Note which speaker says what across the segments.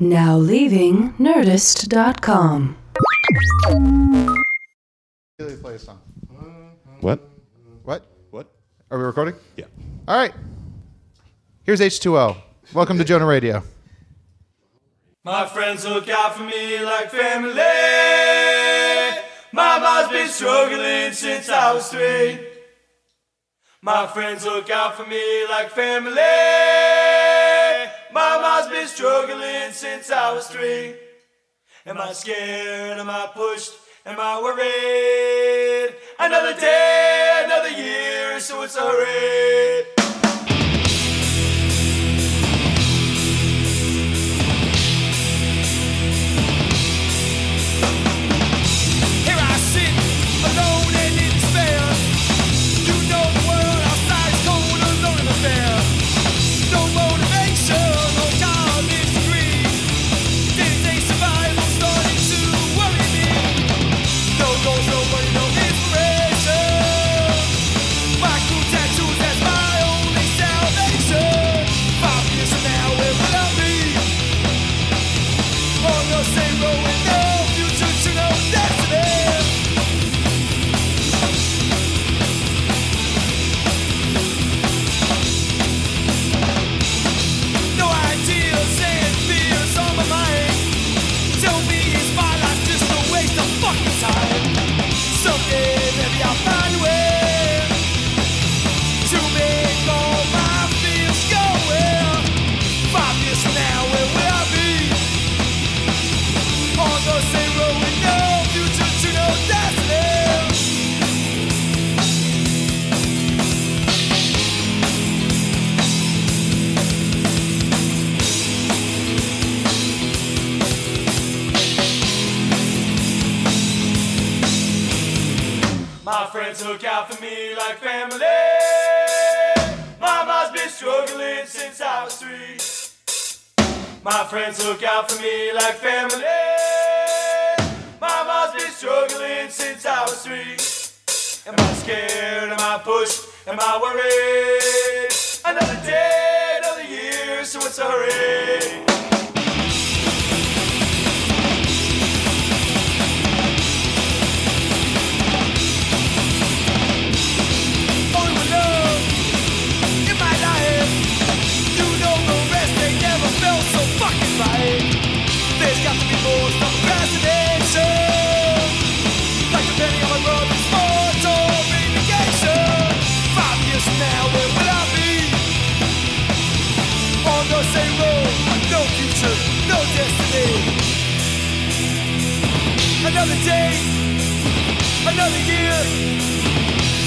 Speaker 1: Now leaving Nerdist.com.
Speaker 2: Really play a song.
Speaker 3: What?
Speaker 2: What?
Speaker 3: What?
Speaker 2: Are we recording?
Speaker 3: Yeah.
Speaker 2: All right. Here's H2O. Welcome to Jonah Radio.
Speaker 4: My friends look out for me like family. My mom's been struggling since I was three. My friends look out for me like family. My mom's been struggling since I was three. Am I scared? Am I pushed? Am I worried? Another day, another year, so it's alright. Here I sit, alone and in despair. You know the world outside is cold, alone and unfair. No motivation, no time to disagree. Day-to-day survival starting to worry me. No goals, no money, no inspiration. My cool tattoos, that's my only salvation. Five years from now, where will I be? on the same road with no future to no destiny. No ideas and fears on my mind. Tell me is my life just a waste of fucking time? Someday maybe I'll find a way to make all my fears go well. Five years from now, where will I be? on the same road with no future to no destiny. My friends look out for me like family. My mom's been struggling since I was three. My friends look out for me like family. My mom's been struggling since I was three. Am I scared? Am I pushed? Am I worried? Another day, another year, so it's a hurry. Only with love in my life. You know the rest, they never felt so fucking right. There's got to be more than fascination. Like depending on my brother's sports or vindication. Five years from now, where will I be? On the same road, no future, no destiny. Another day, another year.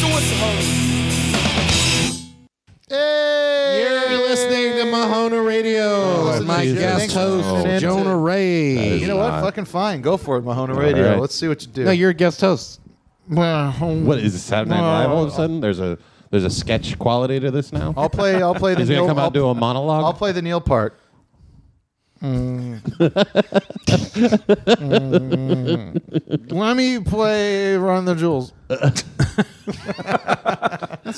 Speaker 4: So what's the hope?
Speaker 2: Hey!
Speaker 3: You're listening to Mahona Radio.
Speaker 2: listen
Speaker 3: with my
Speaker 2: to
Speaker 3: guest
Speaker 2: Jesus.
Speaker 3: host,
Speaker 2: Thanks for
Speaker 3: Jonah
Speaker 2: listening.
Speaker 3: Ray.
Speaker 2: You know what? Fucking fine. Go for it, Mahona Radio.
Speaker 5: right.
Speaker 2: Let's see what you do.
Speaker 3: No, you're a guest host.
Speaker 5: What is it, Saturday Night Live? All of a sudden, there's a there's a sketch quality to this now.
Speaker 2: I'll play. I'll play the
Speaker 5: Is he
Speaker 2: Neil.
Speaker 5: gonna come out
Speaker 2: I'll,
Speaker 5: and do a monologue?
Speaker 2: I'll play the Neil part.
Speaker 3: Let me play Run the Jewels. That's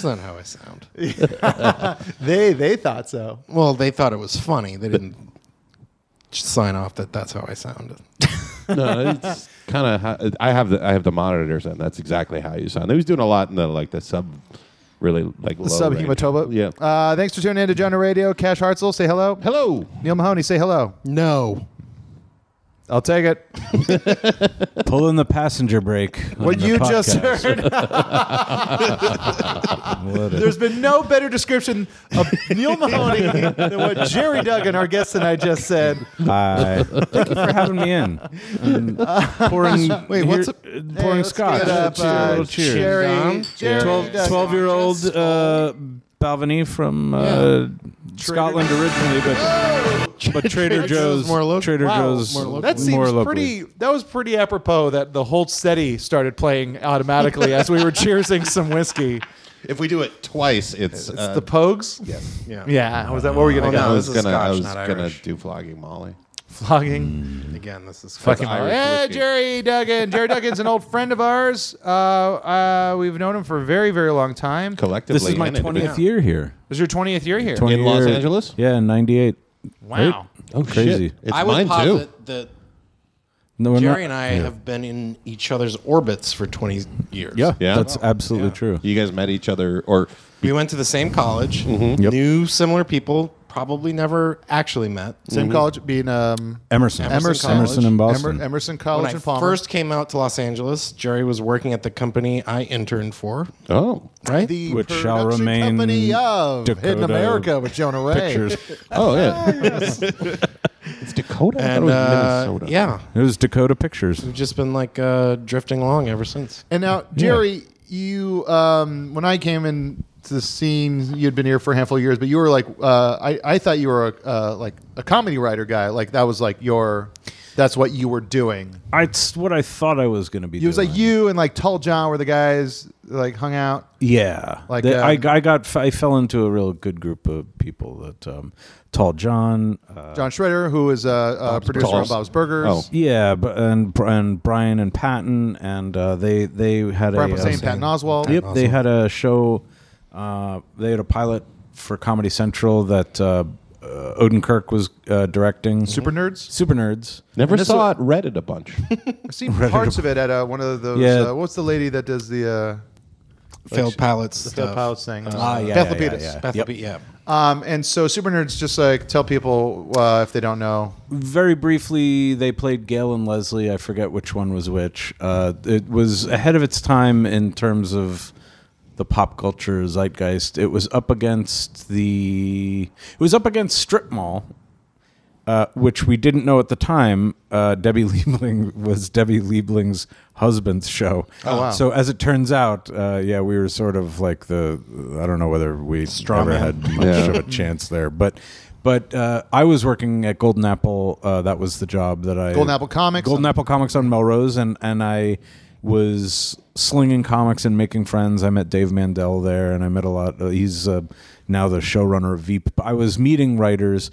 Speaker 3: not how I sound.
Speaker 2: They they thought so.
Speaker 3: Well, they thought it was funny. They didn't sign off that that's how I sounded.
Speaker 5: no, it's kind of. I have the I have the monitors, and that's exactly how you sound. He was doing a lot in the like the sub, really like the
Speaker 2: Sub Hematoba.
Speaker 5: Yeah.
Speaker 2: Uh, thanks for tuning in to Jonah Radio. Cash Hartzell, say hello.
Speaker 5: Hello.
Speaker 2: Neil Mahoney, say hello.
Speaker 3: No.
Speaker 2: I'll take it.
Speaker 6: Pulling the passenger brake. on
Speaker 2: What
Speaker 6: the
Speaker 2: you just
Speaker 6: podcast.
Speaker 2: heard.
Speaker 6: What a-
Speaker 2: There's been no better description of Neil Mahoney than what Jerry Duggan, our guest tonight, just said.
Speaker 6: Hi. Thank you for having me in. And pouring
Speaker 3: Wait, what's
Speaker 6: here-
Speaker 3: a-
Speaker 6: uh,
Speaker 2: Hey,
Speaker 6: pouring
Speaker 2: let's
Speaker 6: scotch.
Speaker 2: give it up,
Speaker 6: Cheers,
Speaker 2: uh,
Speaker 6: little cheers.
Speaker 2: Jerry,
Speaker 3: Dom.
Speaker 2: Jerry
Speaker 6: Twelve-
Speaker 2: Duggan.
Speaker 6: 12 year old uh, Balvenie from uh, Scotland originally, but but Trader
Speaker 3: Trader Joe's
Speaker 6: Joe's
Speaker 3: more local.
Speaker 6: Trader
Speaker 3: Wow,
Speaker 6: Joe's
Speaker 3: more local.
Speaker 2: That seems
Speaker 6: more locally.
Speaker 2: pretty. That was pretty apropos that the whole SETI started playing automatically as we were cheersing some whiskey.
Speaker 5: If we do it twice, it's,
Speaker 2: It's
Speaker 6: Uh,
Speaker 2: the Pogues.
Speaker 5: yes.
Speaker 3: Yeah. Oh,
Speaker 2: Yeah, was that what we're gonna
Speaker 5: I
Speaker 2: go?
Speaker 5: was
Speaker 3: this is
Speaker 5: gonna I
Speaker 3: Scotch,
Speaker 5: was
Speaker 3: not
Speaker 5: gonna
Speaker 3: Irish.
Speaker 5: do flogging Molly.
Speaker 6: Mm.
Speaker 2: Flogging.
Speaker 3: Again, this is
Speaker 5: Fucking
Speaker 3: That's
Speaker 5: Irish
Speaker 2: Yeah,
Speaker 5: whiskey.
Speaker 2: Jerry Duggan. Jerry Duggan's an old friend of ours. Uh, uh, we've known him for a very, very long time.
Speaker 5: Collectively,
Speaker 6: This is my
Speaker 5: and individually.
Speaker 6: 20th year here.
Speaker 2: This is your 20th year here.
Speaker 6: 20
Speaker 5: In Los
Speaker 6: year-
Speaker 5: Angeles?
Speaker 6: Yeah, in 98.
Speaker 2: Wow.
Speaker 5: Oh,
Speaker 6: Crazy.
Speaker 5: shit. It's
Speaker 3: I would
Speaker 5: mine too.
Speaker 3: posit that
Speaker 6: No, we're
Speaker 3: Jerry
Speaker 6: not-
Speaker 3: and I have been in each other's orbits for 20 years.
Speaker 6: Yeah,
Speaker 5: Yeah.
Speaker 6: that's absolutely
Speaker 3: Yeah.
Speaker 6: true.
Speaker 5: You guys met each other, or
Speaker 3: We went to the same college,
Speaker 6: Yep.
Speaker 3: knew similar people, probably never actually met.
Speaker 7: Same
Speaker 5: Mm-hmm.
Speaker 7: college being um,
Speaker 6: Emerson.
Speaker 3: Emerson
Speaker 7: Emerson,
Speaker 3: College.
Speaker 6: Emerson in Boston.
Speaker 7: Emer- Emerson
Speaker 5: Oh,
Speaker 3: When
Speaker 7: College
Speaker 3: I
Speaker 7: in Palmer.
Speaker 3: first came out to Los Angeles, Jerry was working at the company I interned for,
Speaker 5: oh,
Speaker 3: right?
Speaker 7: the
Speaker 6: Which shall
Speaker 7: production
Speaker 6: remain
Speaker 7: company of
Speaker 6: Dakota
Speaker 7: Hidden America with Jonah Ray.
Speaker 6: Pictures.
Speaker 5: oh yeah. it's Dakota. I
Speaker 3: and
Speaker 5: thought it was
Speaker 3: uh,
Speaker 5: Minnesota.
Speaker 3: yeah,
Speaker 6: It was Dakota Pictures.
Speaker 3: we've just been like uh, drifting along ever since.
Speaker 7: And now, Jerry, you um, when I came into the scene, you'd been here for a handful of years, but you were like, uh, I, I thought you were a, uh, like a comedy writer guy. Like that was like your, that's what you were doing.
Speaker 6: I, it's what I thought I was going to be.
Speaker 7: It was
Speaker 6: doing.
Speaker 7: like you and like Tall John were the guys like hung out.
Speaker 6: Yeah,
Speaker 7: Like,
Speaker 6: The-
Speaker 7: um,
Speaker 6: I, I got I fell into a real good group of people that um, Tall John, uh,
Speaker 7: John Schrader, who is a, uh producer
Speaker 5: Burgers.
Speaker 7: on Bob's Burgers.
Speaker 5: Oh.
Speaker 6: yeah, but and and Brian and Patton, and uh, they they had
Speaker 7: Brian
Speaker 6: a
Speaker 7: Posehn,
Speaker 6: uh,
Speaker 7: Patton Oswald.
Speaker 6: Yep, they had a show. Uh, they had a pilot for Comedy Central that uh, uh, Odin Kirk was uh, directing.
Speaker 7: Super Nerds.
Speaker 6: Super nerds.
Speaker 5: Never saw it. Read it a bunch.
Speaker 7: I've seen parts of it at uh, one of those.
Speaker 6: Yeah.
Speaker 7: Uh, what's the lady that does the
Speaker 3: Failed pilots.
Speaker 7: uh, Phil Powell's thing?
Speaker 6: Ah, yeah,
Speaker 7: Beth
Speaker 6: yeah, yeah,
Speaker 7: Lapidus.
Speaker 6: yeah.
Speaker 3: Beth
Speaker 6: Yep.
Speaker 3: Lapi- yeah.
Speaker 7: Um, and so Super Nerds just like tell people uh, if they don't know.
Speaker 6: very briefly, they played Gail and Leslie. I forget which one was which. Uh, it was ahead of its time in terms of the pop culture zeitgeist. It was up against the. It was up against strip mall, uh, which we didn't know at the time. Uh, Debbie Liebling was Debbie Liebling's husband's show. Oh
Speaker 7: wow.
Speaker 6: So as it turns out, uh, yeah, we were sort of like the. I don't know whether we ever had much
Speaker 5: Yeah.
Speaker 6: of a
Speaker 7: Mm-hmm.
Speaker 6: chance there, but but uh, I was working at Golden Apple. Uh, that was the job that I
Speaker 7: Golden Apple Comics?
Speaker 6: Golden Apple Comics on Melrose, and and I was slinging comics and making friends. I met Dave Mandel there, and I met a lot. Uh, he's uh, now the showrunner of Veep. But I was meeting writers.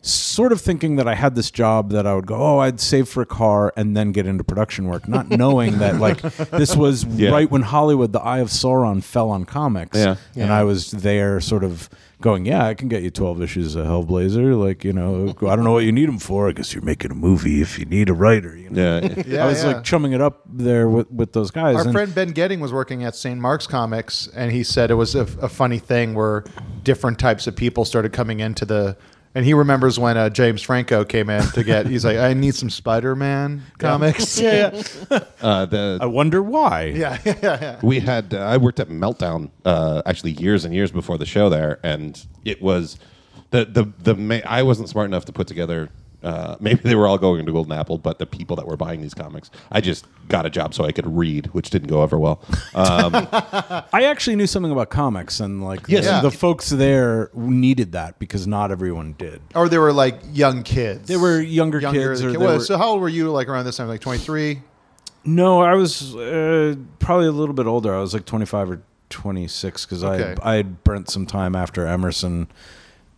Speaker 6: Sort of thinking that I had this job that I would go, oh, I'd save for a car and then get into production work, not knowing that like this was
Speaker 5: Yeah.
Speaker 6: right when Hollywood, the Eye of Sauron, fell on comics,
Speaker 5: Yeah.
Speaker 6: and I was there, sort of going, yeah, I can get you twelve issues of Hellblazer. Like you know, I don't know what you need them for. I guess you're making a movie if you need a writer. You know?
Speaker 5: Yeah.
Speaker 7: Yeah,
Speaker 6: I was
Speaker 7: yeah.
Speaker 6: like chumming it up there with, with those guys.
Speaker 7: Our
Speaker 6: and-
Speaker 7: friend Ben Getting was working at St. Mark's Comics, and he said it was a, a funny thing where different types of people started coming into the. And he remembers when uh, James Franco came in to get. He's like, I need some Spider Man comics.
Speaker 6: yeah, yeah.
Speaker 5: Uh, the
Speaker 6: I wonder why. Yeah.
Speaker 5: we had uh, I worked at Meltdown uh, actually years and years before the show there, and it was the the the ma- I wasn't smart enough to put together. Uh, maybe they were all going to Golden Apple, but the people that were buying these comics, I just got a job so I could read, which didn't go over well. Um,
Speaker 6: I actually knew something about comics, and like
Speaker 5: Yes.
Speaker 6: the,
Speaker 7: Yeah.
Speaker 6: the folks there needed that because not everyone did.
Speaker 7: Or they were like young kids.
Speaker 6: They were younger kids
Speaker 7: than
Speaker 6: or
Speaker 7: ki-
Speaker 6: they
Speaker 7: well,
Speaker 6: were-
Speaker 7: So how old were you? Like around this time, like twenty three.
Speaker 6: No, I was uh, probably a little bit older. I was like 25 or 26 because
Speaker 7: Okay.
Speaker 6: I I had burnt some time after Emerson.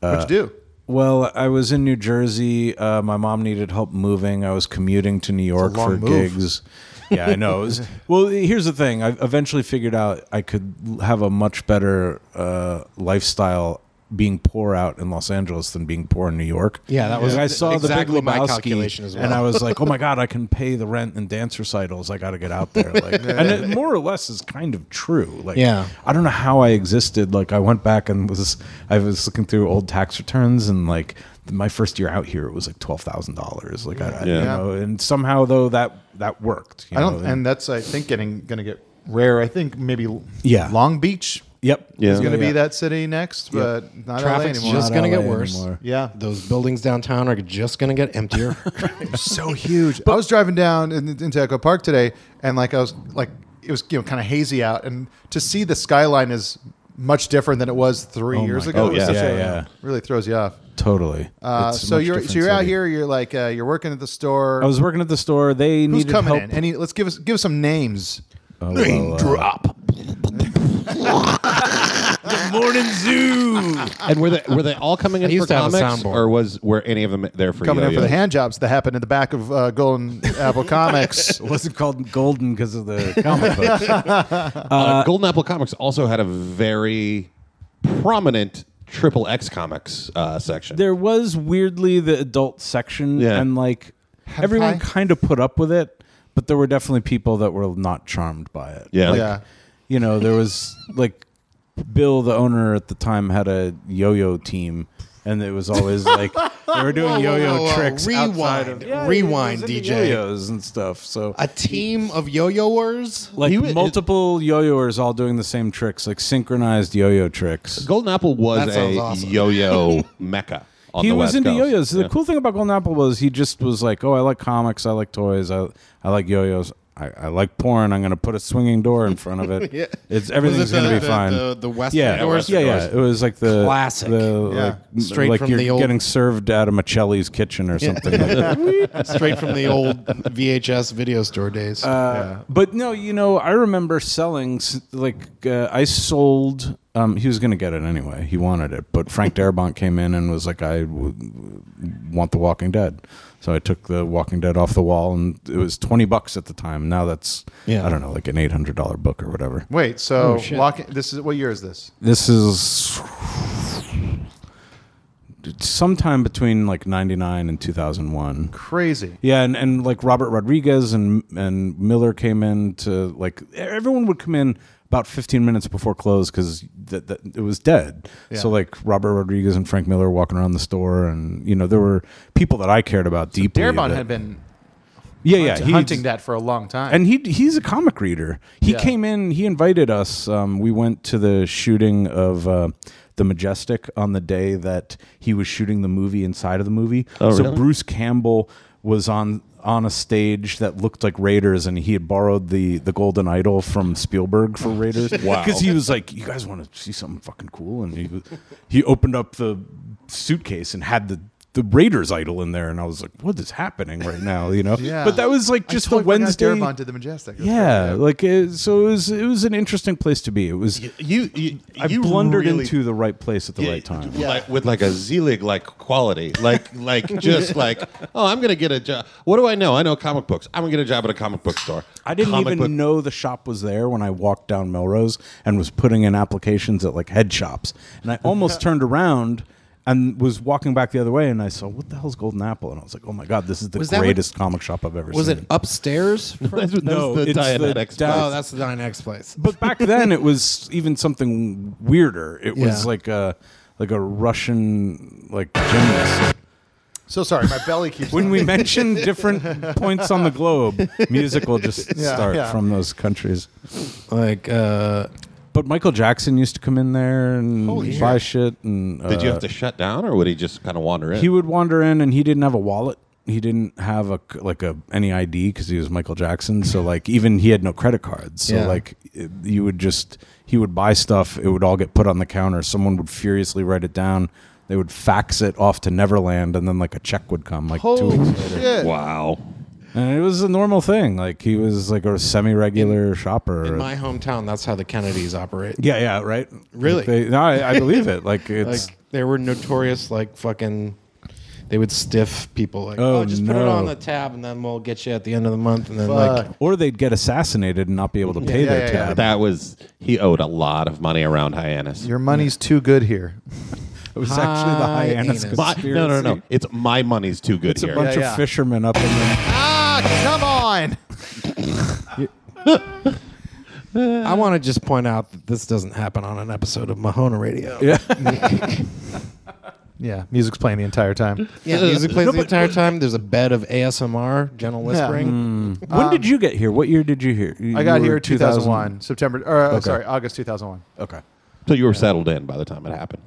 Speaker 6: Uh,
Speaker 7: What'd you do?
Speaker 6: Well, I was in New Jersey. Uh, my mom needed help moving. I was commuting to New York
Speaker 7: long
Speaker 6: for
Speaker 7: move.
Speaker 6: gigs. Yeah, I know. It was- well, here's the thing. I eventually figured out I could l- have a much better uh, lifestyle being poor out in Los Angeles than being poor in New York.
Speaker 3: Yeah, that was
Speaker 6: Like, I saw
Speaker 3: exactly
Speaker 6: the Big
Speaker 3: my
Speaker 6: Lebowski,
Speaker 3: calculation as well.
Speaker 6: and I was like, "Oh my god, I can pay the rent and dance recitals. I got to get out there." Like, and it more or less is kind of true. Like,
Speaker 3: Yeah.
Speaker 6: I don't know how I existed. Like I went back and was I was looking through old tax returns and like my first year out here it was like twelve thousand dollars. Like I, I you
Speaker 5: Yeah.
Speaker 6: know, and somehow though that that worked. you
Speaker 7: I don't,
Speaker 6: know,
Speaker 7: and that's I think getting going to get rare. I think maybe
Speaker 6: Yeah.
Speaker 7: Long Beach
Speaker 6: yep,
Speaker 5: Yeah.
Speaker 7: is going to
Speaker 6: Oh, Yeah.
Speaker 7: be that city next, but not
Speaker 3: Traffic's
Speaker 7: LA anymore.
Speaker 3: just
Speaker 6: Not
Speaker 3: gonna get
Speaker 6: LA
Speaker 3: worse.
Speaker 7: yeah,
Speaker 3: Those buildings downtown are just going to get emptier.
Speaker 7: so huge. I was driving down in, into Echo Park today, and like I was like it was you know kind of hazy out, and to see the skyline is much different than it was three
Speaker 6: Oh
Speaker 7: years
Speaker 6: my
Speaker 7: ago.
Speaker 5: God.
Speaker 7: It was
Speaker 5: Yeah.
Speaker 7: such
Speaker 6: Yeah,
Speaker 7: a-
Speaker 6: yeah.
Speaker 7: really throws you off.
Speaker 6: Totally.
Speaker 7: Uh,
Speaker 6: It's a
Speaker 7: so
Speaker 6: much
Speaker 7: you're so
Speaker 6: different
Speaker 7: you're out
Speaker 6: city.
Speaker 7: here. You're like uh, you're working at the store.
Speaker 6: I was working at the store. They
Speaker 7: Who's
Speaker 6: needed
Speaker 7: coming
Speaker 6: help.
Speaker 7: in? Any? Let's give us give us some names.
Speaker 6: Oh, well, uh,
Speaker 5: drop.
Speaker 6: Good morning zoo.
Speaker 5: And were they were they all coming in
Speaker 3: I used
Speaker 5: for
Speaker 3: to have a
Speaker 5: comics,
Speaker 3: soundboard.
Speaker 5: or was were any of them there for
Speaker 7: Coming in for the
Speaker 5: yo-yos?
Speaker 7: hand jobs that happened in the back of uh, Golden Apple Comics.
Speaker 6: It wasn't called golden because of the comic book.
Speaker 3: Uh,
Speaker 5: Uh, Golden Apple Comics also had a very prominent triple X comics uh, section.
Speaker 6: There was weirdly the adult section,
Speaker 5: Yeah.
Speaker 6: and like
Speaker 7: Hentai?
Speaker 6: everyone kind of put up with it, but there were definitely people that were not charmed by it.
Speaker 5: yeah, like,
Speaker 7: yeah.
Speaker 6: you know, there was like Bill, the owner at the time, had a yo-yo team, and it was always like they were doing
Speaker 3: Whoa, whoa,
Speaker 6: yo-yo
Speaker 3: whoa, whoa.
Speaker 6: tricks. outside of-
Speaker 3: Rewind.
Speaker 6: Yeah, he
Speaker 3: Rewind,
Speaker 6: was into
Speaker 3: DJ.
Speaker 6: yo-yos and stuff. So
Speaker 3: A team of yo-yoers.
Speaker 6: like
Speaker 5: He wa-
Speaker 6: multiple yo-yoers all doing the same tricks, like synchronized yo-yo tricks.
Speaker 5: Golden Apple
Speaker 3: That
Speaker 5: was
Speaker 3: sounds
Speaker 5: a
Speaker 3: awesome.
Speaker 5: yo-yo mecca. On
Speaker 6: he
Speaker 5: the
Speaker 6: was
Speaker 5: West
Speaker 6: into
Speaker 5: Coast.
Speaker 6: yo-yos. The
Speaker 5: Yeah.
Speaker 6: cool thing about Golden Apple was he just was like, "Oh, I like comics. I like toys. I I like yo-yos. I, I like porn. I'm gonna put a swinging door in front of it.
Speaker 3: Yeah.
Speaker 6: It's everything's
Speaker 3: Was it the-
Speaker 6: gonna be
Speaker 3: the-
Speaker 6: fine."
Speaker 3: The, the Western
Speaker 6: yeah,
Speaker 3: doors?
Speaker 6: yeah, yeah. It was like the
Speaker 8: Classic.
Speaker 6: the,
Speaker 7: Yeah.
Speaker 6: like,
Speaker 3: Straight
Speaker 6: like
Speaker 3: from
Speaker 6: you're
Speaker 3: the old-
Speaker 6: getting served out of Michelli's kitchen or something. like that.
Speaker 3: Straight from the old VHS video store days.
Speaker 6: Uh, But no, you know, I remember selling s- like uh, I sold. Um, he was going to get it anyway. He wanted it, but Frank Darabont came in and was like, "I w- w- want The Walking Dead." So I took The Walking Dead off the wall, and it was twenty bucks at the time. Now that's
Speaker 3: Yeah.
Speaker 6: I don't know, like an eight hundred dollar book or whatever.
Speaker 7: Wait,
Speaker 6: oh,
Speaker 7: so
Speaker 3: shit.
Speaker 7: walking. This is what year is this?
Speaker 6: This is sometime between like ninety nine and two thousand one.
Speaker 7: Crazy.
Speaker 6: Yeah, and, and like Robert Rodriguez and and Miller came in to like everyone would come in about 15 minutes before close because th- th- it was dead. So like Robert Rodriguez and Frank Miller walking around the store, and you know there were people that I cared about deeply.
Speaker 7: Darabont
Speaker 6: that-
Speaker 7: had been
Speaker 6: yeah yeah he-
Speaker 7: hunting that for a long time.
Speaker 6: and he he's a comic reader. He came in. He invited us. Um, we went to the shooting of uh, the Majestic on the day that he was shooting the movie inside of the movie.
Speaker 7: Oh,
Speaker 6: so Bruce Campbell was on on a stage that looked like Raiders, and he had borrowed the the Golden Idol from Spielberg for Raiders. wow! Because he was like, "You guys want to see something fucking cool?" And he was- he opened up the suitcase and had the. The Raiders idol in there, and I was like, "What is happening right now?" You know,
Speaker 7: Yeah.
Speaker 6: but that was like
Speaker 7: I
Speaker 6: just
Speaker 7: totally
Speaker 6: the
Speaker 7: forgot
Speaker 6: Wednesday.
Speaker 7: Darabont did the majestic. That's
Speaker 6: Yeah,
Speaker 7: right,
Speaker 6: like it, so it was. It was an interesting place to be. It was.
Speaker 5: You, you,
Speaker 6: I
Speaker 5: you
Speaker 6: blundered
Speaker 5: really-
Speaker 6: into the right place at the
Speaker 5: Yeah,
Speaker 6: right time.
Speaker 5: with like- with like a Z League like quality, like like just like oh, I'm gonna get a job. What do I know? I know comic books. I'm gonna get a job at a comic book store.
Speaker 6: I didn't
Speaker 5: Comic
Speaker 6: even
Speaker 5: book-
Speaker 6: know the shop was there when I walked down Melrose and was putting in applications at like head shops. And I almost turned around and was walking back the other way, and I saw what the hell's Golden Apple, and I was like, oh my god, this is the
Speaker 3: Was that what-
Speaker 6: greatest comic shop I've ever
Speaker 3: was
Speaker 6: seen.
Speaker 3: it upstairs?
Speaker 5: That's, that's
Speaker 6: No,
Speaker 5: the
Speaker 6: it's the
Speaker 5: Dianetics.
Speaker 6: down-
Speaker 5: place.
Speaker 3: oh, that's the Dynex place.
Speaker 6: but back then it was even something weirder. It was
Speaker 3: Yeah.
Speaker 6: like a like a Russian like gymnast.
Speaker 7: yeah. So sorry, my belly keeps.
Speaker 6: when we mention different points on the globe, music will just
Speaker 7: Yeah,
Speaker 6: start
Speaker 7: yeah.
Speaker 6: from those countries.
Speaker 3: Like, uh,
Speaker 6: But Michael Jackson used to come in there and buy shit. And
Speaker 5: Did you
Speaker 6: uh,
Speaker 5: have to shut down, or would he just kind of wander in?
Speaker 6: He would wander in, and he didn't have a wallet. He didn't have a like a any ID because he was Michael Jackson. So like even he had no credit cards. So
Speaker 3: Yeah.
Speaker 6: like it- you would just he would buy stuff. It would all get put on the counter. Someone would furiously write it down. They would fax it off to Neverland, and then like a check would come like two weeks later.
Speaker 5: wow.
Speaker 6: And it was a normal thing. Like he was like a semi-regular shopper.
Speaker 3: in my hometown, that's how the Kennedys operate.
Speaker 6: yeah, yeah, right.
Speaker 3: Really?
Speaker 6: Like, they- no, I, I believe it. Like it's
Speaker 3: Like, they were notorious, like, fucking. They would stiff people like,
Speaker 6: Oh,
Speaker 3: oh, just put it
Speaker 6: no.
Speaker 3: on the tab, and then we'll get you at the end of the month, and then
Speaker 7: Fuck.
Speaker 3: like,
Speaker 6: or they'd get assassinated and not be able to pay
Speaker 7: Yeah,
Speaker 6: their
Speaker 7: yeah, yeah.
Speaker 6: tab.
Speaker 5: That was he owed a lot of money around Hyannis.
Speaker 7: Your money's too good here.
Speaker 6: It was actually the
Speaker 3: High
Speaker 6: hyenas
Speaker 3: anus.
Speaker 5: My-
Speaker 6: conspiracy.
Speaker 5: no, no, no. It's my money's too good
Speaker 6: It's
Speaker 5: here.
Speaker 6: a bunch
Speaker 7: Yeah,
Speaker 6: of
Speaker 7: yeah.
Speaker 6: fishermen up in the
Speaker 7: Ah, come on.
Speaker 3: I want to just point out that this doesn't happen on an episode of Mahona Radio.
Speaker 6: yeah.
Speaker 7: Yeah, music's playing the entire time.
Speaker 3: Yeah, music plays the entire time. There's a bed of ASMR, gentle
Speaker 6: Mm-hmm.
Speaker 3: whispering.
Speaker 6: Hmm. when did you get here? What year did you here? You
Speaker 7: Um, I got
Speaker 6: were
Speaker 7: here 2001, September, or uh, sorry, August 2001.
Speaker 6: 2000 Okay.
Speaker 5: so you were settled in by the time it happened.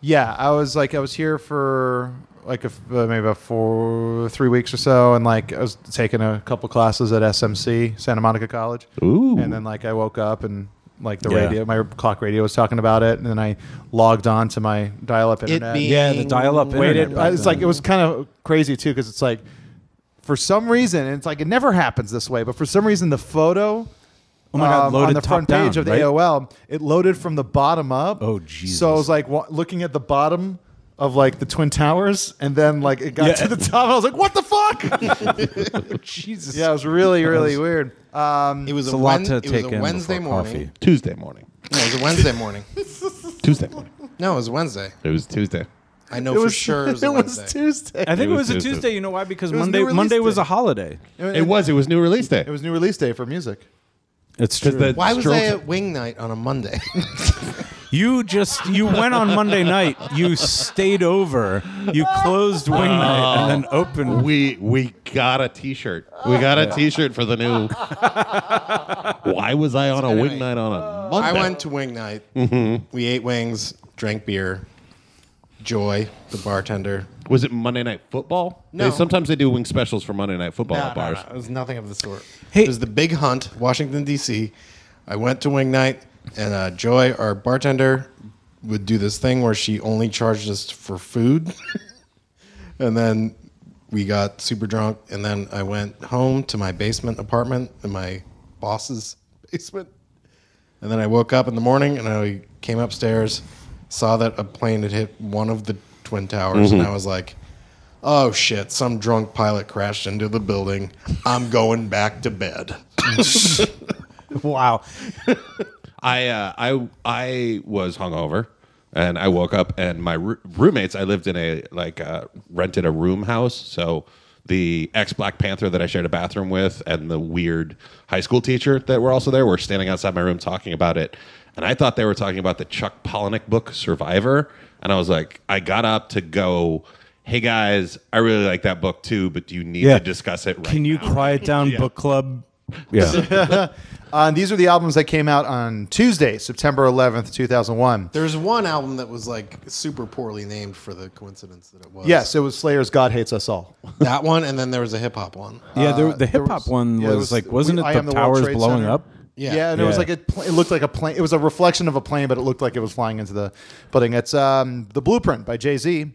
Speaker 7: Yeah, I was like, I was here for like a, f- uh, maybe about four, three weeks or so, and like I was taking a couple classes at SMC, Santa Monica College.
Speaker 5: Ooh.
Speaker 7: And then like I woke up and like the
Speaker 6: Yeah.
Speaker 7: radio, my clock radio was talking about it, and then I logged on to my dial-up internet.
Speaker 3: being
Speaker 6: Yeah, the dial-up internet
Speaker 7: waited.
Speaker 6: back
Speaker 7: It's like
Speaker 6: then.
Speaker 7: it was kind of crazy too, because it's like for some reason, and it's like it never happens this way, but for some reason the photo
Speaker 6: Oh my god,
Speaker 7: um,
Speaker 6: loaded
Speaker 7: on the
Speaker 6: top
Speaker 7: front
Speaker 6: down,
Speaker 7: page of the
Speaker 6: right?
Speaker 7: AOL. It loaded from the bottom up.
Speaker 6: Oh, Jesus.
Speaker 7: So I was like wa- looking at the bottom of like the Twin Towers, and then like it got
Speaker 6: Yeah.
Speaker 7: to the top. I was like, "What the fuck?"
Speaker 6: Jesus.
Speaker 7: yeah, it was really, really weird. Um,
Speaker 3: It was
Speaker 6: It's
Speaker 3: a,
Speaker 6: a lot
Speaker 3: Wen-
Speaker 6: to
Speaker 3: it
Speaker 6: take
Speaker 3: was
Speaker 6: in
Speaker 3: a Wednesday
Speaker 6: before
Speaker 3: morning.
Speaker 6: coffee.
Speaker 5: Tuesday morning.
Speaker 3: No, it was a Wednesday morning.
Speaker 5: Tuesday morning.
Speaker 3: No, it was Wednesday.
Speaker 5: It was Tuesday.
Speaker 3: I know
Speaker 7: It
Speaker 3: for
Speaker 7: was
Speaker 3: sure it was
Speaker 7: it
Speaker 3: Wednesday.
Speaker 7: was Tuesday.
Speaker 6: I think it
Speaker 5: was
Speaker 6: was, a
Speaker 5: Tuesday.
Speaker 6: Tuesday. You know why? Because
Speaker 7: was
Speaker 6: Monday
Speaker 7: new release
Speaker 6: Monday was
Speaker 7: day.
Speaker 6: a holiday.
Speaker 5: It was. It was new release day.
Speaker 7: It was new release day for music.
Speaker 6: It's
Speaker 5: because the
Speaker 3: Why was
Speaker 5: Strokes-
Speaker 3: I at wing night on a Monday?
Speaker 6: You just you went on Monday night. You stayed over. You closed wing night and then opened.
Speaker 5: we we got a T-shirt. We got a T-shirt for the new. Why was I on a
Speaker 3: anyway,
Speaker 5: wing night on a Monday?
Speaker 3: I went to wing night.
Speaker 7: Mm-hmm.
Speaker 3: We ate wings, drank beer. Joy, the bartender.
Speaker 5: Was it Monday Night Football?
Speaker 3: No.
Speaker 5: They, sometimes they do wing specials for Monday Night Football at bars.
Speaker 3: It was nothing of the sort.
Speaker 6: Hey-
Speaker 3: It was the big hunt, Washington, D.C. I went to Wing Night, and uh, Joy, our bartender, would do this thing where she only charged us for food. and then we got super drunk. And then I went home to my basement apartment in my boss's basement. And then I woke up in the morning and I came upstairs, saw that a plane had hit one of the Twin Towers, and I was like, oh shit, some drunk pilot crashed into the building. I'm going back to bed.
Speaker 6: Wow.
Speaker 5: I uh, I I was hungover, and I woke up, and my roo- roommates. I lived in a like uh, rented a room house, so the ex Black Panther that I shared a bathroom with, and the weird high school teacher that were also there, were standing outside my room talking about it, and I thought they were talking about the Chuck Palahniuk book Survivor, and I was like, I got up to go. Hey guys, I really like that book too, but do you need
Speaker 6: Yeah.
Speaker 5: to discuss it right
Speaker 6: Can you
Speaker 5: now?"
Speaker 6: quiet down book club? Yeah.
Speaker 7: Uh, these are the albums that came out on Tuesday, September 11th, 2001.
Speaker 3: There's one album that was like super poorly named for the coincidence that it was.
Speaker 7: Yes, it was Slayer's God Hates Us All.
Speaker 3: That one, and then there was a hip hop one.
Speaker 6: yeah, there, the
Speaker 7: there
Speaker 6: hip hop
Speaker 7: was-
Speaker 6: one
Speaker 7: yeah,
Speaker 6: was,
Speaker 7: there was-
Speaker 6: like, wasn't
Speaker 7: we- I
Speaker 6: it
Speaker 7: Am
Speaker 6: the,
Speaker 7: the World
Speaker 6: towers
Speaker 7: Trade
Speaker 6: blowing
Speaker 7: Center.
Speaker 6: up?
Speaker 7: Yeah,
Speaker 3: Yeah.
Speaker 7: and it was
Speaker 6: Yeah.
Speaker 7: like a pl- it looked like a plane. It was a reflection of a plane, but it looked like it was flying into the building. It's um, the Blueprint by Jay Z.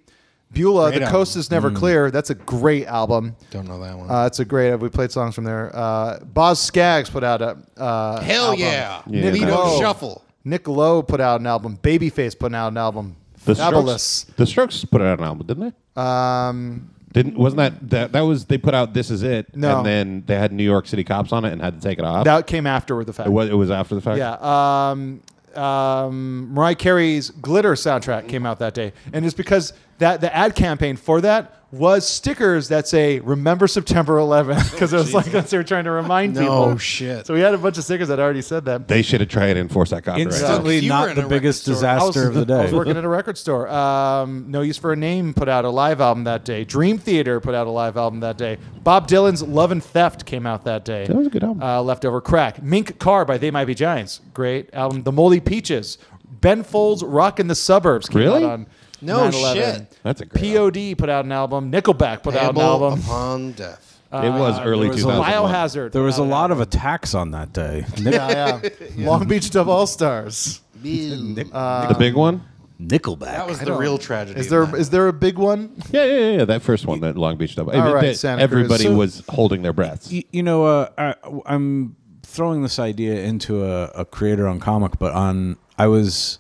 Speaker 7: Beulah,
Speaker 3: Great
Speaker 7: The
Speaker 3: album.
Speaker 7: Coast Is Never
Speaker 6: Mm.
Speaker 7: Clear. That's a great album.
Speaker 3: Don't know that one.
Speaker 7: Uh, it's a great. We played songs from there. Uh, Boz Scaggs put out a uh,
Speaker 3: Hell
Speaker 7: album.
Speaker 3: yeah.
Speaker 5: Yeah.
Speaker 3: Lido
Speaker 7: Whoa.
Speaker 3: Shuffle.
Speaker 7: Nick Lowe put out an album. Babyface put out an album.
Speaker 5: The
Speaker 7: Fabulous.
Speaker 5: Strokes, the Strokes put out an album, didn't they?
Speaker 7: Um,
Speaker 5: Didn't wasn't that that that was they put out This Is It
Speaker 7: No.
Speaker 5: and then they had New York City cops on it and had to take it off.
Speaker 7: that came afterward the fact.
Speaker 5: it was it was after the fact.
Speaker 7: Yeah. Um, um, Mariah Carey's Glitter
Speaker 3: Mm.
Speaker 7: soundtrack came out that day, and it's because that the ad campaign for that was stickers that say "Remember September 11th" because it was like that's they were trying to remind
Speaker 3: Oh, No
Speaker 7: people.
Speaker 3: shit.
Speaker 7: So we had a bunch of stickers that already said that.
Speaker 5: They should have tried to enforce that copyright.
Speaker 6: Instantly,
Speaker 3: You were
Speaker 6: not
Speaker 3: in
Speaker 6: the
Speaker 3: a
Speaker 6: biggest
Speaker 3: record store. I
Speaker 7: I was,
Speaker 6: disaster of the
Speaker 7: I was
Speaker 6: day.
Speaker 7: working at a record store. Um, no Use for a Name put out a live album that day. Dream Theater put out a live album that day. Bob Dylan's Love and Theft came out that day. That
Speaker 5: was a good album.
Speaker 7: Uh, Leftover Crack. Mink Car by They Might Be Giants. Great album. The Moldy Peaches. Ben Folds Rock in the Suburbs came
Speaker 5: Really?
Speaker 7: out on
Speaker 3: No
Speaker 7: 9/11.
Speaker 3: shit.
Speaker 5: That's a great
Speaker 7: POD put out an album. Nickelback put out an
Speaker 3: Payable
Speaker 7: album.
Speaker 3: upon death.
Speaker 7: uh,
Speaker 5: it was early
Speaker 6: there was a
Speaker 5: 2000.
Speaker 7: Biohazard.
Speaker 6: There was
Speaker 7: put
Speaker 6: a
Speaker 7: out an
Speaker 6: lot of
Speaker 7: album.
Speaker 6: attacks on that day.
Speaker 7: Yeah, yeah. Long Beach Dub All Stars.
Speaker 5: the big one.
Speaker 6: Nickelback.
Speaker 3: That was the real tragedy.
Speaker 7: Is
Speaker 3: of
Speaker 7: there
Speaker 3: that.
Speaker 7: is there a big one?
Speaker 5: Yeah, yeah, yeah. That first one, that Long Beach double.
Speaker 7: All
Speaker 5: It-
Speaker 7: right,
Speaker 5: that-
Speaker 7: Santa Cruz.
Speaker 5: everybody
Speaker 7: So-
Speaker 5: was holding their breaths.
Speaker 6: Y- you know, uh, I, I'm throwing this idea into a, a creator on comic, but on I was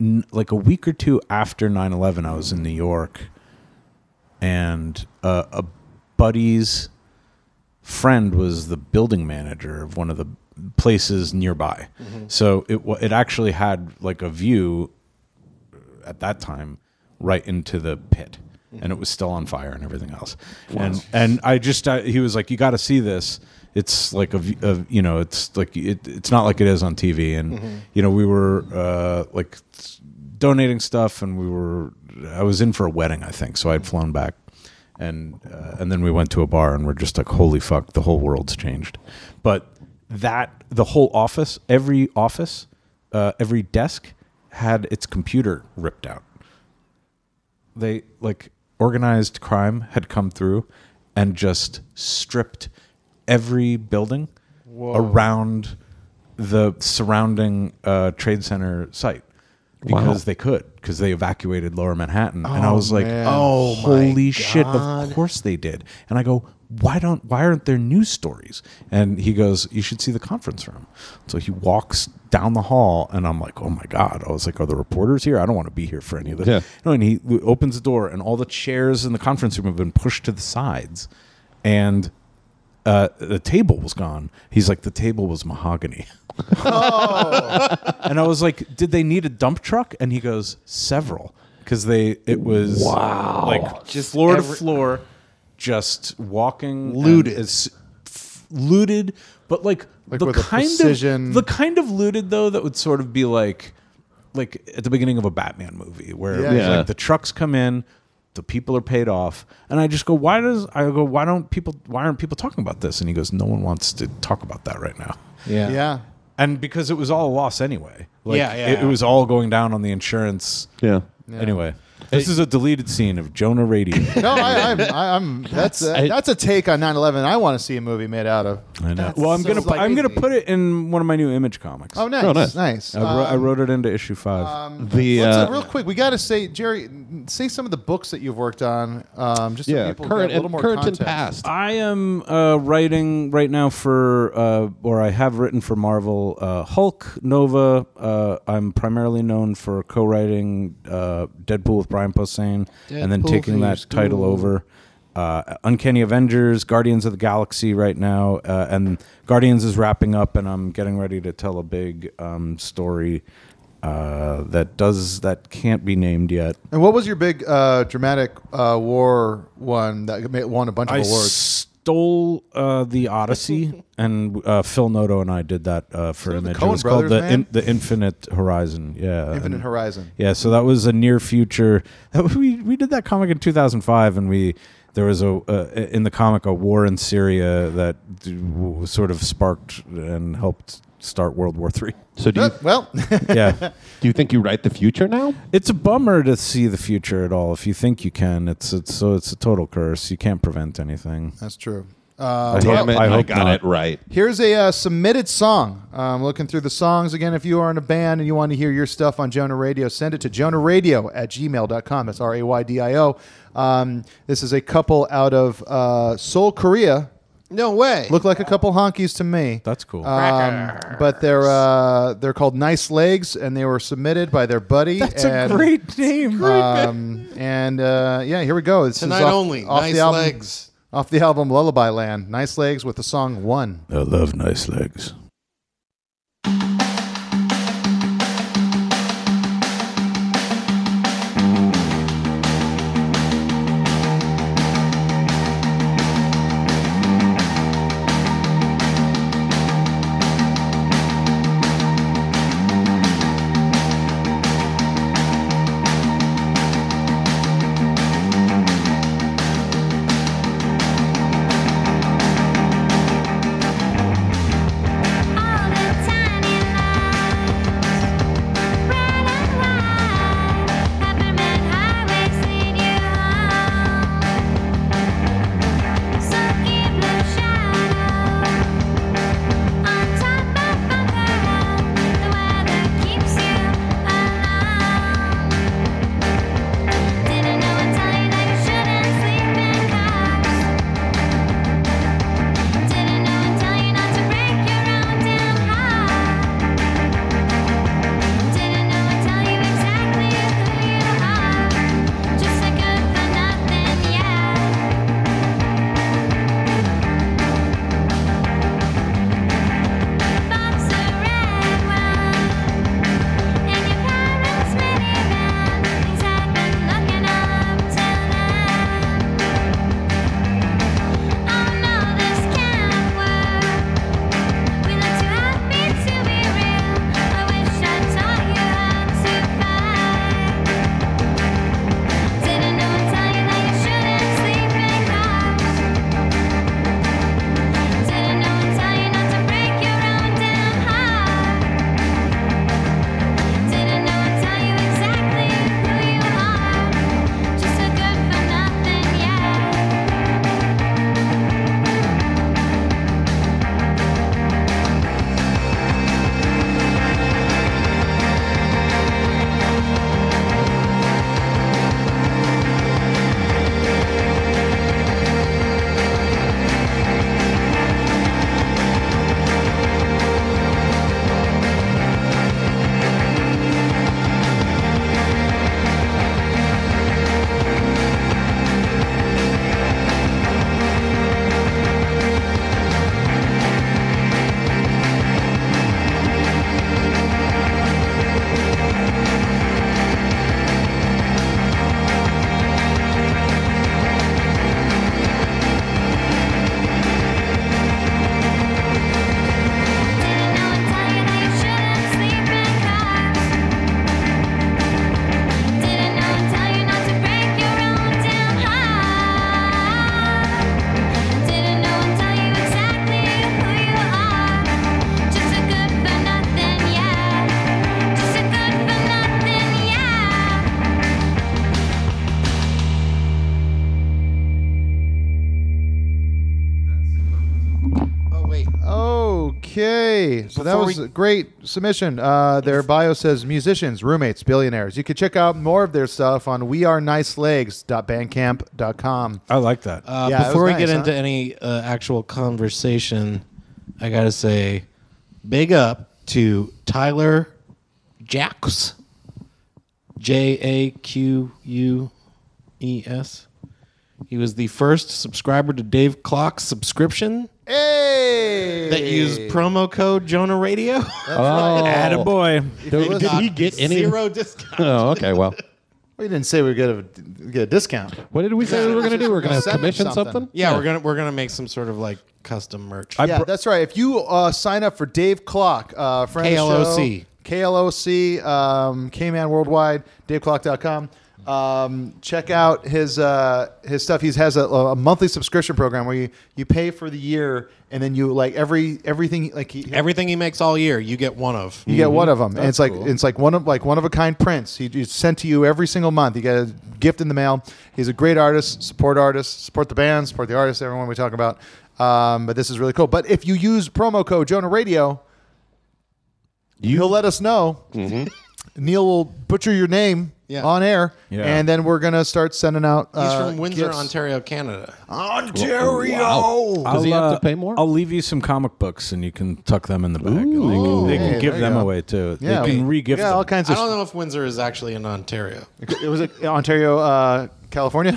Speaker 6: n- like a week or two after 9/11, I was in New York, and uh, a buddy's friend was the building manager of one of the places nearby, so it wa- it actually had like a view at that time right into the pit and it was still on fire and everything else and and i just I, he was like you got to see this it's like a, v- a- you know it's like it, it's not like it is on tv and you know we were uh like donating stuff and we were i was in for a wedding i think so i'd flown back and uh, and then we went to a bar and we're just like holy fuck the whole world's changed but that the whole office every office uh, every desk had its computer ripped out they like organized crime had come through and just stripped every building around the surrounding uh, trade center site because they could because they evacuated lower manhattan and i was like
Speaker 7: man.
Speaker 6: oh holy shit of course they did and i go why don't why aren't there news stories and he goes you should see the conference room so he walks down the hall and i'm like oh my god i was like are the reporters here i don't want to be here for any of this
Speaker 5: Yeah.
Speaker 6: no, and he w- opens the door, and all the chairs in the conference room have been pushed to the sides, and uh, the table was gone. He's like, the table was mahogany. and I was like, "Did they need a dump truck?" And he goes, "Several, because they it was wow, like just floor to floor, just walking
Speaker 3: Looted.
Speaker 6: and it's f- looted, but like, the
Speaker 7: with a
Speaker 6: kind
Speaker 7: precision.
Speaker 6: of the kind of looted though that would sort of be like, like at the beginning of a Batman movie where
Speaker 7: Yeah.
Speaker 5: Yeah.
Speaker 6: like the trucks come in." The people are paid off, and I just go. Why does I go? Why don't people? Why aren't people talking about this? And he goes, No one wants to talk about that right now
Speaker 2: Yeah.
Speaker 7: Yeah.
Speaker 6: and because it was all a loss anyway. Like,
Speaker 3: Yeah, yeah,
Speaker 6: It, it
Speaker 3: yeah.
Speaker 6: was all going down on the insurance.
Speaker 5: Yeah.
Speaker 6: Anyway, this is a deleted scene of Jonah Radio.
Speaker 7: No, I, I'm, I, I'm. That's a,
Speaker 5: I-
Speaker 7: that's a take on 9/11. I want to see a movie made out of.
Speaker 6: I know. Well, I'm
Speaker 7: so
Speaker 6: gonna pu- I'm gonna
Speaker 7: crazy.
Speaker 6: put it in one of my new image comics.
Speaker 7: Oh, nice,
Speaker 5: Oh, nice.
Speaker 7: nice.
Speaker 6: I, wrote, I
Speaker 7: Um,
Speaker 6: wrote it into issue five.
Speaker 5: The
Speaker 7: So
Speaker 5: uh,
Speaker 7: real quick, we got to say, Jerry, say some of the books that you've worked on, um, just so
Speaker 5: yeah,
Speaker 7: people
Speaker 5: current
Speaker 7: get a little
Speaker 5: and
Speaker 7: more
Speaker 5: current
Speaker 7: context.
Speaker 5: and past.
Speaker 6: I am uh, writing right now for, uh, or I have written for Marvel uh, Hulk, Nova. Uh, I'm primarily known for co writing uh, Deadpool with Brian Posehn and then
Speaker 7: Deadpool
Speaker 6: taking
Speaker 7: for
Speaker 6: that
Speaker 7: your
Speaker 6: title
Speaker 7: school.
Speaker 6: over. Uh, Uncanny Avengers, Guardians of the Galaxy right now. Uh, and Guardians is wrapping up, and I'm getting ready to tell a big um, story uh, that does, that can't be named yet.
Speaker 7: And what was your big uh, dramatic uh, war one that ma- won a bunch of
Speaker 6: I
Speaker 7: awards?
Speaker 6: stole uh, the Odyssey, and uh, Phil Noto and I did that uh, for Image.
Speaker 7: Coen
Speaker 6: it was
Speaker 7: brothers,
Speaker 6: called the,
Speaker 7: man.
Speaker 6: the Infinite Horizon. Yeah,
Speaker 7: Infinite
Speaker 6: and-
Speaker 7: Horizon.
Speaker 6: Yeah, so that was a near future. We we did that comic in 2005, and we there was a uh, in the comic a war in Syria that d- w- sort of sparked and helped start World War Three.
Speaker 5: So do you,
Speaker 7: Uh, well,
Speaker 6: Yeah,
Speaker 5: do you think you write the future now?
Speaker 6: it's a bummer to see the future at all. If you think you can, it's it's so it's a total curse. You can't prevent anything.
Speaker 7: that's true. Uh,
Speaker 6: I
Speaker 5: Damn
Speaker 6: hope-
Speaker 5: it!
Speaker 6: I
Speaker 5: I,
Speaker 6: hope
Speaker 5: got
Speaker 6: not.
Speaker 5: it right.
Speaker 7: Here's a uh, submitted song. I'm looking through the songs again. If you are in a band and you want to hear your stuff on Jonah Radio, send it to jonahradio at gmail.com. That's R A Y D I O. Um, this is a couple out of uh, Seoul, Korea.
Speaker 3: No way.
Speaker 7: Look like a couple honkies to me.
Speaker 6: That's cool.
Speaker 7: Um, but they're uh, they're called Nice Legs, and they were submitted by their buddy.
Speaker 6: That's
Speaker 7: and,
Speaker 6: a great name.
Speaker 7: Um, and uh, yeah, here we go. This
Speaker 3: tonight
Speaker 7: is off,
Speaker 3: only.
Speaker 7: off
Speaker 3: nice
Speaker 7: the album,
Speaker 3: legs.
Speaker 7: Off the album Lullaby Land. Nice Legs with the song One.
Speaker 6: I love nice legs.
Speaker 8: Thank
Speaker 3: Oh,
Speaker 7: Okay, so that
Speaker 3: Before
Speaker 7: was
Speaker 3: we-
Speaker 7: a great submission. Uh, their bio says musicians, roommates, billionaires. You can check out more of their stuff on wearenicelegs.bandcamp.com.
Speaker 6: I like that.
Speaker 3: Oh.
Speaker 8: Uh,
Speaker 7: Yeah, it was
Speaker 8: before we
Speaker 7: nice,
Speaker 8: get
Speaker 7: huh?
Speaker 8: into any uh, actual conversation, I gotta say, big up to Tyler Jacks, J A Q U E S. He was the first subscriber to Dave Clock's subscription
Speaker 7: Hey,
Speaker 8: that used promo code Jonah Radio.
Speaker 5: Oh,
Speaker 6: boy.
Speaker 5: did, did he get any?
Speaker 8: zero discount?
Speaker 5: Oh, okay. Well,
Speaker 7: we didn't say we were gonna get a discount.
Speaker 5: what did we say we were going to do? We're going
Speaker 7: Send
Speaker 5: to
Speaker 7: him
Speaker 5: commission
Speaker 7: something.
Speaker 5: something.
Speaker 3: Yeah, we're gonna we're gonna make some sort of like custom merch.
Speaker 6: I
Speaker 7: yeah,
Speaker 6: br-
Speaker 7: that's right. If you uh, sign up for Dave Clock, uh, friend of
Speaker 8: KLOC.
Speaker 7: the show, KLOC, um, K-Man Worldwide, DaveClock.com. Um, check out his uh, his stuff. He has a, a monthly subscription program where you, you pay for the year and then you like every everything like he,
Speaker 3: Everything he makes all year, you get one of.
Speaker 7: you get one
Speaker 6: Mm-hmm.
Speaker 7: of them, and it's like it's like one of like one of a kind prints. He, he's sent to you every single month. You get a gift in the mail. He's a great artist. Support artists. Support the band. Support the artists. Everyone we talk about. Um, but this is really cool. But if you use promo code Jonah Radio, he'll let us know.
Speaker 6: Mm-hmm.
Speaker 7: Neil will butcher your name
Speaker 3: Yeah.
Speaker 7: on air,
Speaker 6: Yeah.
Speaker 7: and then we're gonna start sending out.
Speaker 3: He's
Speaker 7: Uh,
Speaker 3: from Windsor,
Speaker 7: gifts.
Speaker 3: Ontario, Canada.
Speaker 5: Ontario. Wow. Does he have
Speaker 6: uh,
Speaker 5: to pay more?
Speaker 6: I'll leave you some comic books, and you can tuck them in the bag. and they can, they can
Speaker 7: Hey,
Speaker 6: give
Speaker 7: there
Speaker 6: them
Speaker 7: you go.
Speaker 6: away too.
Speaker 7: Yeah,
Speaker 6: they can
Speaker 7: we-
Speaker 6: re-gift
Speaker 7: yeah,
Speaker 6: them.
Speaker 7: all kinds
Speaker 3: I
Speaker 7: of.
Speaker 3: don't know if Windsor is actually in Ontario.
Speaker 7: It was it Ontario, uh, California.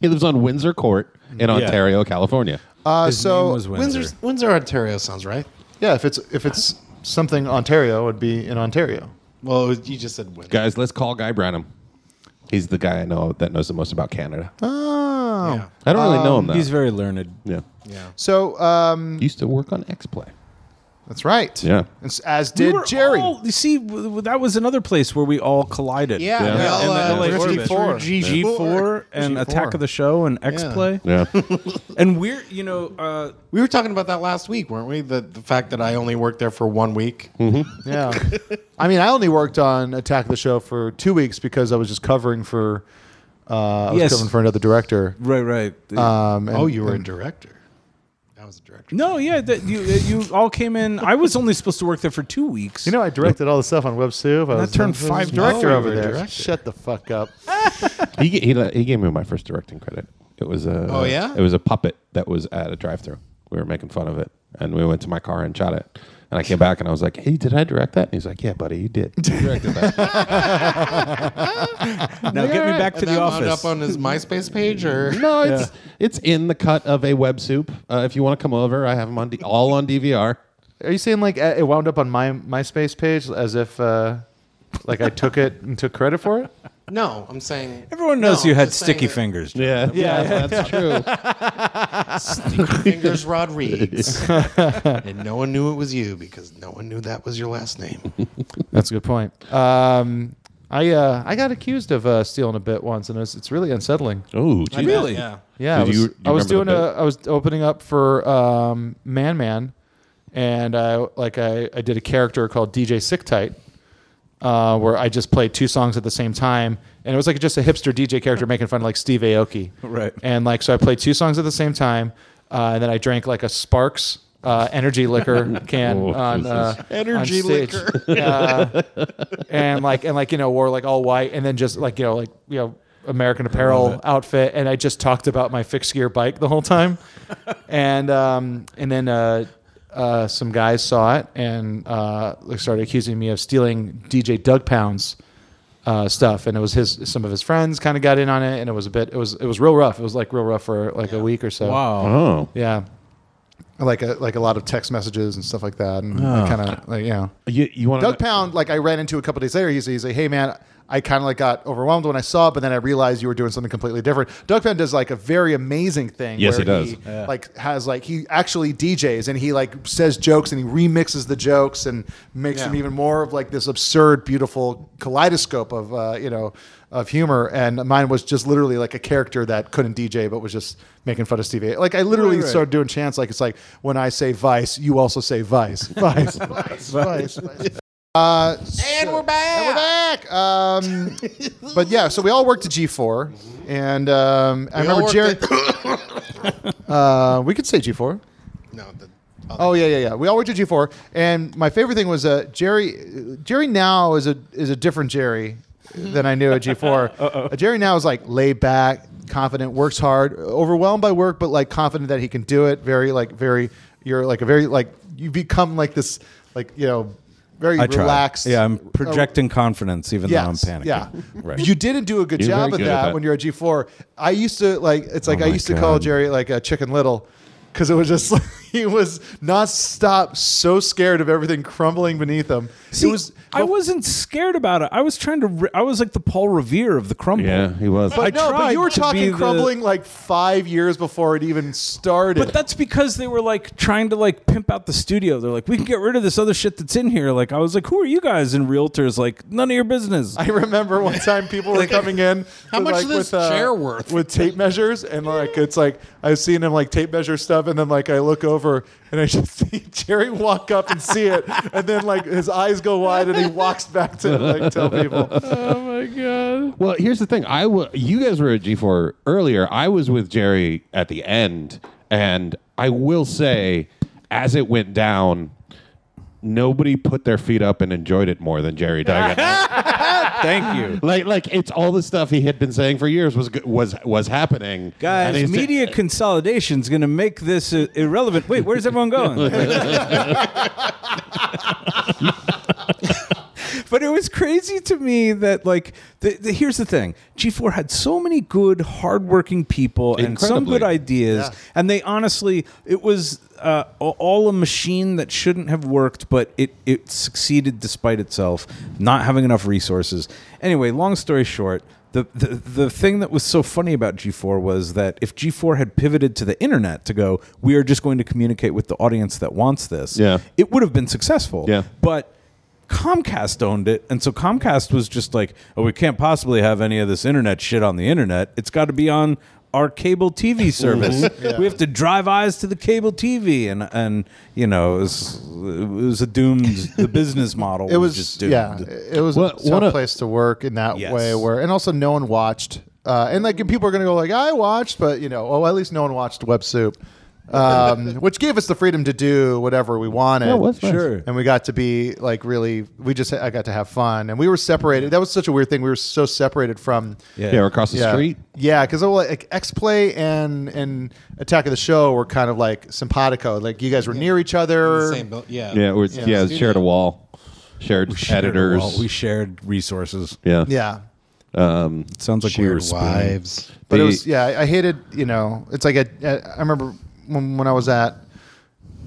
Speaker 5: he lives on Windsor Court in Ontario, California.
Speaker 7: Uh,
Speaker 6: His
Speaker 7: so
Speaker 6: name was Windsor.
Speaker 3: Windsor's, Windsor, Ontario sounds right.
Speaker 7: Yeah, if it's if it's something Ontario, it would be in Ontario.
Speaker 3: Well, you just said Windsor.
Speaker 5: Guys, let's call Guy Branham. He's the guy I know that knows the most about Canada.
Speaker 7: Oh.
Speaker 3: Yeah.
Speaker 5: I don't really know him though.
Speaker 6: Um, He's very learned.
Speaker 5: yeah.
Speaker 7: So um,
Speaker 5: Used to work on X Play.
Speaker 7: that's right.
Speaker 5: Yeah.
Speaker 7: It's- As
Speaker 6: We
Speaker 7: did
Speaker 6: were
Speaker 7: Jerry.
Speaker 6: all- you see, w- w- that was another place where we all collided.
Speaker 3: Yeah,
Speaker 5: Yeah.
Speaker 3: we
Speaker 5: Yeah.
Speaker 3: all,
Speaker 6: And
Speaker 3: uh,
Speaker 6: the LA
Speaker 3: drifted
Speaker 6: orbit.
Speaker 3: through
Speaker 6: G four and
Speaker 7: G4.
Speaker 6: Attack of the Show and X Play.
Speaker 5: Yeah.
Speaker 6: And we're you know uh,
Speaker 3: We were talking about that last week, weren't we? The, the fact that I only worked there for one week.
Speaker 7: Yeah. I mean, I only worked on Attack of the Show for two weeks because I was just covering for. Uh, I was
Speaker 6: Yes.
Speaker 7: covering for another director.
Speaker 6: right right.
Speaker 7: Um, and-
Speaker 3: Oh, you were a director. I was a director.
Speaker 6: no, yeah, that you uh, you all came in. I was only supposed to work there for two weeks.
Speaker 7: You know, I directed all the stuff on Web Soup. I, was, "Oh,
Speaker 6: turned
Speaker 7: I was
Speaker 6: five
Speaker 7: director
Speaker 3: dollars.
Speaker 7: over
Speaker 3: You were a
Speaker 7: there.
Speaker 3: director.
Speaker 7: Shut the fuck up.
Speaker 5: he, g- he, le- he gave me my first directing credit. It was a
Speaker 3: Oh, yeah?
Speaker 5: It was a puppet that was at a drive-through. We were making fun of it, and we went to my car and shot it. And I came back and I was like, "Hey, did I direct that?" And he's like, "Yeah, buddy, you did." You directed that.
Speaker 6: now get me back to
Speaker 3: And
Speaker 6: the
Speaker 3: that wound
Speaker 6: office.
Speaker 3: up on his MySpace page, or
Speaker 5: no, it's it's in the cut of a web soup. Uh, if you want to come over, I have them on D- all on DVR.
Speaker 7: Are you saying like uh, it wound up on my MySpace page as if uh, like I took it and took credit for it?
Speaker 3: no, I'm saying
Speaker 6: Everyone knows
Speaker 3: No,
Speaker 6: you had
Speaker 3: just saying
Speaker 6: sticky
Speaker 3: that-
Speaker 6: fingers.
Speaker 5: Yeah, yeah, that's true.
Speaker 3: Fingers Rodriguez, and no one knew it was you because no one knew that was your last name.
Speaker 7: That's a good point. Um, I uh, I got accused of uh, stealing a bit once, and it's it's really unsettling.
Speaker 5: Oh, geez.
Speaker 6: Really?
Speaker 3: Yeah.
Speaker 7: Yeah, I
Speaker 5: Did
Speaker 7: was,
Speaker 5: you- do you
Speaker 7: I was doing
Speaker 5: remember
Speaker 7: a
Speaker 5: the
Speaker 7: I was opening up for um, Man Man, and I like I, I did a character called DJ Sick Tight, uh, where I just played two songs at the same time, and it was like just a hipster DJ character making fun of like Steve Aoki,
Speaker 6: Right.
Speaker 7: And like so, I played two songs at the same time, uh, and then I drank like a Sparks. Uh, energy liquor can
Speaker 5: Oh,
Speaker 7: on uh,
Speaker 5: Jesus.
Speaker 7: energy liquor and like and like you know wore like all white and then just like you know like you know American Apparel outfit and I just talked about my fixed gear bike the whole time and um and then uh uh some guys saw it and uh like, started accusing me of stealing DJ Doug Pound's uh, stuff and it was his some of his friends kind of got in on it and it was a bit it was it was real rough it was like real rough for like a week or so
Speaker 6: Wow.
Speaker 5: Oh,
Speaker 7: yeah like a like a lot of text messages and stuff like that and kind of like you know
Speaker 5: you you want
Speaker 7: Doug Pound, like I ran into a couple days later. He's, he's like, hey man, I kind of like got overwhelmed when I saw it, but then I realized you were doing something completely different. Doug Pound does like a very amazing thing.
Speaker 5: Yes,
Speaker 7: where
Speaker 5: he does.
Speaker 7: Like has like he actually DJs and he like says jokes and he remixes the jokes and makes them even more of like this absurd, beautiful kaleidoscope of uh, you know of humor. And mine was just literally like a character that couldn't DJ but was just making fun of Steve. A- Like I literally
Speaker 6: Right, right.
Speaker 7: started doing chants like it's like when I say Vice, you also say Vice, Vice, Vice, Vice. Uh, and we're back. And we're back. Um, but yeah, so we all worked at G4, and um, I
Speaker 3: all
Speaker 7: remember
Speaker 3: worked
Speaker 7: Jerry. uh, we could say G4.
Speaker 3: No, the
Speaker 7: Oh yeah, yeah, yeah. We all worked at G four, and my favorite thing was uh, Jerry. Jerry now is a is a different Jerry than I knew at G four. Uh, Jerry now is like laid back, confident, works hard, overwhelmed by work, but like confident that he can do it. Very like very. You're like a very like you become like this like you know very
Speaker 6: I try.
Speaker 7: relaxed.
Speaker 6: Yeah, I'm
Speaker 7: uh,
Speaker 6: projecting confidence, even
Speaker 7: Yes,
Speaker 6: though I'm panicking.
Speaker 7: Yeah.
Speaker 6: Right.
Speaker 7: You didn't do a good
Speaker 5: You're
Speaker 7: job at
Speaker 5: very good at
Speaker 7: that,
Speaker 5: that.
Speaker 7: when you're at G4. I used to like it's like I
Speaker 6: Oh my
Speaker 7: used to call
Speaker 6: God.
Speaker 7: Jerry like a chicken little because it was just like, he was nonstop so scared of everything crumbling beneath him.
Speaker 6: See,
Speaker 7: it was
Speaker 6: I wasn't scared about it. I was trying to. Re- I was like the Paul Revere of the crumble.
Speaker 5: Yeah, he was.
Speaker 7: but
Speaker 6: I
Speaker 7: no, but
Speaker 6: tried
Speaker 7: you were
Speaker 6: to be
Speaker 7: talking
Speaker 6: the-
Speaker 7: crumbling like five years before it even started.
Speaker 6: But that's because they were like trying to like pimp out the studio. They're like, we can get rid of this other shit that's in here. Like, I was like, who are you guys? And realtors like, none of your business.
Speaker 7: I remember one time people were coming in.
Speaker 8: How
Speaker 7: with,
Speaker 8: much
Speaker 7: like,
Speaker 8: is this
Speaker 7: with, uh,
Speaker 8: chair worth?
Speaker 7: With tape measures and like it's like I've seen him like tape measure stuff and then like I look over and I just see Jerry walk up and see it and then like his eyes go wide and he walks back to like tell people.
Speaker 6: Oh
Speaker 5: Well, here's the thing. I w- you guys were at G4 earlier. I was with Jerry at the end, and I will say, as it went down, nobody put their feet up and enjoyed it more than Jerry Duggan.
Speaker 6: Thank you.
Speaker 5: like, like it's all the stuff he had been saying for years was go- was was happening. And uh,
Speaker 6: Guys,
Speaker 5: he's-
Speaker 6: media consolidation is going to make this uh, irrelevant. Wait, where's everyone going? but it was crazy to me that, like, the, the, here's the thing G4 had so many good, hardworking people and some
Speaker 5: Incredibly.
Speaker 6: good ideas. And they honestly, it was uh, a- all a machine that shouldn't have worked, but it, it succeeded despite itself, not having enough resources. Anyway, long story short, the, the, the thing that was so funny about G4 was that if G4 had pivoted to the internet to go, we are just going to communicate with the audience that wants this,
Speaker 5: Yeah.
Speaker 6: it would have been successful.
Speaker 5: Yeah.
Speaker 6: But Comcast owned it, and so Comcast was just like, "Oh, we can't possibly have any of this internet shit on the internet. It's got to be on our cable TV service. We have to drive eyes to the cable TV." And and you know, it was, it was a doomed the business model.
Speaker 7: It was
Speaker 6: just doomed.
Speaker 7: yeah, it was
Speaker 5: What-
Speaker 7: a
Speaker 5: what
Speaker 7: tough
Speaker 5: a-
Speaker 7: place to work in that
Speaker 6: Yes.
Speaker 7: way where and also no one watched. Uh, and like and people are gonna go like I watched, but you know, oh at least no one watched Web Soup. Um, which gave us the freedom to do whatever we wanted.
Speaker 5: Yeah, it was nice.
Speaker 6: Sure.
Speaker 7: And we got to be like really we just I got to have fun. And we were separated. That was such a weird thing. We were so separated from
Speaker 6: Yeah.
Speaker 5: yeah, across the
Speaker 7: yeah.
Speaker 5: street.
Speaker 7: Yeah, because like X Play and and Attack of the Show were kind of like simpatico. Like you guys were near each other.
Speaker 8: Same build. Yeah.
Speaker 5: Yeah, or, yeah,
Speaker 8: Yeah.
Speaker 5: shared a wall, shared,
Speaker 6: Shared a
Speaker 5: editors.
Speaker 6: wall. we shared resources.
Speaker 5: yeah,
Speaker 7: Yeah.
Speaker 6: It sounds like we were
Speaker 8: Shared
Speaker 6: spooning.
Speaker 8: wives.
Speaker 7: But
Speaker 5: The-
Speaker 7: it was yeah. I I hated you know. It's like a, I remember when, when I was at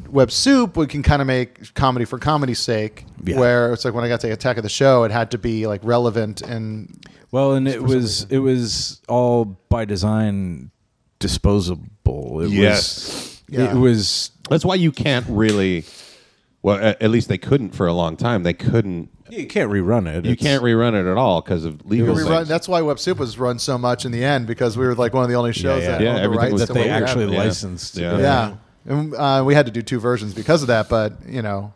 Speaker 7: Web Soup, we can kind of make comedy for comedy's sake.
Speaker 6: Yeah.
Speaker 7: Where it's like when I got to Attack of the Show, it had to be like relevant and
Speaker 6: Well, and it was it was all by design disposable. It
Speaker 5: Yes.
Speaker 6: was
Speaker 7: Yeah.
Speaker 6: it was
Speaker 5: That's why you can't really. Well, a- at least they couldn't for a long time. They couldn't.
Speaker 6: you can't rerun it.
Speaker 5: You can't rerun it at all because of legal.
Speaker 7: we
Speaker 5: things.
Speaker 7: run, that's why Web Soup was run so much in the end because we were like one of the only shows
Speaker 6: yeah.
Speaker 7: that
Speaker 5: Yeah,
Speaker 7: owned the
Speaker 5: everything
Speaker 7: rights
Speaker 5: was-
Speaker 7: to
Speaker 6: that
Speaker 7: what
Speaker 6: they
Speaker 7: we had.
Speaker 6: actually
Speaker 5: Yeah.
Speaker 6: licensed. to
Speaker 5: Yeah.
Speaker 6: go.
Speaker 7: yeah. And uh, we had to do two versions because of that, but you know,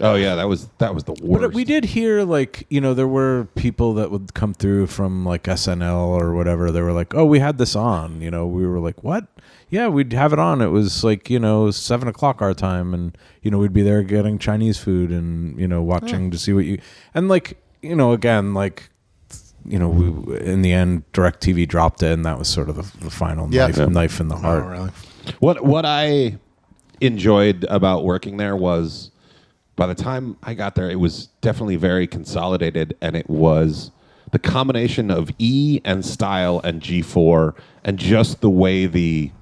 Speaker 5: Oh yeah, that was that was the worst.
Speaker 6: But we did hear like you know there were people that would come through from like SNL or whatever. They were like, "Oh, we had this on." You know, we were like, "What?" Yeah, we'd have it on. It was like you know seven o'clock our time, and you know we'd be there getting Chinese food and you know watching to see what you and like you know again like you know we in the end Directv dropped it, and that was sort of the, the final
Speaker 7: Yeah.
Speaker 6: knife
Speaker 7: Yeah.
Speaker 6: knife
Speaker 5: Oh,
Speaker 6: in the heart.
Speaker 5: What what I enjoyed about working there was by the time I got there, it was definitely very consolidated, and it was the combination of E and style and G4, and just the way the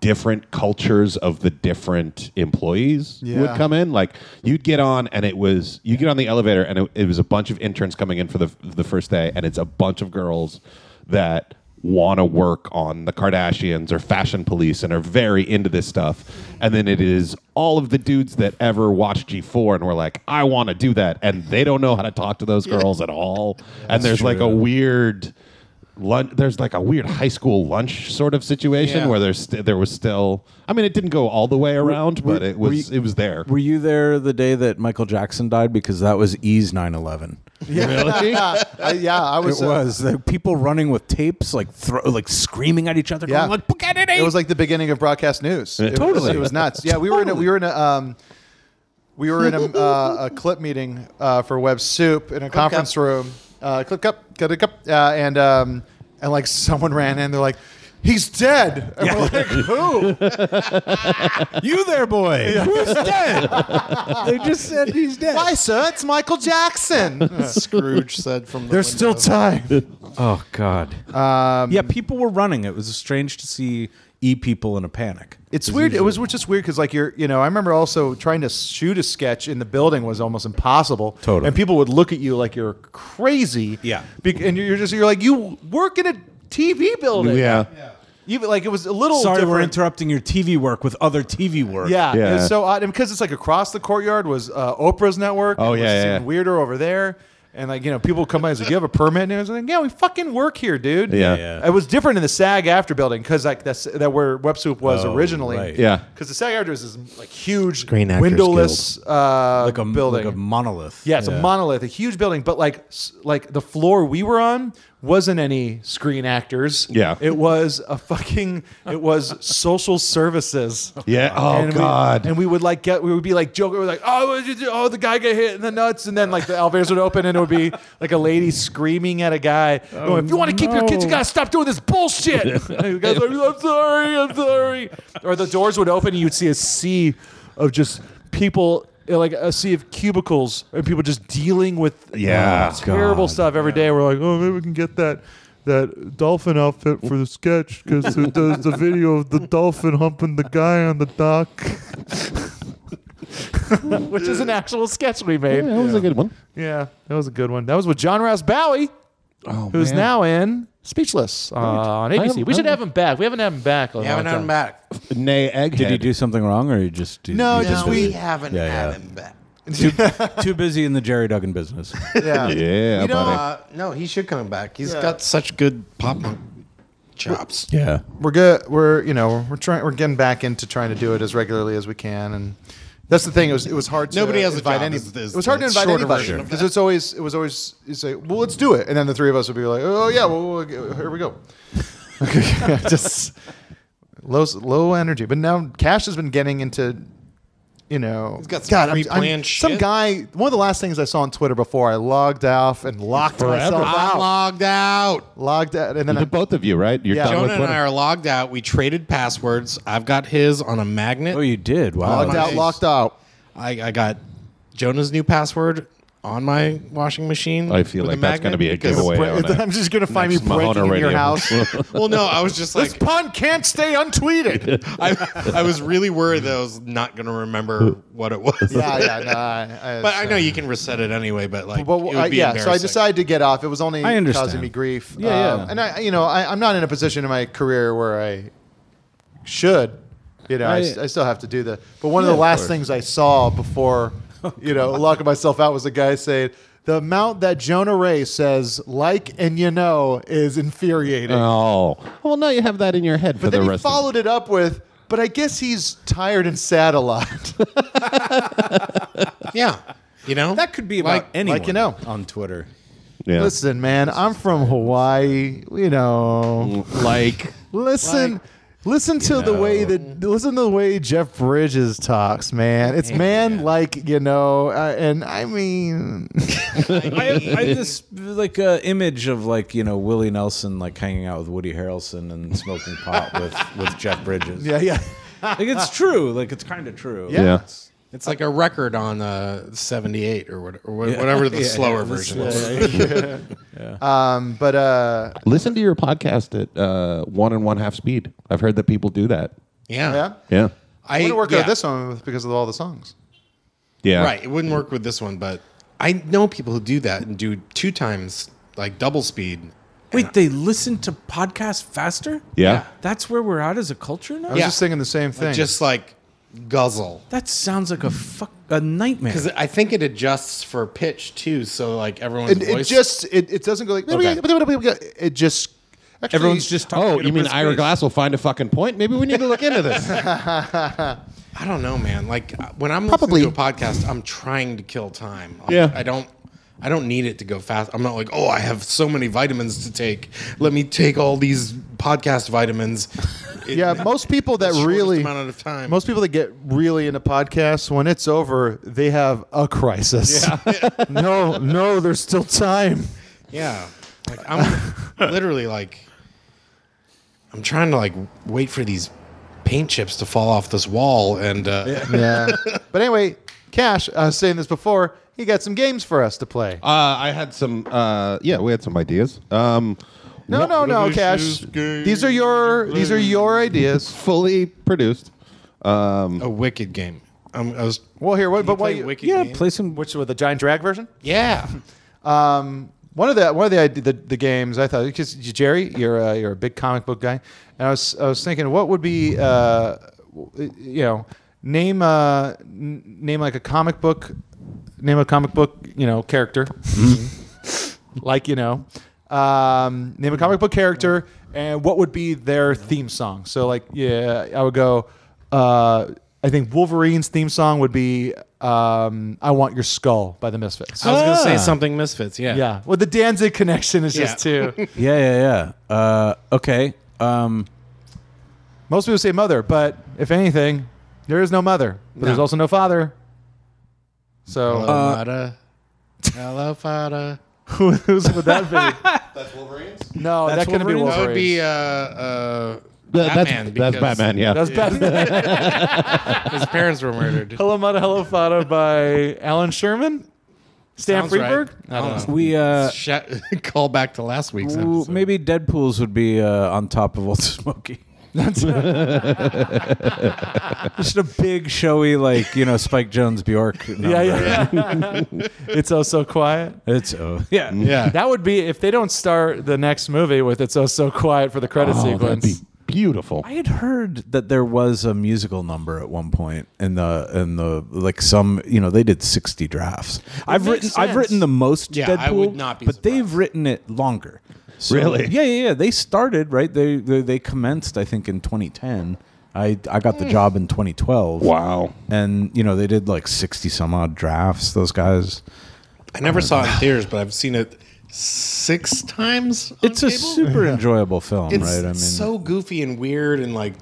Speaker 5: different cultures of the different employees would
Speaker 7: Yeah.
Speaker 5: come in. Like you'd get on, and it was you get on the elevator, and it, it was a bunch of interns coming in for the the first day, and it's a bunch of girls that want to work on the Kardashians or Fashion Police and are very into this stuff. And then it is all of the dudes that ever watched G4 and were like, I want to do that, and they don't know how to talk to those girls at all. and there's like a weird lunch. There's like a weird high school lunch sort of situation
Speaker 7: Yeah.
Speaker 5: where there's st- there was still. I mean, it didn't go all the way around, but
Speaker 6: were-
Speaker 5: it
Speaker 6: were
Speaker 5: was
Speaker 6: you-
Speaker 5: it was there.
Speaker 6: Were you there the day that Michael Jackson died? Because that was E's 9/11.
Speaker 5: Really?
Speaker 2: I, yeah, I
Speaker 6: It
Speaker 2: was. uh,
Speaker 6: was the people running with tapes, like thro- like screaming at each other.
Speaker 2: Yeah.
Speaker 6: going like "Book at it,
Speaker 2: It
Speaker 6: eh?"
Speaker 2: was like the beginning of broadcast news. It
Speaker 6: Totally.
Speaker 2: was, it was nuts. Yeah, we were in a, we were in a um, we were in a, uh, a clip meeting uh, for Web Soup in a conference room. Uh, click up, click up, uh, and um, and like someone ran in, they're like. He's dead. And we're like, who?
Speaker 6: you there, boy. Who's dead? they just said he's dead.
Speaker 2: Why, sir? It's Michael Jackson.
Speaker 7: Scrooge said from the
Speaker 6: There's still
Speaker 7: window.
Speaker 6: time. Oh God. Um, yeah, people were running. It was strange to see e people in a panic.
Speaker 2: It's weird. It was just weird because, like, you're, you know, I remember also trying to shoot a sketch in the building was almost impossible.
Speaker 6: Totally.
Speaker 2: And people would look at you like you're crazy.
Speaker 6: Yeah.
Speaker 2: Be- and you're just, you're like, you work in a TV building.
Speaker 5: yeah.
Speaker 2: Even like it was a little.
Speaker 6: Sorry, we're
Speaker 2: different.
Speaker 6: interrupting your TV work with other TV work.
Speaker 2: Yeah,
Speaker 5: Yeah.
Speaker 2: It was so odd and because it's like across the courtyard was uh, Oprah's network.
Speaker 5: Oh,
Speaker 2: which
Speaker 5: yeah,
Speaker 2: is
Speaker 5: yeah,
Speaker 2: even
Speaker 5: yeah.
Speaker 2: weirder over there. And like you know, people come by and say, "Do you have a permit?" And I was like, "Yeah, we fucking work here, dude."
Speaker 5: Yeah.
Speaker 6: Yeah.
Speaker 2: It was different in the SAG after building because like that's that where WebSoup was
Speaker 6: Oh,
Speaker 2: originally.
Speaker 6: right.
Speaker 5: Yeah.
Speaker 2: Because the SAG after is this like huge
Speaker 9: Screen Actors
Speaker 2: windowless uh,
Speaker 6: like a
Speaker 2: building.
Speaker 6: like a monolith.
Speaker 2: yeah, it's a monolith, a huge building, but like s- like the floor we were on wasn't any screen actors.
Speaker 5: Yeah.
Speaker 2: It was a fucking it was social services.
Speaker 5: Yeah. Oh
Speaker 2: And we-
Speaker 5: God.
Speaker 2: and we would like get, we would be like joking. We're like, oh, what did you do? oh, the guy got hit in the nuts, and then like the elevators would open, and it would be like a lady screaming at a guy.
Speaker 5: Oh,
Speaker 2: going, if you want to keep your kids, you gotta stop doing this bullshit. And the guy's like, I'm sorry, I'm sorry. Or the doors would open, and you'd see a sea of just people. Like a sea of cubicles and people just dealing with
Speaker 5: Yeah.
Speaker 2: Oh, terrible
Speaker 6: God.
Speaker 2: stuff every day. We're like, oh, maybe we can get that that dolphin outfit for the sketch because it does the video of the dolphin humping the guy on the dock. Which is an actual sketch we made.
Speaker 5: that was a good one.
Speaker 2: Yeah, that was a good one. That was with John Ross Bowie,
Speaker 3: Oh,
Speaker 2: who's now in Speechless uh, on ABC.
Speaker 5: haven't-
Speaker 2: we should
Speaker 5: I
Speaker 2: have him back. We haven't had him back.
Speaker 3: We haven't had him back.
Speaker 5: Nay, egghead.
Speaker 6: Did you do something wrong, or you just did,
Speaker 2: No,
Speaker 6: you
Speaker 2: just
Speaker 3: No,
Speaker 6: did
Speaker 3: we
Speaker 6: it?
Speaker 3: haven't
Speaker 6: Yeah,
Speaker 3: had
Speaker 6: yeah.
Speaker 3: him back.
Speaker 6: too busy in the Jerry Duggan business.
Speaker 2: Yeah.
Speaker 5: Yeah,
Speaker 3: You know,
Speaker 5: buddy.
Speaker 3: uh, no, he should come back. He's
Speaker 7: Yeah.
Speaker 3: got such good pop punk chops.
Speaker 6: yeah,
Speaker 2: we're good. We're you know we're trying we're getting back into trying to do it as regularly as we can, and that's the thing. It was it was hard. To
Speaker 3: Nobody has a
Speaker 2: invite
Speaker 3: job,
Speaker 2: any-
Speaker 3: is- is
Speaker 2: it was hard
Speaker 3: the
Speaker 2: to invite
Speaker 3: shorter
Speaker 2: anybody
Speaker 3: version of
Speaker 2: because
Speaker 3: that.
Speaker 2: it's always it was always you say well let's do it, and then the three of us would be like oh yeah well, we'll here we go. Okay, just low low energy. But now Cash has been getting into. You know,
Speaker 3: He's got some
Speaker 2: God, I'm-
Speaker 3: pre-planned
Speaker 2: I'm- Some
Speaker 3: shit.
Speaker 2: guy. One of the last things I saw on Twitter before I logged off and locked myself
Speaker 3: I'm
Speaker 2: out.
Speaker 3: logged out.
Speaker 2: logged out, and then
Speaker 5: The
Speaker 2: I,
Speaker 5: both of you, right? You're
Speaker 2: Yeah.
Speaker 5: done with
Speaker 3: Jonah and
Speaker 5: Twitter.
Speaker 3: I are logged out. We traded passwords. I've got his on a magnet.
Speaker 6: oh, you did. Wow,
Speaker 2: logged out, locked out.
Speaker 3: I, I got Jonah's new password on my washing machine.
Speaker 5: I feel
Speaker 3: with
Speaker 5: like that's going to be a
Speaker 3: because-
Speaker 5: giveaway. on a-
Speaker 2: I'm just gonna find me
Speaker 5: next
Speaker 2: breaking in
Speaker 5: Mahona
Speaker 2: your
Speaker 5: radio.
Speaker 2: house.
Speaker 3: Well, no, I was just
Speaker 2: this
Speaker 3: like,
Speaker 2: pun can't stay untweeted.
Speaker 3: I, I was really worried that I was not going to remember what it was.
Speaker 2: yeah, yeah, no, I, I,
Speaker 3: But I know you can reset it anyway, but like,
Speaker 2: But
Speaker 3: it would
Speaker 2: I,
Speaker 3: be
Speaker 2: yeah, so I
Speaker 3: embarrassing.
Speaker 2: decided to get off. It was only
Speaker 6: I understand.
Speaker 2: causing me grief. Um,
Speaker 6: Yeah, yeah.
Speaker 2: and I, you know, I, I'm not in a position in my career where I should. You know, I,
Speaker 6: I-
Speaker 2: s- I still have to do the. But one
Speaker 6: Yeah,
Speaker 2: of the
Speaker 6: of
Speaker 2: last
Speaker 6: course.
Speaker 2: things I saw before, you know, locking myself out was a guy saying. The amount that Jonah Ray says, like and you know, is infuriating.
Speaker 5: Oh, well, now you have that in your head for
Speaker 2: But
Speaker 5: the
Speaker 2: then he
Speaker 5: rest. of
Speaker 2: followed it up with, but I guess he's tired and sad a lot.
Speaker 3: yeah, you know,
Speaker 6: that could be about
Speaker 3: Like-
Speaker 6: anyone.
Speaker 2: like you know.
Speaker 6: on Twitter.
Speaker 5: Yeah.
Speaker 2: Listen, man, I'm from Hawaii. You know,
Speaker 5: like
Speaker 2: listen, listen to the way that listen to the way Jeff Bridges talks, man. It's man like you know, uh, and I mean,
Speaker 6: I have, I have this like uh, image of like you know Willie Nelson like hanging out with Woody Harrelson and smoking pot with with Jeff Bridges.
Speaker 2: yeah, yeah,
Speaker 6: like it's true. Like it's kind of true.
Speaker 2: Yeah.
Speaker 5: yeah.
Speaker 3: it's like a record on uh, 78 or, what, or wha- whatever the
Speaker 6: Yeah,
Speaker 3: slower
Speaker 6: yeah, the
Speaker 3: version
Speaker 6: slow-
Speaker 3: is.
Speaker 2: Um, but uh,
Speaker 5: Listen to your podcast at uh, one and one half speed. I've heard that people do that.
Speaker 3: Yeah.
Speaker 2: yeah,
Speaker 5: Yeah.
Speaker 3: I
Speaker 2: I'm gonna work
Speaker 3: yeah.
Speaker 2: out this one with- because of all the songs.
Speaker 5: Yeah.
Speaker 3: Right. It wouldn't work with this one, but I know people who do that and do two times like double speed.
Speaker 6: Wait, they listen to podcasts faster?
Speaker 5: Yeah.
Speaker 6: That's where we're at as a culture now.
Speaker 2: I was
Speaker 3: Yeah.
Speaker 2: just singing the same thing.
Speaker 3: Just like guzzle.
Speaker 6: That sounds like a fuck a nightmare.
Speaker 3: Because I think it adjusts for pitch too. So like everyone's
Speaker 2: it,
Speaker 3: voice.
Speaker 2: it just it, it doesn't go like
Speaker 3: Okay.
Speaker 2: it just
Speaker 7: Actually,
Speaker 2: Everyone's just talking.
Speaker 5: Oh, you mean
Speaker 2: about
Speaker 5: Ira
Speaker 2: space.
Speaker 5: Glass will find a fucking point? Maybe we need to look into this.
Speaker 3: I don't know, man. Like uh, when I'm
Speaker 5: Probably.
Speaker 3: listening to a podcast, I'm trying to kill time. I'm-
Speaker 5: Yeah.
Speaker 3: I don't. I don't need it to go fast. I'm not like, oh, I have so many vitamins to take. Let me take all these podcast vitamins. in
Speaker 7: yeah,
Speaker 3: the
Speaker 7: most people that
Speaker 3: shortest
Speaker 7: really
Speaker 3: amount of time.
Speaker 7: most people that get really into podcasts when it's over, they have a crisis. no, no, there's still time.
Speaker 3: Yeah. Like I'm literally like I'm trying to like wait for these paint chips to fall off this wall and uh
Speaker 7: Yeah. but anyway, Cash, I was saying this before, he got some games for us to play.
Speaker 5: Uh, I had some. Uh, yeah, we had some ideas. Um,
Speaker 7: no,
Speaker 5: one-
Speaker 7: no, no, Cash. These are your these are your ideas.
Speaker 5: Fully produced.
Speaker 3: a wicked game. Um, I was
Speaker 7: Well, here, what, but why?
Speaker 3: play
Speaker 7: you-
Speaker 3: wicked
Speaker 6: Yeah,
Speaker 3: game.
Speaker 6: play some.
Speaker 2: Which with the giant drag version?
Speaker 3: yeah.
Speaker 7: Um, one of the one of the ide- the, the games I thought because Jerry, you're a, you're a big comic book guy, and I was I was thinking what would be uh, w- you know name uh, n- name like a comic book name a comic book you know character like you know um, name a comic book character and what would be their theme song so like yeah i would go uh, i think wolverine's theme song would be um, i want your skull by the misfits
Speaker 3: I was going to say something misfits, yeah.
Speaker 7: Ah. yeah. Well, the Danzig connection is just too.
Speaker 6: Yeah, yeah, yeah. Uh, okay. Um,
Speaker 7: Most people say mother, but if anything, there is no mother, but there's also no father. So
Speaker 3: Hello, Mata. Hello, Fada.
Speaker 7: who's would that be?
Speaker 5: That's Wolverine's.
Speaker 7: No, that couldn't be
Speaker 3: That
Speaker 7: Wolverine.
Speaker 3: would be uh, uh,
Speaker 5: Batman.
Speaker 3: Batman.
Speaker 5: That's, that's
Speaker 3: because
Speaker 5: Batman. Yeah.
Speaker 7: That's Batman.
Speaker 3: His parents were murdered.
Speaker 2: Hello, Mata, Hello, Fada by Alan Sherman? Stan
Speaker 3: Sounds right.
Speaker 2: Freeberg?
Speaker 3: I don't know.
Speaker 6: we uh,
Speaker 3: Sh- call back to last week's
Speaker 6: w-
Speaker 3: episode.
Speaker 6: maybe Deadpool's would be uh, on top of Old Smokey. Just a big showy like you know Spike Jones Bjork.
Speaker 2: Yeah,
Speaker 6: number.
Speaker 2: yeah, yeah. it's oh so quiet.
Speaker 6: It's oh yeah.
Speaker 3: Yeah.
Speaker 2: That would be if they don't start the next movie with "It's Oh So Quiet" for the credit
Speaker 5: Oh, that'd
Speaker 2: sequence.
Speaker 5: be beautiful.
Speaker 6: I had heard that there was a musical number at one point in the in the like some you know they did sixty drafts. I've written
Speaker 2: makes
Speaker 6: I've
Speaker 2: sense.
Speaker 6: written the most
Speaker 3: Yeah,
Speaker 6: Deadpool,
Speaker 3: I would not be
Speaker 6: but they've
Speaker 3: surprised.
Speaker 6: written it longer. So-
Speaker 5: Really?
Speaker 6: Yeah, yeah, yeah. They started right. They they, they commenced I think in 2010. I I got
Speaker 3: Hmm.
Speaker 6: the job in 2012.
Speaker 5: Wow.
Speaker 6: And you know they did like sixty some odd drafts. Those guys.
Speaker 3: I never saw it in theaters, but I've seen it six times. On
Speaker 6: It's a
Speaker 3: cable?
Speaker 6: super enjoyable film,
Speaker 3: It's
Speaker 6: right? I mean,
Speaker 3: so goofy and weird, and like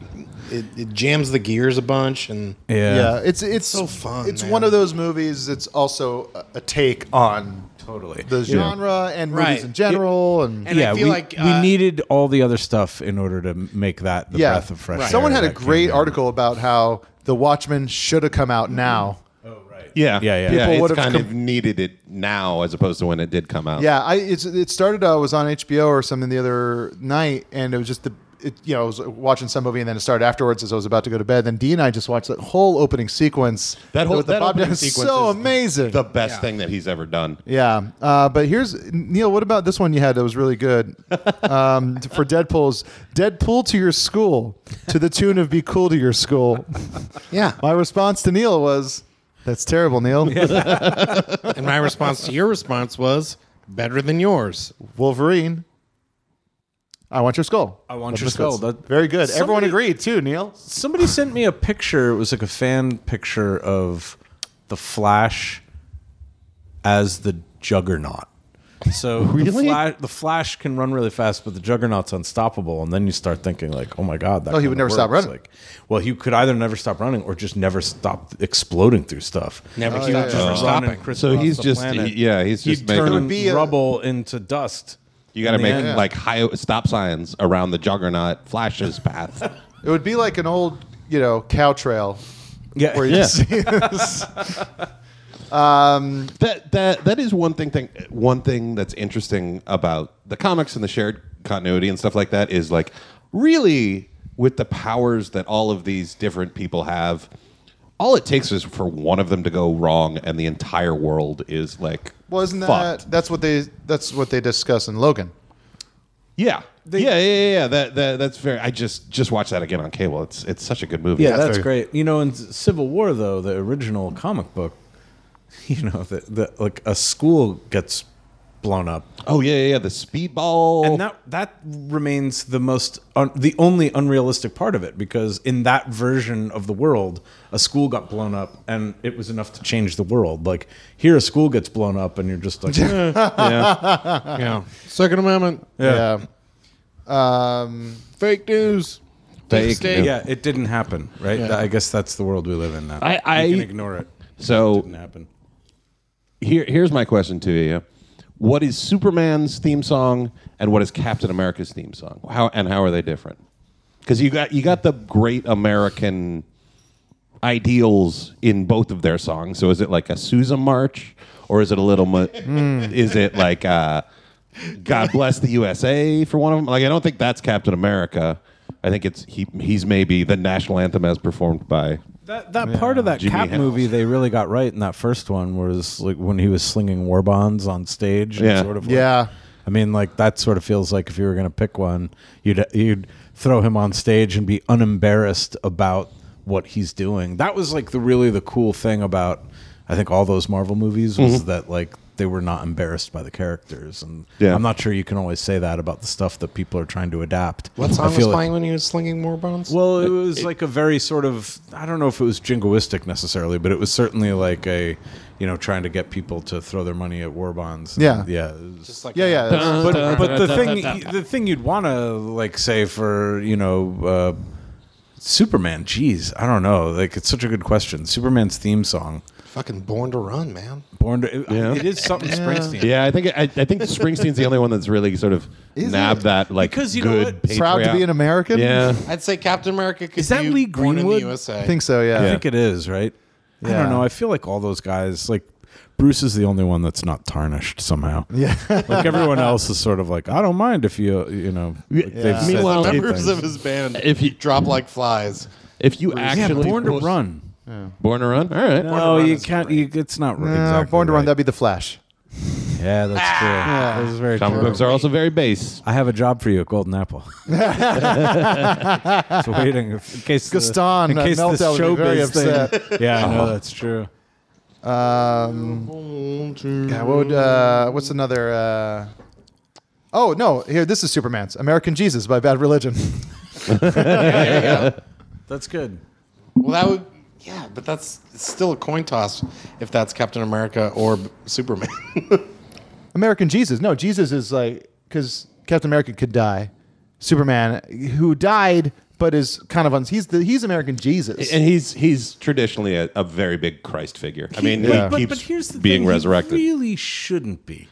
Speaker 3: it, it jams the gears a bunch. And
Speaker 6: yeah.
Speaker 7: yeah, it's it's
Speaker 3: so fun,
Speaker 7: It's
Speaker 3: man.
Speaker 7: one of those movies that's also a- a take on
Speaker 6: Totally.
Speaker 7: the genre and
Speaker 3: Right.
Speaker 7: movies in general. and
Speaker 3: And I
Speaker 6: yeah,
Speaker 3: feel
Speaker 6: we,
Speaker 3: like,
Speaker 6: we
Speaker 3: uh,
Speaker 6: needed all the other stuff in order to make that the breath of fresh air.
Speaker 7: Someone had a
Speaker 6: that came
Speaker 7: great
Speaker 6: in.
Speaker 7: article about how The Watchmen should have come out
Speaker 5: Mm-hmm.
Speaker 7: now.
Speaker 5: Yeah.
Speaker 6: Yeah, yeah.
Speaker 5: yeah
Speaker 7: People
Speaker 5: it's
Speaker 7: would've
Speaker 5: kind
Speaker 7: com-
Speaker 5: of needed it now as opposed to when it did come out.
Speaker 7: Yeah, I it's it started. Uh, was on HBO or something the other night, and it was just the it, you know I was watching some movie, and then it started afterwards as I was about to go to bed. Then Dee and I just watched that whole opening sequence.
Speaker 5: That whole
Speaker 7: with the
Speaker 5: that
Speaker 7: Bob
Speaker 5: opening
Speaker 7: Dylan.
Speaker 5: sequence
Speaker 7: so
Speaker 5: is
Speaker 7: amazing.
Speaker 5: The best thing that he's ever done.
Speaker 7: yeah, uh, but here's Neil. What about this one you had that was really good um, for Deadpool's Deadpool to your school to the tune of "Be Cool to Your School."
Speaker 3: yeah,
Speaker 7: My response to Neil was, "That's terrible, Neil."
Speaker 3: and my response to your response was better than yours.
Speaker 7: Wolverine. I want your skull.
Speaker 6: I want
Speaker 7: That's
Speaker 6: your
Speaker 7: what it
Speaker 6: skull.
Speaker 7: says.
Speaker 6: That-
Speaker 7: Very good. Everyone
Speaker 6: Somebody-
Speaker 7: agreed too, Neil.
Speaker 6: Somebody sent me a picture. It was like a fan picture of the Flash as the Juggernaut. So the,
Speaker 5: Really?
Speaker 6: Flash, the Flash can run really fast, but the Juggernaut's unstoppable. And then you start thinking like, oh my god, that
Speaker 7: Oh, he
Speaker 6: kinda
Speaker 7: would never stop
Speaker 6: works.
Speaker 7: running.
Speaker 6: Like, well, he could either never stop running or just never stop exploding through stuff.
Speaker 3: Never
Speaker 7: Oh, yeah,
Speaker 3: oh, stopped
Speaker 7: yeah, yeah.
Speaker 3: from stopping.
Speaker 5: So he's just he- yeah, he's just
Speaker 6: He'd
Speaker 5: making
Speaker 6: turn
Speaker 7: be a-
Speaker 6: rubble into dust.
Speaker 5: you got to
Speaker 6: in the
Speaker 5: make
Speaker 6: end.
Speaker 5: like high stop signs around the juggernaut flashes path.
Speaker 7: It would be like an old, you know, cow trail.
Speaker 6: Yeah,
Speaker 7: Where you see this.
Speaker 5: that that that is one thing thing one thing that's interesting about the comics and the shared continuity and stuff like that is like really with the powers that all of these different people have all it takes is for one of them to go wrong and the entire world is like
Speaker 7: Wasn't that
Speaker 5: fucked.
Speaker 7: that's what they that's what they discuss in Logan.
Speaker 5: yeah yeah yeah yeah, yeah. That, that that's very i just just watched that again on cable it's it's such a good movie
Speaker 6: Yeah, that's great. You know, in Civil War though, the original comic book, you know, the, the like a school gets blown up.
Speaker 5: Oh yeah, yeah, yeah. The speedball.
Speaker 6: And that that remains the most un, the only unrealistic part of it because in that version of the world, a school got blown up and it was enough to change the world. Like here, a school gets blown up and you're just like, eh, yeah,
Speaker 3: Yeah. Second Amendment.
Speaker 6: Uh-huh. yeah,
Speaker 7: Yeah. Um,
Speaker 3: Fake news.
Speaker 5: Fake news.
Speaker 6: yeah, it didn't happen, right? I guess that's the world we live in now.
Speaker 5: I- I-
Speaker 6: you can ignore it.
Speaker 5: so
Speaker 6: Didn't happen.
Speaker 5: here, here's my question to you: What is Superman's theme song, and what is Captain America's theme song? How and how are they different? Because you got you got the great American ideals in both of their songs. So is it like a Sousa march, or is it a little? Mu- Is it like uh, God bless the USA for one of them? Like I don't think that's Captain America. I think it's he, he's maybe the national anthem as performed by
Speaker 6: That that part of that
Speaker 5: Jimmy
Speaker 6: Cap
Speaker 5: Hales.
Speaker 6: movie they really got right in that first one was like when he was slinging war bonds on stage. and
Speaker 5: Yeah.
Speaker 6: sort of like-
Speaker 7: yeah.
Speaker 6: I mean, like that sort of feels like if you were going to pick one, you'd you'd throw him on stage and be unembarrassed about what he's doing. That was like the really the cool thing about I think all those Marvel movies was
Speaker 5: Mm-hmm.
Speaker 6: that like they were not embarrassed by the characters, and
Speaker 5: Yeah.
Speaker 6: I'm not sure you can always say that about the stuff that people are trying to adapt.
Speaker 3: What song
Speaker 6: I
Speaker 3: was
Speaker 6: feel like-
Speaker 3: playing when he was slinging more bones?
Speaker 6: well, it was like a very sort of I don't know if it was jingoistic necessarily, but it was certainly like a you know trying to get people to throw their money at war bonds. and-
Speaker 7: Yeah.
Speaker 6: yeah. it was-
Speaker 7: Yeah, yeah. that's-
Speaker 6: but but the thing the thing you'd want to like say for you know uh, Superman, geez, I don't know. Like it's such a good question. Superman's theme song,
Speaker 3: Fucking Born to Run, man.
Speaker 6: Born to, it- it is something Springsteen.
Speaker 5: Yeah, I think I, I think Springsteen's the only one that's really sort of nabbed that like
Speaker 6: Because you know
Speaker 5: good.
Speaker 6: what?
Speaker 5: patriot-
Speaker 7: Proud to be an American?
Speaker 5: Yeah,
Speaker 3: I'd say Captain America could
Speaker 6: Is that
Speaker 3: do
Speaker 6: Lee
Speaker 3: Born in the
Speaker 6: Greenwood?
Speaker 3: USA.
Speaker 7: I think so, yeah.
Speaker 6: I think it is right. I
Speaker 7: Yeah.
Speaker 6: don't know. I feel like all those guys like. Bruce is the only one that's not tarnished somehow. Yeah, like everyone else is sort of like, I don't mind if you, you know. like, they've said
Speaker 5: Meanwhile,
Speaker 6: dumb
Speaker 3: Members
Speaker 6: things.
Speaker 3: of his band
Speaker 5: if you
Speaker 3: drop like flies.
Speaker 5: if you
Speaker 6: yeah,
Speaker 5: actually
Speaker 6: born to
Speaker 5: post-
Speaker 6: run.
Speaker 5: born to run. All right,
Speaker 6: No, you can't. You, it's not
Speaker 7: No,
Speaker 6: right. exactly
Speaker 7: Born to Run,
Speaker 6: right.
Speaker 7: that'd be Ah. the Flash.
Speaker 6: Yeah, that's true. That was very
Speaker 5: comic
Speaker 6: true.
Speaker 5: books are also very base.
Speaker 6: I have a job for you at Golden Apple. it's waiting if- in case the-
Speaker 7: Gaston,
Speaker 6: in
Speaker 7: uh,
Speaker 6: case this
Speaker 7: Meltdown would be very
Speaker 6: showbiz
Speaker 7: upset.
Speaker 6: thing. Yeah, I know that's true.
Speaker 7: Um, yeah, what would, uh, what's another? Uh, oh, no, here, this is Superman's American Jesus by Bad Religion.
Speaker 6: That's good.
Speaker 3: Well, that would. Yeah, but that's it's still a coin toss if that's Captain America or B- Superman.
Speaker 7: American Jesus. No, Jesus is like, because Captain America could die. Superman, who died, but is kind of, uns- he's, the, he's American Jesus.
Speaker 5: And he's he's traditionally a, a very big Christ figure. I mean, he
Speaker 6: but,
Speaker 5: keeps
Speaker 6: but here's the
Speaker 5: being
Speaker 6: thing, he
Speaker 5: resurrected.
Speaker 6: really shouldn't be.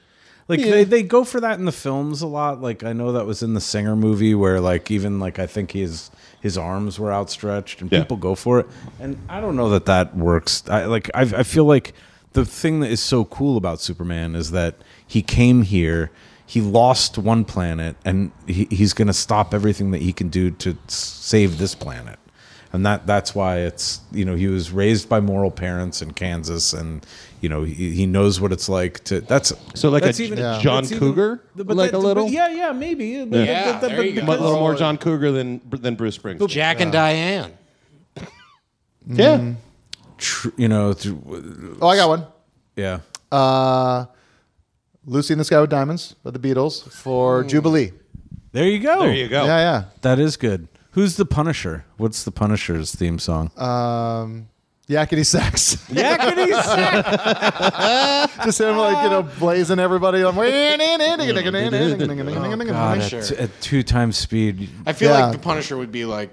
Speaker 6: Like they, they go for that in the films a lot. Like I know that was in the Singer movie where like even like I think his his arms were outstretched and
Speaker 5: Yeah.
Speaker 6: people go for it. And I don't know that that works. I like I, I feel like the thing that is so cool about Superman is that he came here. He lost one planet, and he, he's going to stop everything that he can do to s- save this planet and that that's why it's you know he was raised by moral parents in Kansas and you know he, he knows what it's like to that's
Speaker 5: So like
Speaker 6: that's
Speaker 5: a John
Speaker 6: that's
Speaker 5: Cougar?
Speaker 6: but
Speaker 5: Like
Speaker 6: that-
Speaker 5: a little?
Speaker 6: but yeah yeah maybe
Speaker 3: Yeah,
Speaker 6: but,
Speaker 3: there you
Speaker 5: a
Speaker 3: go.
Speaker 5: little more John Cougar than than Bruce Springsteen.
Speaker 3: Jack and Diane.
Speaker 5: yeah,
Speaker 6: tr- you know tr-
Speaker 7: oh, I got one.
Speaker 6: yeah
Speaker 7: Uh, Lucy in the Sky with Diamonds by the Beatles for Jubilee.
Speaker 6: there you go
Speaker 5: there you go.
Speaker 7: Yeah,
Speaker 6: that is good who's the Punisher what's the Punisher's theme song
Speaker 7: yeah. Um, Yakety Sax.
Speaker 6: Yakety sack.
Speaker 7: Just him like, you know, blazing everybody. I'm
Speaker 6: God at, t- at two times speed
Speaker 3: I feel
Speaker 7: Yeah.
Speaker 3: like the Punisher would be like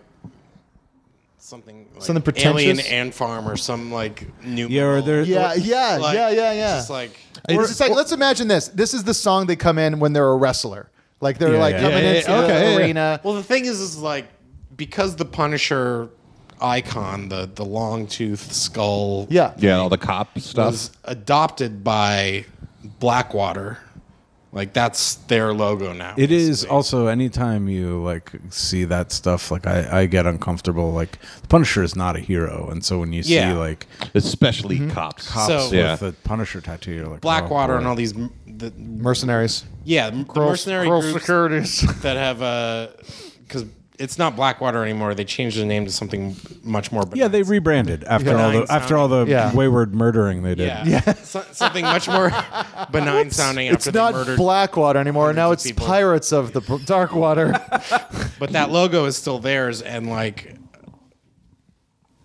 Speaker 3: something like
Speaker 7: Something pretentious?
Speaker 3: Alien Ant Farm or some like new.
Speaker 6: yeah or there
Speaker 7: Yeah, yeah,
Speaker 3: Like,
Speaker 7: yeah, yeah, yeah.
Speaker 3: Just like
Speaker 7: Or it's just like, let's imagine this. This is the song they come in when they're a wrestler. Like they're like
Speaker 6: yeah.
Speaker 7: coming
Speaker 5: Yeah, yeah,
Speaker 7: into
Speaker 5: yeah. Okay,
Speaker 7: the
Speaker 5: yeah, yeah.
Speaker 6: Uh,
Speaker 7: arena.
Speaker 3: Well, the thing is, is like because the Punisher icon, the the long tooth skull,
Speaker 7: Yeah.
Speaker 5: Yeah, all the cop stuff.
Speaker 3: was adopted by Blackwater. Like that's their logo now.
Speaker 6: It is also anytime you like see that stuff, like I, I get uncomfortable. Like the Punisher is not a hero, and so when you
Speaker 3: Yeah.
Speaker 6: see like
Speaker 5: especially cops.
Speaker 6: Mm-hmm. cops
Speaker 3: So-
Speaker 6: with
Speaker 5: Oh, Yeah.
Speaker 6: the Punisher tattoo, you're like
Speaker 3: Blackwater
Speaker 6: oh,
Speaker 3: and
Speaker 6: boy.
Speaker 3: all these, m- the,
Speaker 7: Mercenaries.
Speaker 3: yeah, the mercenary groups that have because uh, it's not Blackwater anymore. They changed the name to something much more.
Speaker 6: Yeah, they
Speaker 3: benign.
Speaker 6: rebranded after all the after all the
Speaker 7: Yeah.
Speaker 6: wayward murdering they did.
Speaker 3: yeah, So- something much more benign sounding. After
Speaker 7: It's
Speaker 3: they
Speaker 7: not
Speaker 3: murdered.
Speaker 7: Blackwater anymore. Now
Speaker 3: hundreds
Speaker 7: it's
Speaker 3: of people.
Speaker 7: Pirates of the Br- Dark Water.
Speaker 3: but that logo is still theirs and like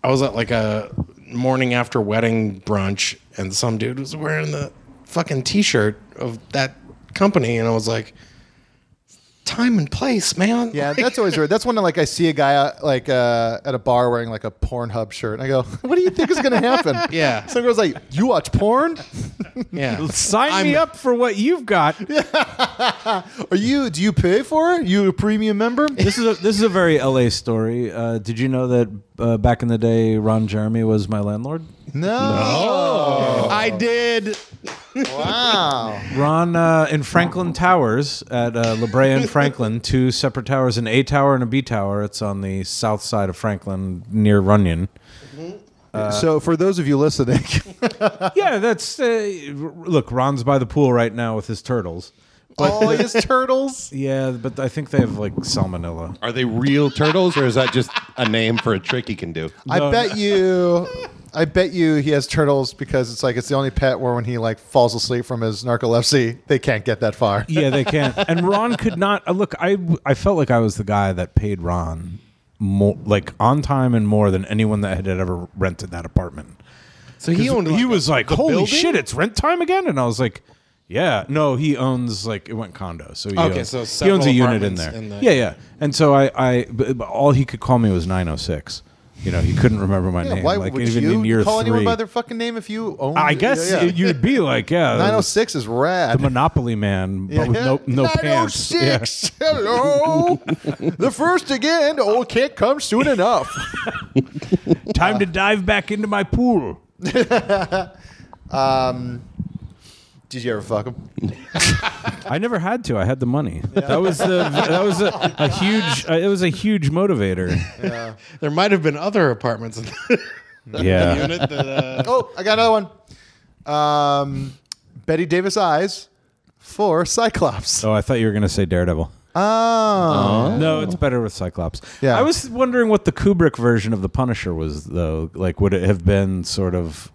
Speaker 3: i was at like a morning after wedding brunch and some dude was wearing the fucking t-shirt of that company and i was like time and place man
Speaker 7: yeah, that's always weird. That's when like I see a guy uh, like uh, at a bar wearing like a Pornhub shirt, and I go, "What do you think is going to happen?"
Speaker 3: Yeah.
Speaker 7: Some girl's like, "You watch porn?
Speaker 3: yeah
Speaker 6: Sign me up for what you've got.
Speaker 7: Are you? Do you pay for it? You a premium member?"
Speaker 6: this is a this is a very LA story. Uh, did you know that uh, back in the day, Ron Jeremy was my landlord?
Speaker 7: No.
Speaker 3: i did
Speaker 7: Wow.
Speaker 6: Ron uh, in Franklin Towers at uh, La Brea and Franklin, two separate towers, an A tower and a B tower. It's on the south side of Franklin near Runyon.
Speaker 7: so for those of you listening,
Speaker 6: Yeah, that's uh, r- look. Ron's by the pool right now with his turtles. Oh,
Speaker 7: all his turtles.
Speaker 6: Yeah, but I think they have like salmonella.
Speaker 5: Are they real turtles, or is that just a name for a trick he can do?
Speaker 7: I bet you. I bet you he has turtles because it's like it's the only pet where when he like falls asleep from his narcolepsy, they can't get that far.
Speaker 6: Yeah, they can't. And Ron could not. Uh, look, I I felt like I was the guy that paid Ron more, like on time and more than anyone that had ever rented that apartment.
Speaker 3: so he owned
Speaker 6: he
Speaker 3: like,
Speaker 6: was like,
Speaker 3: the
Speaker 6: "Holy
Speaker 3: building?"
Speaker 6: shit, it's rent time again!" And I was like, "Yeah, no, he owns like it went condo, so he
Speaker 3: Okay,
Speaker 6: owns,
Speaker 3: so
Speaker 6: he
Speaker 3: several
Speaker 6: owns a unit in
Speaker 3: apartments
Speaker 6: there.
Speaker 3: in the-
Speaker 6: yeah, yeah." And so I, I but, but all he could call me was nine oh six. You know, he couldn't remember my
Speaker 7: Yeah,
Speaker 6: name.
Speaker 7: why
Speaker 6: like
Speaker 7: would
Speaker 6: even
Speaker 7: you
Speaker 6: in year
Speaker 7: call
Speaker 6: three,
Speaker 7: anyone by their fucking name if you own?
Speaker 6: I guess
Speaker 7: yeah, yeah.
Speaker 6: you'd be like, yeah,
Speaker 7: 906 is rad.
Speaker 6: the Monopoly man, but with no no pants. Yeah.
Speaker 7: 906. Hello. the first again. Old can't come soon enough.
Speaker 6: Time to dive back into my pool.
Speaker 7: Did you ever fuck him?
Speaker 6: I never had to. I had the money. That was the that was a, a huge. Uh, it was a huge motivator.
Speaker 3: there might have been other apartments in the
Speaker 6: Yeah.
Speaker 3: unit that uh,
Speaker 7: Oh, I got another one. Um, Betty Davis eyes for Cyclops.
Speaker 6: Oh, Uh-huh. I thought you were gonna say Daredevil.
Speaker 7: Oh.
Speaker 6: No, it's better with Cyclops.
Speaker 7: Yeah.
Speaker 6: I was wondering what the Kubrick version of the Punisher was, though. Like, would it have been sort of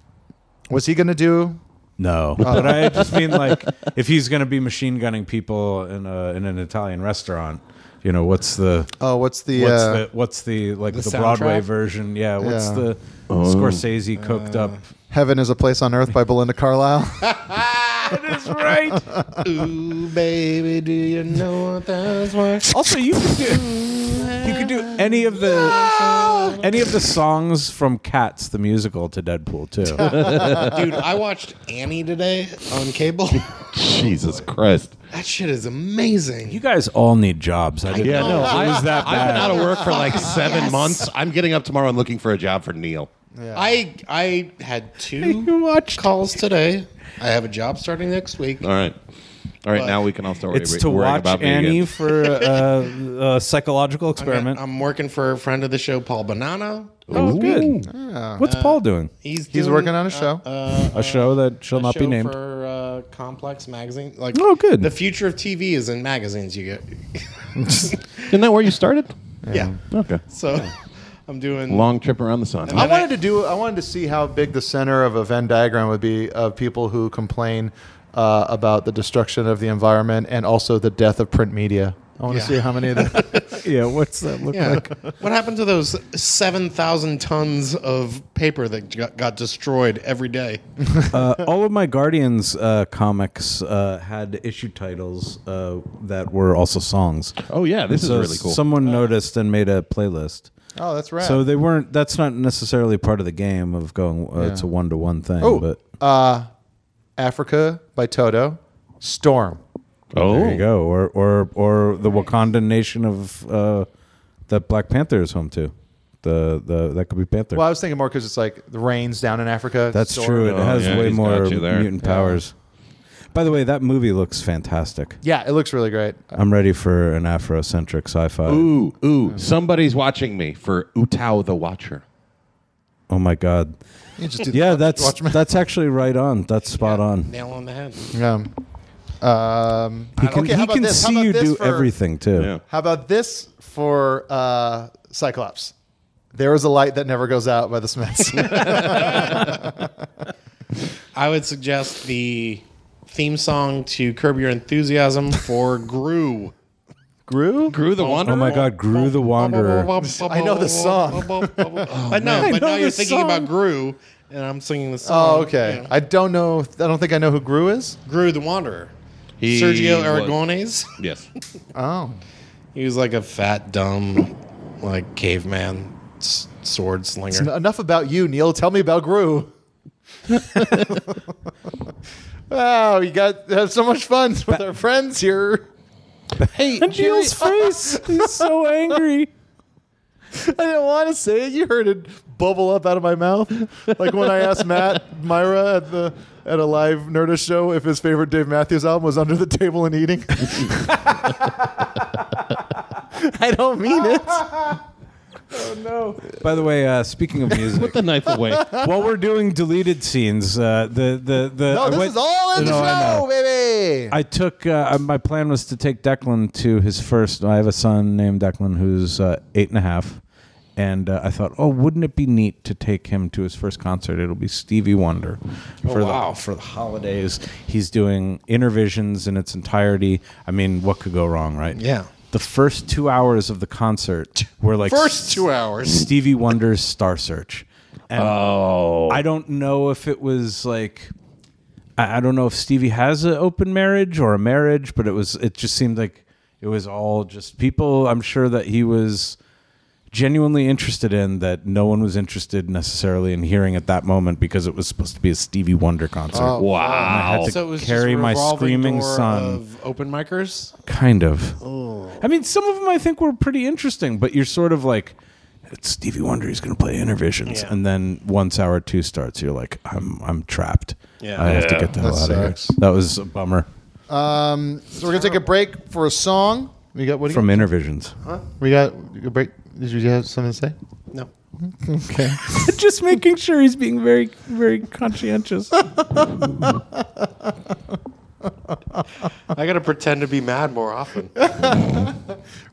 Speaker 7: What's he gonna do?
Speaker 6: no? But I just mean like, if he's going to be machine gunning people in a in an Italian restaurant, you know, what's the
Speaker 7: Oh, what's the?
Speaker 6: what's
Speaker 7: uh,
Speaker 6: the what's the like the,
Speaker 3: the
Speaker 6: Broadway
Speaker 3: soundtrack?
Speaker 6: version? Yeah, what's
Speaker 7: Yeah.
Speaker 6: the Scorsese cooked up?
Speaker 7: Heaven is a place on earth by Belinda Carlisle.
Speaker 6: That's right.
Speaker 3: ooh baby do you know what that's worth
Speaker 6: Also, you could do you could do any of the any of the songs from Cats the musical to Deadpool too.
Speaker 3: dude i watched annie today on cable
Speaker 5: Jesus Christ!
Speaker 3: that shit is amazing
Speaker 6: you guys all need jobs. I didn't know.
Speaker 5: I was that bad. I've been out of work for like seven months. I'm getting up tomorrow and looking for a job for Neil.
Speaker 3: I I had two calls today. I have a job starting next week.
Speaker 5: All right, all right. now we can all start
Speaker 6: It's
Speaker 5: wor-
Speaker 6: to
Speaker 5: worrying
Speaker 6: watch
Speaker 5: about me
Speaker 6: Annie
Speaker 5: again.
Speaker 6: for a, a psychological experiment.
Speaker 3: I'm working for a friend of the show, Paul Bonanno.
Speaker 6: oh, good. What's
Speaker 3: Uh,
Speaker 6: Paul doing?
Speaker 7: He's
Speaker 3: He's doing
Speaker 7: working on a show.
Speaker 6: A show that shall
Speaker 3: a
Speaker 6: not
Speaker 3: show
Speaker 6: be named.
Speaker 3: for uh, Complex Magazine. Like,
Speaker 6: Oh, good.
Speaker 3: The future of TV is in magazines. You get,
Speaker 5: Isn't that where you started?
Speaker 3: yeah.
Speaker 5: Okay.
Speaker 3: So, I'm doing.
Speaker 5: Long trip around the sun.
Speaker 7: I wanted to do. I wanted to see how big the center of a Venn diagram would be of people who complain uh, about the destruction of the environment and also the death of print media. I want to
Speaker 3: Yeah.
Speaker 7: see how many of the.
Speaker 6: Yeah, what's that look
Speaker 3: yeah.
Speaker 6: like?
Speaker 3: what happened to those seven thousand tons of paper that got, got destroyed every day?
Speaker 6: Uh, all of my Guardians uh, comics uh, had issue titles uh, that were also songs.
Speaker 5: Oh yeah, this is
Speaker 6: So
Speaker 5: really cool.
Speaker 6: Someone
Speaker 3: Uh,
Speaker 6: noticed and made a playlist.
Speaker 7: oh, that's right.
Speaker 6: So they weren't. That's not necessarily part of the game of going. Uh, It's a one to one thing.
Speaker 7: Oh,
Speaker 6: but
Speaker 7: uh, Africa by Toto, Storm.
Speaker 5: oh,
Speaker 6: there you go. Or or or the Wakandan nation of uh, that Black Panther is home to. The the that could be Panther.
Speaker 7: Well, I was thinking more because it's like the rains down in Africa.
Speaker 6: that's
Speaker 7: Storm.
Speaker 6: true. It
Speaker 5: Oh,
Speaker 6: has
Speaker 5: yeah,
Speaker 6: way
Speaker 5: he's got
Speaker 6: more
Speaker 5: you there.
Speaker 6: mutant powers. By the way, that movie looks fantastic.
Speaker 7: Yeah, it looks really great.
Speaker 6: I'm ready for an Afrocentric sci-fi.
Speaker 5: Ooh, ooh! Somebody's watching me for Utao the Watcher.
Speaker 6: Oh my god.
Speaker 7: You just do the
Speaker 6: Yeah,
Speaker 7: watch-
Speaker 6: that's
Speaker 7: Watchmen.
Speaker 6: that's actually right on. That's spot on.
Speaker 3: Nail on the head.
Speaker 7: Um, Um,
Speaker 6: He can,
Speaker 7: okay, how
Speaker 6: he
Speaker 7: about
Speaker 6: can
Speaker 7: this? How
Speaker 6: see
Speaker 7: about
Speaker 6: you
Speaker 7: this
Speaker 6: do
Speaker 7: for-
Speaker 6: everything too.
Speaker 2: Yeah.
Speaker 7: How about this for uh, Cyclops? There is a light that never goes out by the Smiths.
Speaker 3: I would suggest the theme song to Curb Your Enthusiasm for Gru.
Speaker 6: Gru?
Speaker 3: Gru the Wanderer.
Speaker 6: Oh my God, Gru the Wanderer.
Speaker 3: I
Speaker 7: know the song.
Speaker 3: I know,
Speaker 6: I
Speaker 3: but
Speaker 6: know
Speaker 3: now you're
Speaker 6: the
Speaker 3: thinking
Speaker 6: song.
Speaker 3: about Gru, and I'm singing the song.
Speaker 7: oh, okay.
Speaker 3: Yeah.
Speaker 7: I don't know. I don't think I know who Gru is.
Speaker 3: Gru the Wanderer.
Speaker 2: He
Speaker 3: Sergio
Speaker 2: was-
Speaker 3: Aragones.
Speaker 2: Yes.
Speaker 7: Oh,
Speaker 3: He was like a fat, dumb, like caveman s- sword slinger.
Speaker 7: En- enough about you, Neil. Tell me about Gru. wow, you got have so much fun with our friends here.
Speaker 3: hey,
Speaker 6: Neil's face. He's so angry.
Speaker 7: I didn't want to say it. You heard it bubble up out of my mouth, like when I asked Matt Myra at the at a live Nerdist show if his favorite Dave Matthews album was Under the Table and Eating. I don't mean it.
Speaker 6: By the way, uh, speaking of music,
Speaker 2: the knife away.
Speaker 6: while we're doing deleted scenes, uh, the the the
Speaker 7: No,
Speaker 6: I
Speaker 7: this
Speaker 6: went-
Speaker 7: is all in the
Speaker 6: No, I know.
Speaker 7: show, baby.
Speaker 6: I took uh, my plan was to take Declan to his first. I have a son named Declan who's uh, eight and a half, and uh, I thought, oh, wouldn't it be neat to take him to his first concert? It'll be Stevie Wonder
Speaker 7: Oh,
Speaker 6: for the for the holidays. He's doing Intervisions in its entirety. I mean, what could go wrong, right?
Speaker 3: Yeah.
Speaker 6: The first two hours of the concert were like
Speaker 3: First two hours.
Speaker 6: Stevie Wonder's Star Search. And I don't know if it was like I, I don't know if Stevie has an open marriage or a marriage, but it was it just seemed like it was all just people I'm sure that he was genuinely interested in that no one was interested necessarily in hearing at that moment because it was supposed to be a Stevie Wonder concert. I had
Speaker 2: Wow.
Speaker 6: to
Speaker 3: Oh, So it was just
Speaker 6: carry
Speaker 3: a
Speaker 6: my
Speaker 3: revolving
Speaker 6: screaming
Speaker 3: door
Speaker 6: son.
Speaker 3: of open micers.
Speaker 6: Kind of.
Speaker 3: Oh.
Speaker 6: I mean, some of them I think were pretty interesting, but you're sort of like, it's Stevie Wonder. He's going to play Intervisions,
Speaker 3: Yeah.
Speaker 6: and then once hour two starts, you're like, I'm I'm trapped.
Speaker 3: Yeah.
Speaker 6: I have to get the hell out
Speaker 7: That
Speaker 6: of
Speaker 7: sucks.
Speaker 6: here. That was a bummer
Speaker 7: Um, so we're gonna take a break for a song. We got what? do you-
Speaker 6: from Intervisions.
Speaker 7: we got a break. Did you have something to say?
Speaker 3: No.
Speaker 7: Okay.
Speaker 6: Just making sure he's being very very conscientious.
Speaker 3: I got to pretend to be mad more often.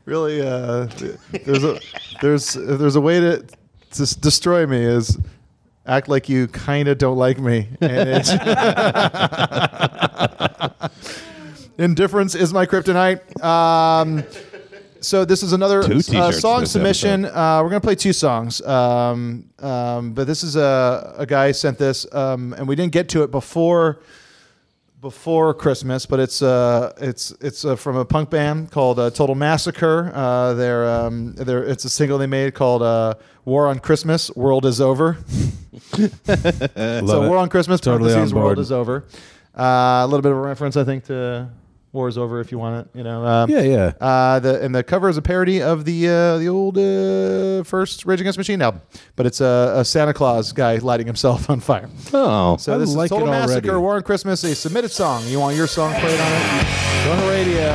Speaker 7: really uh, there's a there's if there's a way to to s- destroy me is act like you kind of don't like me and it's- indifference is my kryptonite um, so this is another
Speaker 2: Two
Speaker 7: uh,
Speaker 2: t-shirts
Speaker 7: song
Speaker 2: this
Speaker 7: submission
Speaker 2: episode.
Speaker 7: uh, we're gonna play two songs um, um, but this is a, a guy sent this um, and we didn't get to it before before Christmas, but it's uh, it's it's uh, from a punk band called uh, Total Massacre. Uh, they're, um, they're it's a single they made called uh, "War on Christmas." World is over. so
Speaker 6: it.
Speaker 7: "War on Christmas."
Speaker 6: Totally
Speaker 7: parentheses,
Speaker 6: on board.
Speaker 7: World is over. Uh, a little bit of a reference, I think, to "War is over." If you want it, you know. Um,
Speaker 6: Yeah, yeah.
Speaker 7: Uh, the and the cover is a parody of the uh, the old uh, first Rage Against the Machine album, but it's a, a Santa Claus guy lighting himself on fire.
Speaker 2: Oh.
Speaker 7: So
Speaker 6: I
Speaker 7: this
Speaker 6: like
Speaker 7: is Total
Speaker 6: it already.
Speaker 7: Massacre, War on Christmas, a submitted song. You want your song played on it? Go on the radio.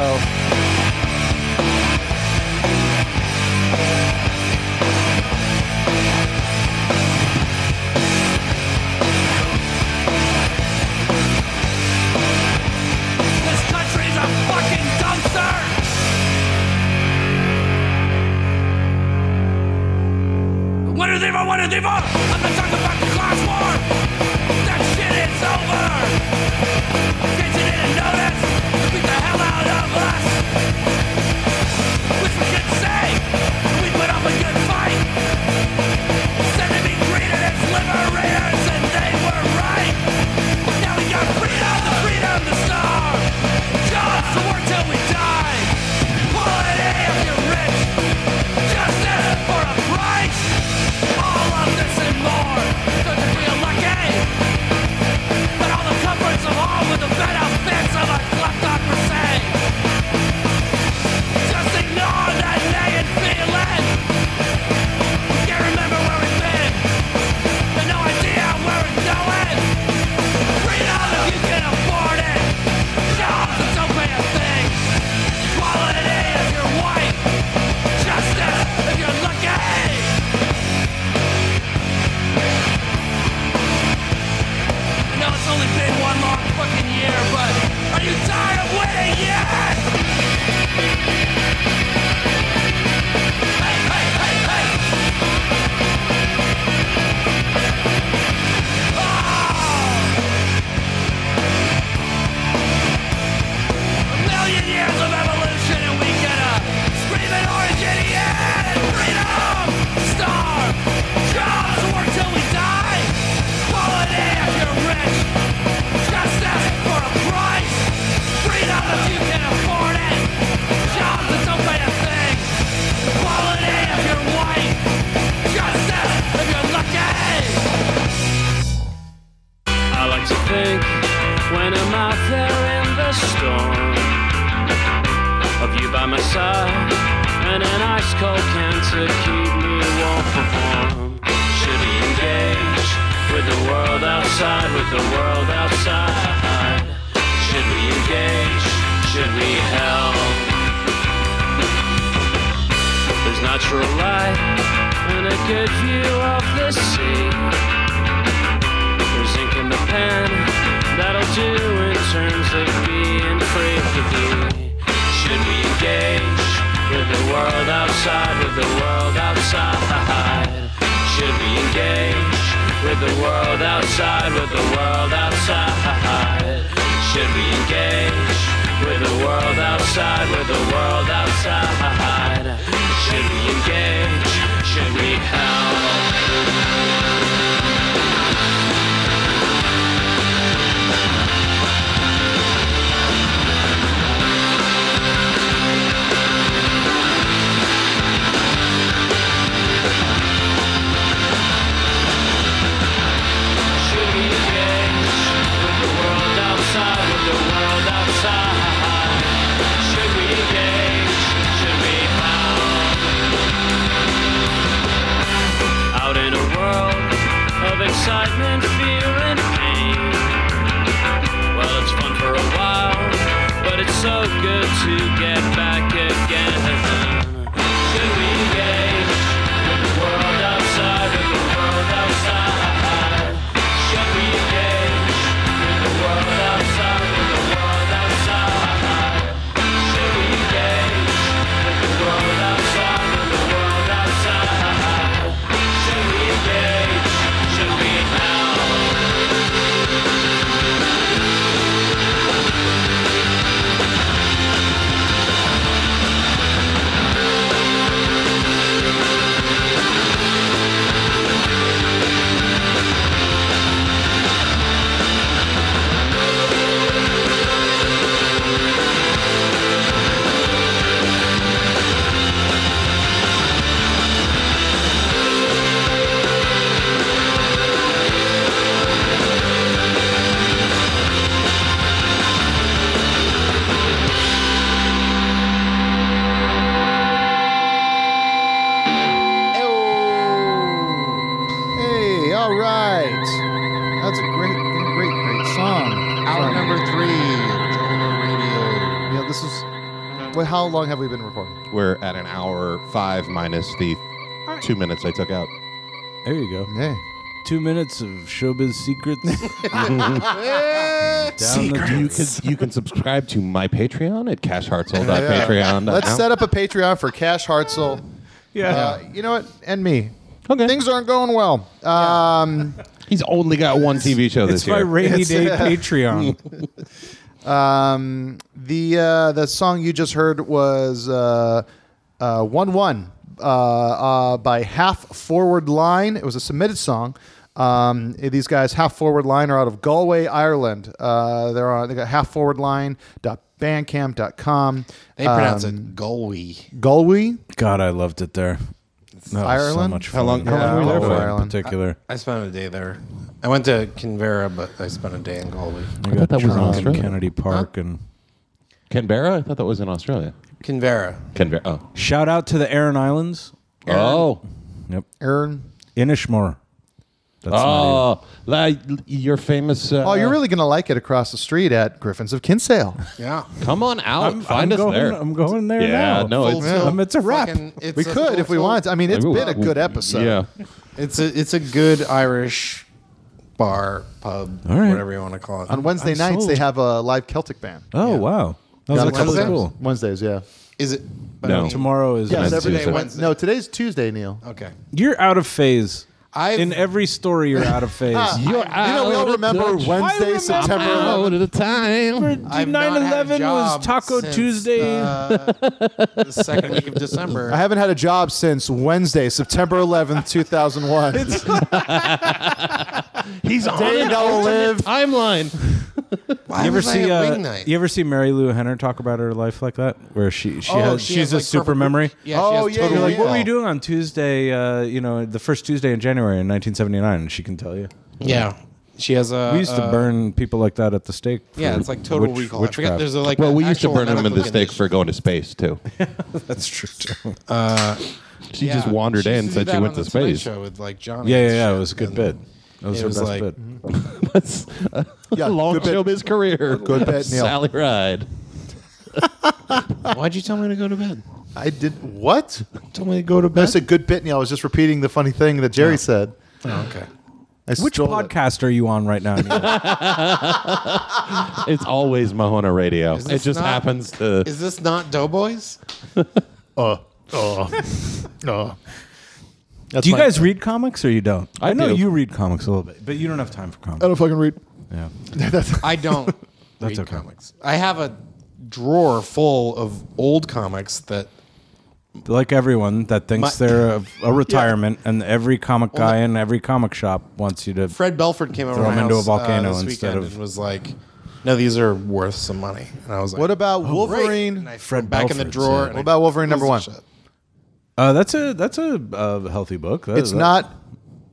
Speaker 10: This country's a fucking dumpster. Winner diva, winner diva. I'm not talking about the class war. That shit is over. In case you didn't notice, they beat the hell out of us. Which we can say, we put up a good fight. Said they be greeted as liberators, and they were right. Now we got freedom, the freedom to starve. Jobs to work till we die. Equality if you're rich. Justice for a price. All of this and more. Don't you feel lucky? But all the comforts
Speaker 11: outside and an ice cold can to keep me warm for warm. Should he engage with the world outside? With the world outside? Should we engage? Should we help? There's natural light and a good view of the sea. There's ink in the pen that'll do in terms of being free. Should we engage with the world outside? With the world outside? Should we engage with the world outside? With the world outside? Should we engage with the world outside? With the world outside? Should we engage? Should we help? Should we engage with the world outside? With the world outside? Should we engage? Should we pound? Out in a world of excitement, fear, and pain. Well, it's fun for a while, but it's so good to get back again. Should we engage with the world outside? With the world outside? Should we engage with the world outside? With the world outside? Should we engage with the world outside? With the world outside? Should we engage? Should we help?
Speaker 7: Hey, all right. That's a great, great, great, great song.
Speaker 3: Hour number three, Jonah Radio.
Speaker 7: Yeah, this is. Well, how long have we been recording?
Speaker 5: We're at an hour five minus the two minutes I took out.
Speaker 6: There you go.
Speaker 7: Hey.
Speaker 6: Two minutes of showbiz secrets. Down the
Speaker 5: You
Speaker 6: tube.
Speaker 5: can, you can subscribe to my Patreon at cashhartsole.patreon.
Speaker 7: Let's set up a Patreon for Cash Hartzell.
Speaker 6: Yeah.
Speaker 7: Uh, you know what? And me.
Speaker 5: Okay.
Speaker 7: Things aren't going well. Um,
Speaker 5: He's only got one TV show this
Speaker 6: it's my
Speaker 5: year.
Speaker 6: rainy day Patreon.
Speaker 7: um, the uh, the song you just heard was uh, uh, "One One" uh, uh, by Half Forward Line. It was a submitted song. Um, these guys, Half Forward Line, are out of Galway, Ireland. Uh, they're on. They got Half Forward Line. Bandcamp.com.
Speaker 3: They pronounce it Galway.
Speaker 7: Um, Galway,
Speaker 6: God, I loved it there. That was So
Speaker 7: Ireland?
Speaker 6: much fun.
Speaker 5: How long- how
Speaker 7: long were you there for?
Speaker 6: In
Speaker 7: Ireland.
Speaker 6: particular.
Speaker 3: I spent a day there. I went to Canberra, but I spent a day in Galway.
Speaker 6: I thought
Speaker 5: that was in Australia.
Speaker 6: Kennedy Park and
Speaker 5: Canberra? I thought that was in Australia.
Speaker 3: Canberra.
Speaker 5: Canberra. Oh.
Speaker 6: shout out to the Aran Islands.
Speaker 5: Oh.
Speaker 6: Yep.
Speaker 7: Aaron.
Speaker 6: Inishmore. That's not
Speaker 5: Oh. Like, you're famous. Uh,
Speaker 7: Oh, you're really gonna like it across the street at Griffins of Kinsale.
Speaker 3: Yeah.
Speaker 5: Come on out.
Speaker 6: even-
Speaker 5: Find
Speaker 6: I'm
Speaker 5: us
Speaker 6: going,
Speaker 5: there.
Speaker 6: I'm going there
Speaker 5: yeah,
Speaker 6: now.
Speaker 5: no, it's.
Speaker 3: Fulfill
Speaker 6: Um, it's a wrap.
Speaker 3: fucking- it's
Speaker 7: we
Speaker 3: a
Speaker 7: could if we
Speaker 3: fulfill-
Speaker 7: wanted. to. I mean, it's
Speaker 5: Maybe
Speaker 7: been a
Speaker 5: we'll-
Speaker 7: good episode.
Speaker 5: Yeah.
Speaker 3: It's a it's a good Irish bar, pub,
Speaker 6: All right.
Speaker 3: whatever you want to call it.
Speaker 7: On Wednesday
Speaker 6: I'm
Speaker 7: nights,
Speaker 6: sold.
Speaker 7: they have a live Celtic band.
Speaker 6: Oh wow. That was
Speaker 7: Yeah,
Speaker 6: actually
Speaker 3: Wednesdays?
Speaker 5: Oh.
Speaker 6: cool.
Speaker 7: Wednesdays, yeah.
Speaker 3: Is it? but
Speaker 5: No.
Speaker 3: I mean-
Speaker 6: Tomorrow is
Speaker 7: Yes,
Speaker 5: Wednesday,
Speaker 7: every day.
Speaker 5: so-
Speaker 7: Wednesday. No, today's Tuesday, Neil.
Speaker 3: Okay.
Speaker 6: You're out of phase.
Speaker 3: I've-
Speaker 6: In every story, you're out of phase.
Speaker 5: You're
Speaker 7: You know, we all remember Wednesday,
Speaker 6: remember-
Speaker 7: September 11th.
Speaker 5: at a time.
Speaker 3: I've not had a
Speaker 6: 9/11
Speaker 3: job
Speaker 6: was Taco
Speaker 3: since,
Speaker 6: Tuesday.
Speaker 3: uh, the second week of December.
Speaker 7: I haven't had a job since Wednesday, September 11th, 2001.
Speaker 5: He's on
Speaker 7: Day
Speaker 5: an
Speaker 7: that will
Speaker 5: alternate
Speaker 7: live.
Speaker 5: timeline.
Speaker 3: Why
Speaker 6: you ever
Speaker 3: was I
Speaker 6: see
Speaker 3: at
Speaker 6: uh,
Speaker 3: wing night?
Speaker 6: you ever see Mary Lou Henner talk about her life like that, where she she
Speaker 3: Oh,
Speaker 6: has
Speaker 3: she
Speaker 6: she's
Speaker 3: has,
Speaker 6: a
Speaker 3: like,
Speaker 6: super
Speaker 3: perfect-
Speaker 6: memory.
Speaker 3: Yeah,
Speaker 7: Oh,
Speaker 3: she has
Speaker 7: yeah,
Speaker 3: total
Speaker 7: you're
Speaker 6: Like, what were you
Speaker 3: recall.
Speaker 6: doing on Tuesday? Uh, you know, the first Tuesday in January in 1979, and she can tell you.
Speaker 3: Yeah.
Speaker 12: She has a.
Speaker 6: we used to
Speaker 12: a-
Speaker 6: burn people like that at the stake. for
Speaker 12: Uh, Yeah, it's like total
Speaker 6: witch-
Speaker 12: recall. I forget
Speaker 6: witchcraft.
Speaker 12: there's a like.
Speaker 5: Well, we
Speaker 12: an
Speaker 5: used to
Speaker 12: actual
Speaker 5: burn them in
Speaker 12: medical
Speaker 5: the stake
Speaker 12: condition.
Speaker 5: for going to space too.
Speaker 6: That's true. Too.
Speaker 5: She
Speaker 12: Yeah,
Speaker 5: just wandered
Speaker 12: used
Speaker 5: in and
Speaker 12: do
Speaker 5: said she
Speaker 12: that
Speaker 5: went
Speaker 12: on
Speaker 5: to
Speaker 12: the Tonight
Speaker 5: space.
Speaker 12: Show with like Johnny.
Speaker 6: Yeah, yeah,
Speaker 12: and
Speaker 6: yeah.
Speaker 12: shit,
Speaker 6: It was a good
Speaker 12: and
Speaker 6: bid. That was
Speaker 12: it
Speaker 6: her
Speaker 12: was
Speaker 6: best
Speaker 12: like-
Speaker 6: bid.
Speaker 5: That's
Speaker 7: Yeah,
Speaker 5: long
Speaker 7: good bit.
Speaker 5: showbiz career.
Speaker 7: Good bet, Neil.
Speaker 5: Sally Ride.
Speaker 12: Why'd you tell me to go to bed?
Speaker 7: I did what?
Speaker 12: Tell me to go to
Speaker 7: I
Speaker 12: bed.
Speaker 7: said good bit, Neil. I was just repeating the funny thing that Jerry said.
Speaker 12: Oh, okay.
Speaker 7: I
Speaker 6: Which
Speaker 7: stole it.
Speaker 6: podcast are you on right now? Neil?
Speaker 5: It's always Mahona Radio. It
Speaker 12: this
Speaker 5: just
Speaker 12: not-
Speaker 5: happens to.
Speaker 12: Is this not Doughboys?
Speaker 7: Oh. That's
Speaker 6: do you
Speaker 7: my-
Speaker 6: guys read comics or you don't? I, know
Speaker 5: do.
Speaker 6: you read comics a little bit, but you don't have time for comics.
Speaker 12: Oh.
Speaker 7: don't fucking read.
Speaker 6: Yeah.
Speaker 12: I don't
Speaker 6: That's
Speaker 12: read
Speaker 6: okay.
Speaker 12: comics. I have a drawer full of old comics that
Speaker 6: Like everyone that thinks
Speaker 12: My-
Speaker 6: they're a, a retirement, and every comic guy in every comic shop wants you to.
Speaker 12: Fred Belford came over
Speaker 6: Throw
Speaker 12: my
Speaker 6: 'em into a
Speaker 12: house, uh,
Speaker 6: volcano
Speaker 12: this
Speaker 6: instead
Speaker 12: weekend
Speaker 6: of-
Speaker 12: and was like, "No, these are worth some money." And I was like,
Speaker 7: What about
Speaker 12: great.
Speaker 7: Wolverine?
Speaker 12: And I
Speaker 6: Fred
Speaker 12: Fred back in the
Speaker 6: Belford's,
Speaker 12: drawer.
Speaker 6: yeah.
Speaker 12: and
Speaker 7: What
Speaker 12: I
Speaker 7: about Wolverine number one?
Speaker 12: closed the shit.
Speaker 6: Uh, that's a that's a uh, healthy book. That-
Speaker 7: It's
Speaker 6: that-
Speaker 7: not.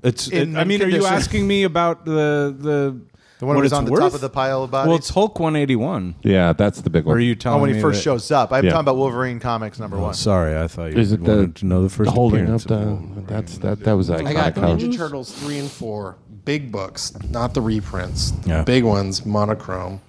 Speaker 6: It's.
Speaker 7: in
Speaker 6: it- I mean, are you
Speaker 7: condition.
Speaker 6: asking me about the the
Speaker 7: The
Speaker 6: what
Speaker 7: one who was
Speaker 6: it's
Speaker 7: on the
Speaker 6: worth?
Speaker 7: top of the pile of bodies?
Speaker 6: Well, it's Hulk 181.
Speaker 5: Yeah, that's the big one.
Speaker 6: Or are you telling
Speaker 7: oh, when
Speaker 6: me
Speaker 7: he first
Speaker 6: that-
Speaker 7: shows up. I'm
Speaker 5: Yeah.
Speaker 7: talking about Wolverine comics number one.
Speaker 6: Sorry, I thought you
Speaker 5: Is it
Speaker 6: wanted
Speaker 5: the-
Speaker 6: to know the first
Speaker 5: holding up
Speaker 6: appearance of
Speaker 5: the?
Speaker 6: Wolverine.
Speaker 5: That's that. That was
Speaker 12: I got
Speaker 6: Oh.
Speaker 12: Ninja
Speaker 5: iconic. comic.
Speaker 12: Turtles three and four, big books, not the reprints, the
Speaker 6: Yeah.
Speaker 12: big ones, monochrome.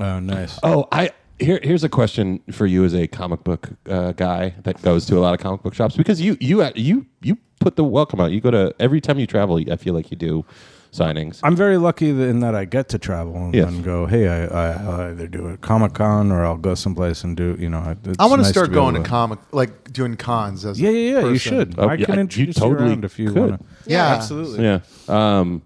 Speaker 6: Oh, nice.
Speaker 5: Oh, I here here's a question for you as a comic book uh, guy that goes to a lot of comic book shops because you you you you put the welcome out. You go to every time you travel. I feel like you do signings.
Speaker 6: I'm very lucky that- in that I get to travel and,
Speaker 5: Yes.
Speaker 6: and go. Hey, I, I I'll either do a Comic Con or I'll go someplace and do you know. I- It's
Speaker 7: I want
Speaker 6: nice
Speaker 7: to start
Speaker 6: be
Speaker 7: going
Speaker 6: able
Speaker 7: to comic, like doing cons. As a
Speaker 6: Yeah, yeah, yeah. You
Speaker 7: person.
Speaker 6: should.
Speaker 5: Oh,
Speaker 6: I
Speaker 5: yeah,
Speaker 6: can
Speaker 5: you
Speaker 6: introduce you,
Speaker 5: totally
Speaker 6: around if you
Speaker 5: could.
Speaker 6: want.
Speaker 7: Yeah.
Speaker 6: absolutely.
Speaker 5: yeah. Um,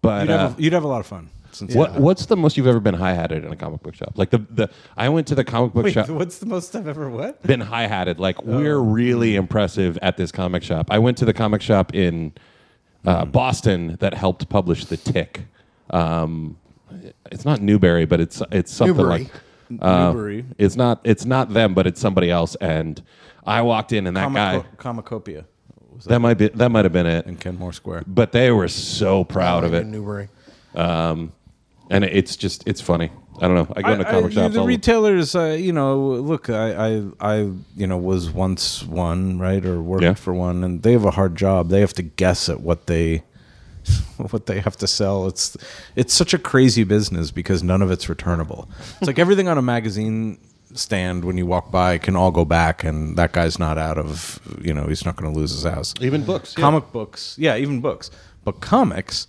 Speaker 5: but
Speaker 6: You'd,
Speaker 5: uh,
Speaker 6: have a, you'd have a lot of fun. Since
Speaker 5: What what's the most you've ever been high hatted in a comic book shop? Like the the I went to the comic book shop.
Speaker 6: what's the most I've ever what?
Speaker 5: been high hatted. Like we're really impressive at this comic shop. I went to the comic shop in uh, Boston that helped publish The Tick. Um, it's not Newberry, but it's it's something
Speaker 7: Newberry.
Speaker 5: like uh,
Speaker 6: Newberry.
Speaker 5: It's not it's not them, but it's somebody else. And I walked in, and that guy
Speaker 6: Comico- Comicopia
Speaker 5: that might be that might have been it.
Speaker 6: in Kenmore Square.
Speaker 5: But they were so proud of it,
Speaker 12: Newbery.
Speaker 5: and it's just it's funny. I don't know. I go into
Speaker 6: I-
Speaker 5: comic
Speaker 6: I,
Speaker 5: shops.
Speaker 6: The
Speaker 5: all the-
Speaker 6: retailers, uh, you know, look, I, I, I, you know, was once one, right, or worked
Speaker 5: Yeah.
Speaker 6: for one, and they have a hard job. They have to guess at what they, what they have to sell. It's, it's such a crazy business because none of it's returnable. It's like everything on a magazine stand when you walk by can all go back, and that guy's not out of, you know, he's not going to lose his house
Speaker 5: even books. yeah.
Speaker 6: comic books yeah even books but comics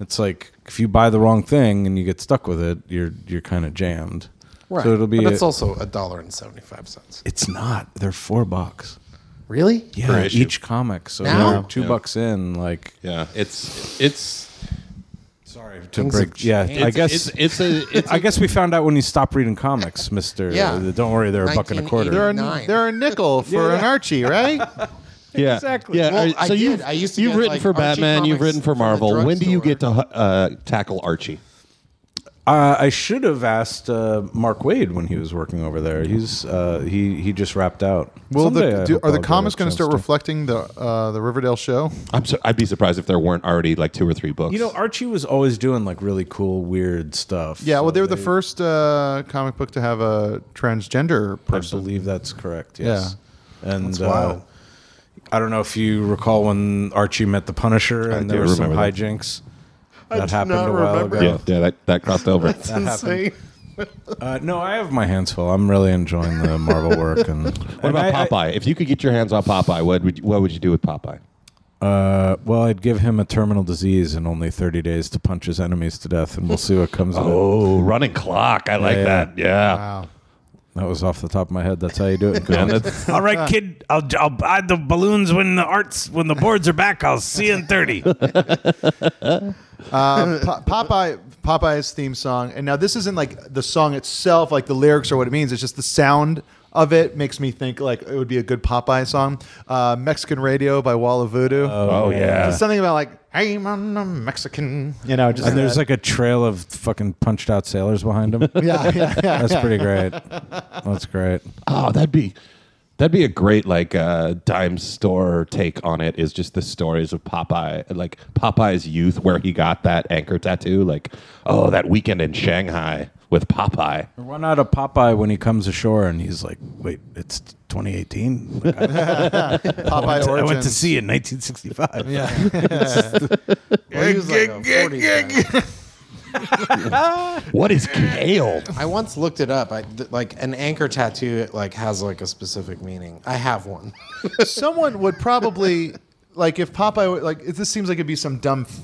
Speaker 6: it's like if you buy the wrong thing and you get stuck with it you're you're kind of jammed
Speaker 12: Right.
Speaker 6: so it'll be
Speaker 12: But that's
Speaker 6: a-
Speaker 12: also a dollar and seventy five cents.
Speaker 6: it's not they're four bucks
Speaker 12: Really?
Speaker 6: yeah each comic so
Speaker 12: Now?
Speaker 6: you're two bucks in like
Speaker 5: yeah. It's it's
Speaker 6: sorry to
Speaker 12: Things
Speaker 6: break
Speaker 12: have
Speaker 6: yeah i
Speaker 5: it's-
Speaker 6: guess
Speaker 5: it's, it's a it's
Speaker 6: I guess we found out when you stopped reading comics, Mister. uh,
Speaker 12: Yeah.
Speaker 6: Don't worry, they're a buck and a quarter.
Speaker 7: They're a,
Speaker 12: Nine.
Speaker 7: they're a nickel for an Archie, right?
Speaker 5: Yeah,
Speaker 6: Exactly.
Speaker 5: Yeah.
Speaker 12: Well,
Speaker 5: are-
Speaker 12: I
Speaker 5: so
Speaker 12: did.
Speaker 5: you've,
Speaker 12: I used to
Speaker 5: you've
Speaker 12: get,
Speaker 5: written
Speaker 12: like,
Speaker 5: for
Speaker 12: Archie
Speaker 5: Batman. You've
Speaker 12: comics
Speaker 5: written for
Speaker 12: from the
Speaker 5: Marvel. When do you get to
Speaker 12: drugstore.
Speaker 5: uh, tackle Archie?
Speaker 6: Uh, I should have asked uh, Mark Wade when he was working over there. He's uh, he he just wrapped out.
Speaker 7: Will
Speaker 6: Someday
Speaker 7: the,
Speaker 6: I
Speaker 7: do,
Speaker 6: hope
Speaker 7: are the
Speaker 6: I'll get a
Speaker 7: comics going to
Speaker 6: chance
Speaker 7: start reflecting the uh, the Riverdale show?
Speaker 5: I'm so, I'd be surprised if there weren't already like two or three books.
Speaker 6: You know, Archie was always doing like really cool, weird stuff.
Speaker 7: Yeah,
Speaker 6: so
Speaker 7: well, they were the first uh, comic book to have a transgender
Speaker 6: I
Speaker 7: person.
Speaker 6: believe that's correct. Yes. And uh, I don't know if you recall when Archie met the Punisher and there
Speaker 5: do
Speaker 6: were some
Speaker 5: remember that.
Speaker 6: hijinks that
Speaker 12: do
Speaker 6: happened
Speaker 12: not
Speaker 6: a while
Speaker 12: remember
Speaker 6: ago.
Speaker 5: yeah, yeah, that, that crossed over.
Speaker 12: It's insane.
Speaker 6: Uh, no, I have my hands full. I'm really enjoying the Marvel work. And
Speaker 5: What about Popeye? if you could get your hands on Popeye, what would you, what would you do with Popeye?
Speaker 6: uh, well, I'd give him a terminal disease and only 30 days to punch his enemies to death, and we'll see what comes of it.
Speaker 5: Oh, running clock. I like
Speaker 6: Yeah.
Speaker 5: that. Yeah.
Speaker 6: That was off the top of my head. That's how you do it. in
Speaker 5: And
Speaker 6: comics.
Speaker 5: that's-
Speaker 13: All right, kid. I'll, I'll buy the balloons when the arts when the boards are back. I'll see you in thirty.
Speaker 7: Uh, Po- Popeye, Popeye's theme song, and now this isn't like the song itself, like the lyrics or what it means. It's just the sound of it makes me think like it would be a good Popeye song. Uh, Mexican Radio by Walla Voodoo.
Speaker 5: oh yeah.
Speaker 7: Just something about like I'm a Mexican, you know. Just
Speaker 6: and there's
Speaker 7: that.
Speaker 6: like a trail of fucking punched out sailors behind him.
Speaker 7: yeah, yeah, yeah.
Speaker 6: That's pretty great. That's great.
Speaker 5: Oh, Ah, that'd be That'd be a great like uh, dime store take on it. Is just the stories of Popeye, like Popeye's youth, where he got that anchor tattoo. Like, oh, that weekend in Shanghai with Popeye.
Speaker 6: Why not a Popeye when he comes ashore and he's like, wait, it's 2018? Like, I,
Speaker 7: Popeye
Speaker 13: I went to
Speaker 7: Origins.
Speaker 13: sea in 1965.
Speaker 3: Well, he was like a 40s guy.
Speaker 5: What is kale?
Speaker 3: I once looked it up. I th- like an anchor tattoo. It like has like a specific meaning. I have one.
Speaker 7: Someone would probably like if Popeye would- like it- this seems like it'd be some dumb f-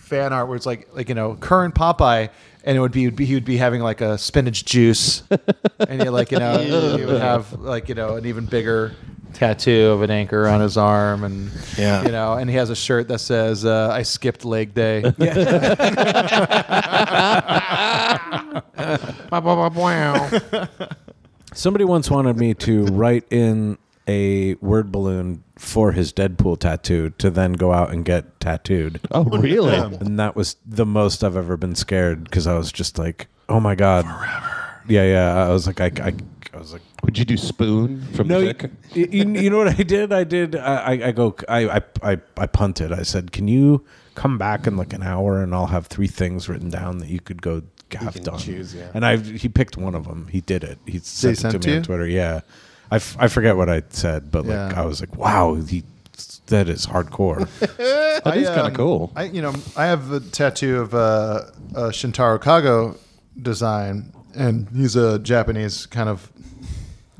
Speaker 7: fan art where it's like like you know current Popeye and it would be, would be he would be having like a spinach juice and he like you know he would have like you know an even bigger tattoo of an anchor on his arm and
Speaker 3: Yeah.
Speaker 7: you know and he has a shirt that says uh, I skipped leg day
Speaker 6: Somebody once wanted me to write in a word balloon for his Deadpool tattoo to then go out and get tattooed.
Speaker 5: Oh, really?
Speaker 6: And that was the most I've ever been scared because I was just like, oh my God. Forever. Yeah, yeah. I was like, I, I, I was like,
Speaker 5: Would you do spoon from
Speaker 6: no,
Speaker 5: the
Speaker 6: you,
Speaker 5: Vic?
Speaker 6: you, you know what I did? I did. I, I- I go. I, I I I punted. I said, "Can you come back in like an hour and I'll have three things written down that you could go have done."
Speaker 3: choose, yeah.
Speaker 6: And I he picked one of them. He did it. He sent it
Speaker 7: send
Speaker 6: to me
Speaker 7: it to
Speaker 6: on
Speaker 7: you?
Speaker 6: Twitter. Yeah, I, f- I forget what I said, but like
Speaker 7: Yeah.
Speaker 6: I was like, "Wow, he, that is hardcore."
Speaker 5: That is kind of
Speaker 7: um,
Speaker 5: cool.
Speaker 7: I you know I have a tattoo of uh, a Shintaro Kago design, and he's a Japanese kind of.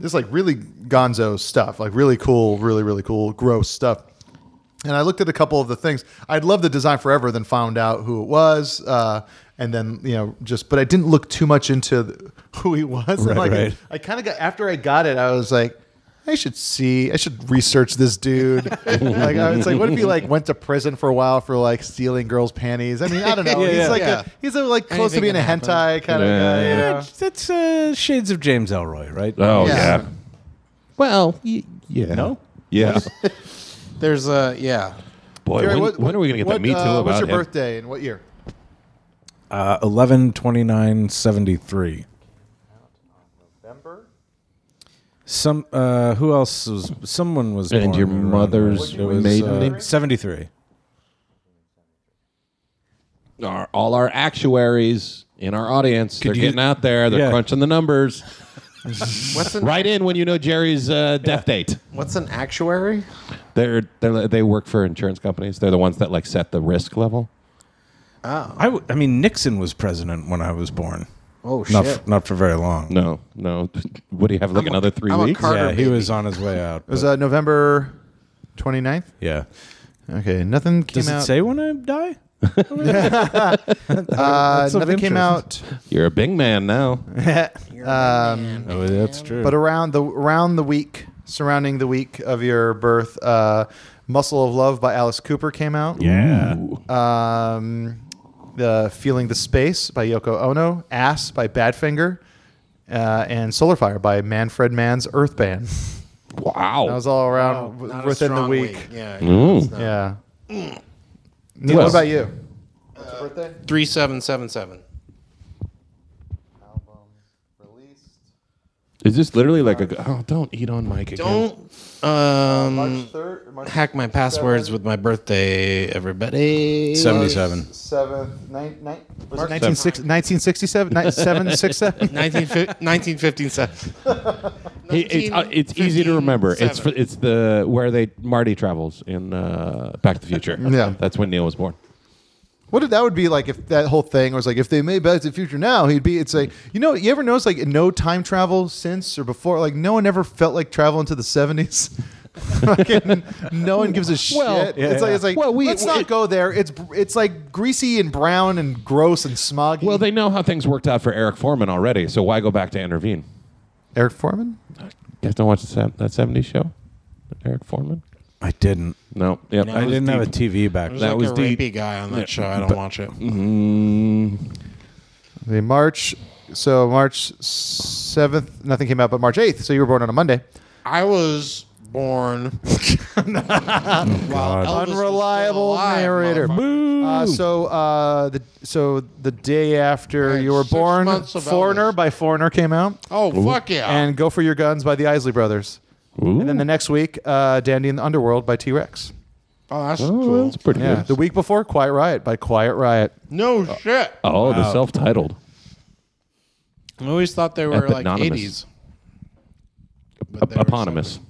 Speaker 7: It's like really gonzo stuff, like really cool, really really cool, gross stuff. And I looked at a couple of the things. I'd loved the design forever, then found out who it was, uh, and then you know just. But I didn't look too much into the, who he was.
Speaker 6: Right,
Speaker 7: And, like,
Speaker 6: right.
Speaker 7: I kind of got after I got it, I was like, I should see, I should research this dude. like, I was like, what if he like went to prison for a while for like stealing girls' panties? I mean, I don't know. he's
Speaker 6: yeah.
Speaker 7: like
Speaker 3: Yeah.
Speaker 7: a, he's a, like close to
Speaker 3: Anything
Speaker 7: being a
Speaker 3: can
Speaker 7: hentai kind of
Speaker 5: Yeah.
Speaker 7: guy. You know?
Speaker 6: That's uh, shades of James Elroy, right?
Speaker 5: oh yeah.
Speaker 7: yeah.
Speaker 5: Well, y- yeah.
Speaker 6: No?
Speaker 5: Yeah.
Speaker 3: There's a yeah.
Speaker 5: Boy,
Speaker 7: Jerry,
Speaker 5: when,
Speaker 7: what-
Speaker 5: when are we gonna get
Speaker 7: what,
Speaker 5: the Me Too
Speaker 7: uh,
Speaker 5: about
Speaker 7: What's your
Speaker 5: him?
Speaker 7: birthday and what year?
Speaker 6: Uh, Eleven twenty nine seventy three.
Speaker 7: November.
Speaker 6: Some uh, who else was someone was
Speaker 5: And
Speaker 6: born
Speaker 5: your
Speaker 6: around
Speaker 5: mother's
Speaker 6: there. It uh, was,
Speaker 5: maiden
Speaker 6: uh,
Speaker 5: name?
Speaker 6: 73
Speaker 5: our, all our actuaries in our audience. they're
Speaker 6: you-
Speaker 5: getting out there. They're
Speaker 6: Yeah.
Speaker 5: crunching the numbers.
Speaker 3: What's an
Speaker 5: Right in when you know Jerry's uh, death date.
Speaker 3: what's an actuary?
Speaker 5: They're, they're they work for insurance companies. They're the ones that like set the risk level.
Speaker 6: I, w- I mean Nixon was president when I was born
Speaker 3: Oh
Speaker 6: not
Speaker 3: shit.
Speaker 6: f- not for very long
Speaker 5: No, no. What do you have? Like another three
Speaker 3: I'm a
Speaker 5: weeks?
Speaker 3: car-
Speaker 6: yeah
Speaker 3: Carter
Speaker 6: he
Speaker 3: baby.
Speaker 6: was on his way out
Speaker 7: It was
Speaker 6: but-
Speaker 7: uh, November 29th.
Speaker 6: yeah
Speaker 7: Okay, nothing came
Speaker 6: does it
Speaker 7: out.
Speaker 6: say when I die
Speaker 7: uh,
Speaker 6: of
Speaker 7: nothing came out.
Speaker 5: You're a Bing man now.
Speaker 6: oh that's true
Speaker 7: But around the around the week, surrounding the week of your birth, uh, "Muscle of Love" by Alice Cooper came out.
Speaker 13: Yeah.
Speaker 7: Um, the "Feeling the Space" by Yoko Ono, "Ass" by Badfinger, uh, and "Solar Fire" by Manfred Mann's Earth Band.
Speaker 5: Wow. Mm.
Speaker 7: That was all around w-
Speaker 3: Not a
Speaker 7: within the
Speaker 3: strong
Speaker 7: week.
Speaker 3: Yeah.
Speaker 7: Yeah. Neil,
Speaker 5: Well-
Speaker 7: what about you? What's
Speaker 3: Uh,
Speaker 7: your birthday?
Speaker 3: Three seven seven seven.
Speaker 5: Is this literally like a? Oh, don't eat on Mike again.
Speaker 3: Don't um,
Speaker 7: third, Uh, March
Speaker 3: hack my passwords with my birthday, everybody.
Speaker 6: 77
Speaker 7: seventh, nine, nine, was it 1967, 1967,
Speaker 3: 1957.
Speaker 5: He- it's uh, it's easy to remember. It's f- it's the where they Marty travels in uh, Back to the Future.
Speaker 7: Yeah.
Speaker 5: that's when Neil was born.
Speaker 7: What if that would be like if that whole thing was like if they made Back to the Future now, he'd be. It's like you know, you ever notice like no time travel since or before. Like no one ever felt like traveling to the seventies. Fucking no one gives a shit.
Speaker 5: Well,
Speaker 7: it's like it's like
Speaker 5: Well, we-
Speaker 7: let's not
Speaker 5: it-
Speaker 7: go there. It's it's like greasy and brown and gross and smoggy.
Speaker 5: Well, they know how things worked out for Eric Foreman already, so why go back to intervene?
Speaker 7: Eric Foreman.
Speaker 5: You guys don't watch the sev- that 70s show? Eric Foreman?
Speaker 6: I didn't
Speaker 5: No. Yep.
Speaker 6: I didn't have a TV back
Speaker 5: That
Speaker 6: then.
Speaker 3: That
Speaker 5: was
Speaker 3: was the
Speaker 5: deep.
Speaker 3: rapey guy on that show. I don't watch it.
Speaker 7: The March. So March seventh, nothing came out, but March eighth. So you were born on a Monday.
Speaker 3: I was born.
Speaker 7: Unreliable narrator. Uh, so uh, the so the day after
Speaker 3: had
Speaker 7: you were
Speaker 3: six
Speaker 7: born,
Speaker 3: months of
Speaker 7: Foreigner
Speaker 3: Elvis. Ah.
Speaker 7: by Foreigner came out,
Speaker 3: Oh fuck yeah!
Speaker 7: and Go for Your Guns by the Isley Brothers. And then the next week, uh, Dandy in the Underworld by T Rex.
Speaker 3: Oh, that's
Speaker 5: Oh, that's pretty
Speaker 7: Yeah. The
Speaker 5: good.
Speaker 7: week before, Quiet Riot by Quiet Riot.
Speaker 3: no shit.
Speaker 5: Oh, the self-titled.
Speaker 3: I always thought they were like
Speaker 5: Eponymous.
Speaker 3: eighties.
Speaker 5: Ep- eponymous.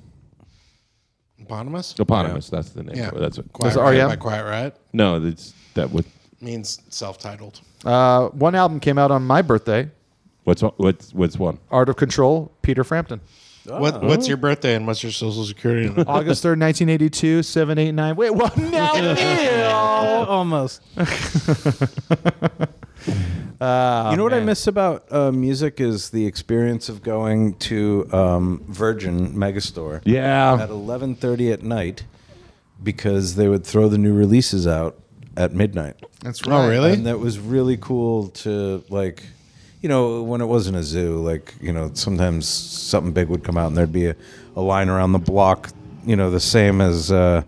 Speaker 3: Eponymous.
Speaker 5: Eponymous. That's the name.
Speaker 3: Yeah.
Speaker 5: That's what.
Speaker 3: Quiet
Speaker 7: That's
Speaker 3: Riot
Speaker 7: R.E.M.?
Speaker 3: by Quiet Riot
Speaker 5: No, it's that would.
Speaker 3: means self-titled.
Speaker 7: Uh, one album came out on my birthday
Speaker 5: What's on- what's what's one?
Speaker 7: Art of Control, Peter Frampton.
Speaker 6: Oh.
Speaker 3: What, what's your birthday and what's your social security? number?
Speaker 7: August 3rd, 1982, 789. Wait, well, now, Neil!
Speaker 6: Almost. you know what I miss about uh, music is the experience of going to um, Virgin Megastore at
Speaker 5: Yeah.
Speaker 6: 11:30 at night because they would throw the new releases out at midnight.
Speaker 7: That's
Speaker 3: oh, really?
Speaker 6: And that was really cool to like, you know, when it wasn't a zoo, like, you know, sometimes something big would come out and there'd be a, a line around the block, you know, the same as uh,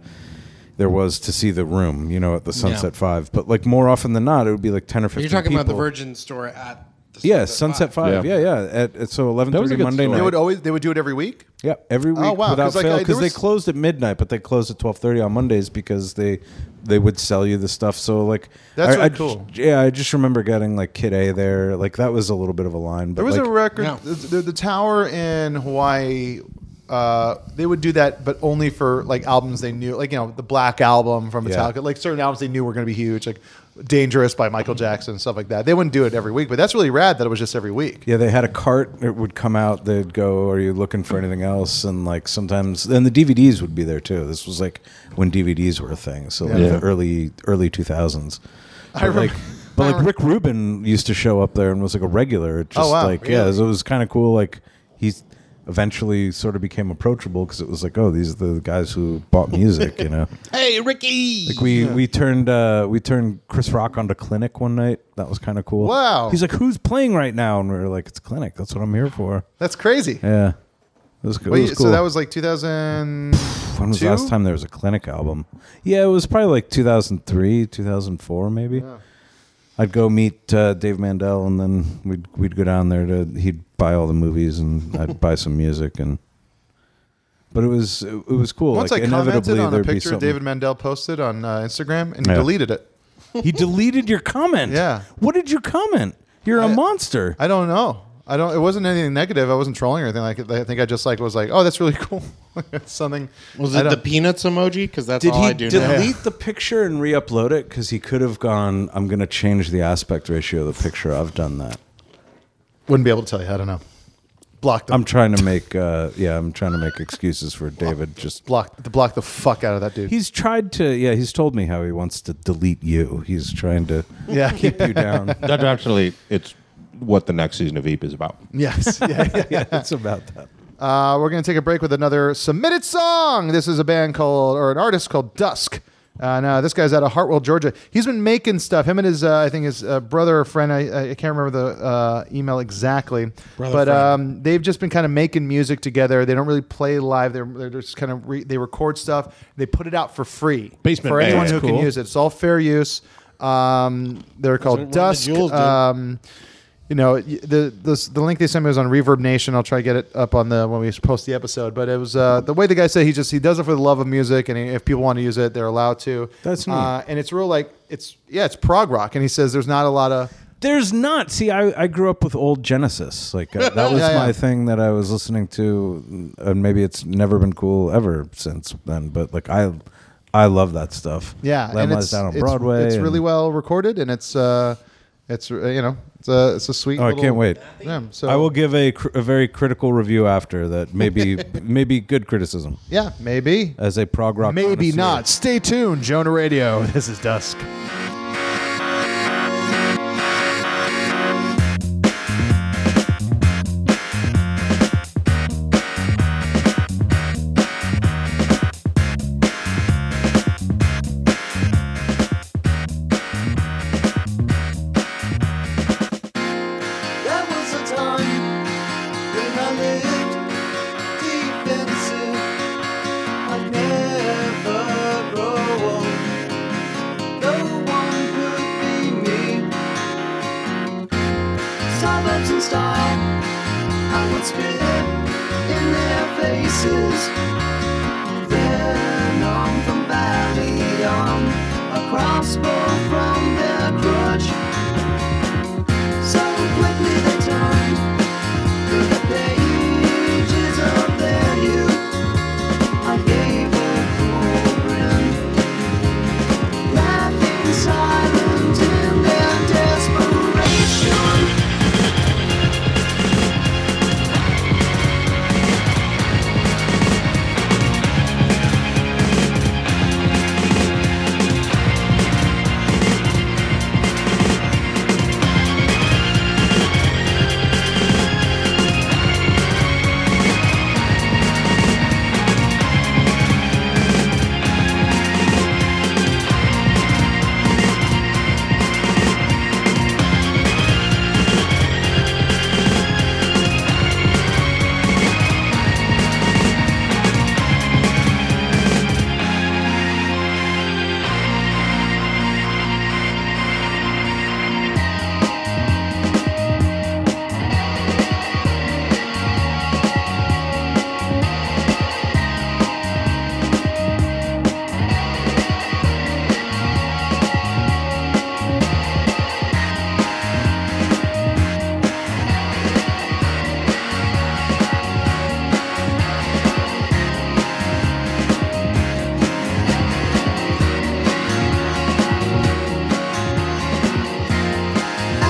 Speaker 6: there was to see the room, you know, at the Sunset Five. But like more often than not, it would be like 10 or 15
Speaker 3: You're talking about the
Speaker 6: people.
Speaker 3: Virgin store at the
Speaker 6: Yeah, Sunset Five.
Speaker 5: Yeah.
Speaker 6: Yeah, yeah. At, at- so eleven
Speaker 5: was a
Speaker 6: thirty
Speaker 5: good
Speaker 6: Monday
Speaker 5: story.
Speaker 7: They
Speaker 6: night.
Speaker 7: would always they would do it every week.
Speaker 6: Yeah, every week
Speaker 7: Oh, wow,
Speaker 6: without
Speaker 7: 'cause, like, I-
Speaker 6: fail
Speaker 7: there
Speaker 6: because they
Speaker 7: was-
Speaker 6: closed at midnight, but they closed at twelve thirty on Mondays because they they would sell you the stuff. So like
Speaker 7: That's
Speaker 6: I-
Speaker 7: really
Speaker 6: I j-
Speaker 7: cool.
Speaker 6: yeah, I just remember getting like Kid A there. Like that was a little bit of a line, but
Speaker 7: There was
Speaker 6: like,
Speaker 7: a record.
Speaker 3: No.
Speaker 7: The, the, the tower in Hawaii. Uh, they would do that, but only for like albums they knew, like you know, the Black album from
Speaker 6: Yeah.
Speaker 7: Metallica, like certain albums they knew were going to be huge, like "Dangerous" by Michael
Speaker 6: Mm-hmm.
Speaker 7: Jackson, stuff like that. They wouldn't do it every week, but that's really rad that it was just every week.
Speaker 6: yeah, they had a cart. It would come out. They'd go, "Are you looking for anything else?" And like sometimes, and the DVDs would be there too. This was like when DVDs were a thing. So like
Speaker 7: Yeah.
Speaker 6: the early early two thousands.
Speaker 7: I remember.
Speaker 6: like but like Rick Rubin used to show up there and was like a regular. It just
Speaker 7: Oh, wow,
Speaker 6: like yeah, so it was kind of cool. Like he's eventually sort of became approachable because it was like oh these are the guys who bought music, you know.
Speaker 12: Hey, Ricky.
Speaker 6: Like we we turned uh, we turned Chris Rock onto Clinic one night. That was kind of cool.
Speaker 7: Wow.
Speaker 6: He's like who's playing right now, and we were like it's Clinic. That's what I'm here for.
Speaker 7: that's crazy.
Speaker 6: Yeah. It was, it
Speaker 7: Wait,
Speaker 6: was cool.
Speaker 7: so that was like 2000.
Speaker 6: when was the
Speaker 7: two?
Speaker 6: last time there was a clinic album? Yeah, it was probably like 2003, 2004, maybe. I'd go meet uh, Dave Mandel, and then we'd we'd go down there to he'd buy all the movies, and I'd buy some music, and but it was it, it was cool.
Speaker 7: Once
Speaker 6: like,
Speaker 7: I commented
Speaker 6: inevitably
Speaker 7: on a
Speaker 6: there'd be
Speaker 7: picture
Speaker 6: something-
Speaker 7: David Mandel posted on uh, Instagram, and he
Speaker 6: Yeah.
Speaker 7: deleted it.
Speaker 6: he deleted your comment.
Speaker 7: Yeah.
Speaker 6: what did you comment? You're a monster.
Speaker 7: I don't know. I don't. It wasn't anything negative. I wasn't trolling or anything like it. I think I just like was like, oh, that's really cool. It's something.
Speaker 3: Was
Speaker 7: I
Speaker 3: it the
Speaker 7: don't-
Speaker 3: peanuts emoji? Because that's
Speaker 6: Did
Speaker 3: all Oh, I
Speaker 6: he
Speaker 3: do
Speaker 6: delete
Speaker 3: now.
Speaker 6: the picture and re-upload it? Because he could have gone. I'm going to change the aspect ratio of the picture. I've done that.
Speaker 7: Wouldn't be able to tell you. I don't know. Blocked. Them.
Speaker 6: I'm trying to make uh, yeah, I'm trying to make excuses for David. Just
Speaker 7: blocked. The block the fuck out of that dude.
Speaker 6: he's tried to yeah, he's told me how he wants to delete you. He's trying to
Speaker 7: Yeah.
Speaker 6: keep you down.
Speaker 5: That's actually it's what the next season of Veep is about.
Speaker 7: yes. Yeah. yeah.
Speaker 6: yeah, it's about that.
Speaker 7: Uh, we're gonna take a break with another submitted song. This is a band called or an artist called Dusk. And uh, this guy's out of Hartwell, Georgia. He's been making stuff. Him and his, uh, I think, his uh, brother or friend. I, I can't remember the uh, email exactly, but um, they've just been kind of making music together. They don't really play live. They're, they're just kind of re- they record stuff. They put it out for free
Speaker 5: Basement
Speaker 7: for
Speaker 5: band.
Speaker 7: anyone
Speaker 5: That's
Speaker 7: who
Speaker 5: cool.
Speaker 7: can use it. It's all fair use. Um, they're
Speaker 3: one
Speaker 7: called
Speaker 3: of the
Speaker 7: Dusk.
Speaker 3: jewels, dude.
Speaker 7: Um, you know y- the, the the link they sent me was on Reverb Nation. I'll try to get it up on the when we post the episode. But it was uh, the way the guy said he just he does it for the love of music, and if people want to use it, they're allowed to.
Speaker 6: That's neat.
Speaker 7: Uh, and it's real like it's yeah, it's prog rock, and he says there's not a lot of
Speaker 6: There's not. See, I, I grew up with old Genesis. Like uh, that was
Speaker 7: Yeah, yeah.
Speaker 6: my thing that I was listening to, and maybe it's never been cool ever since then. But like I, I love that stuff.
Speaker 7: yeah,
Speaker 6: Lamb
Speaker 7: and
Speaker 6: Lies
Speaker 7: it's
Speaker 6: Down on
Speaker 7: it's-
Speaker 6: Broadway.
Speaker 7: It's, really
Speaker 6: and-
Speaker 7: well recorded, and it's uh, it's uh, you know it's a it's a sweet.
Speaker 6: Oh, I
Speaker 7: little-
Speaker 6: can't wait.
Speaker 7: Yeah, so
Speaker 6: I will give a, cr- a very critical review after that. Maybe maybe good criticism
Speaker 7: Yeah, maybe.
Speaker 6: as a prog rock.
Speaker 7: Maybe
Speaker 6: connoisseur.
Speaker 7: not. Stay tuned, Jonah Radio. This is Dusk.
Speaker 4: There was a time when I lived deep in sin. I'd never grow old. No one could be me. Suburbs and style, I would spit in their face.
Speaker 10: places. Then on from valley on, a crossbow from their crutch. So quickly they turned to the pages of their youth. I gave a full grin, laughing silent in their desperation.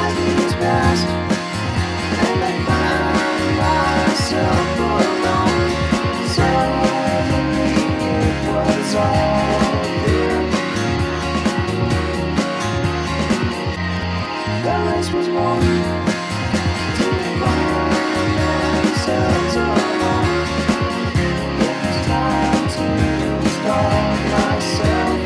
Speaker 10: As years passed, and I found myself alone. Suddenly it was all clear. The race was won to find themselves alone. It was time to start myself.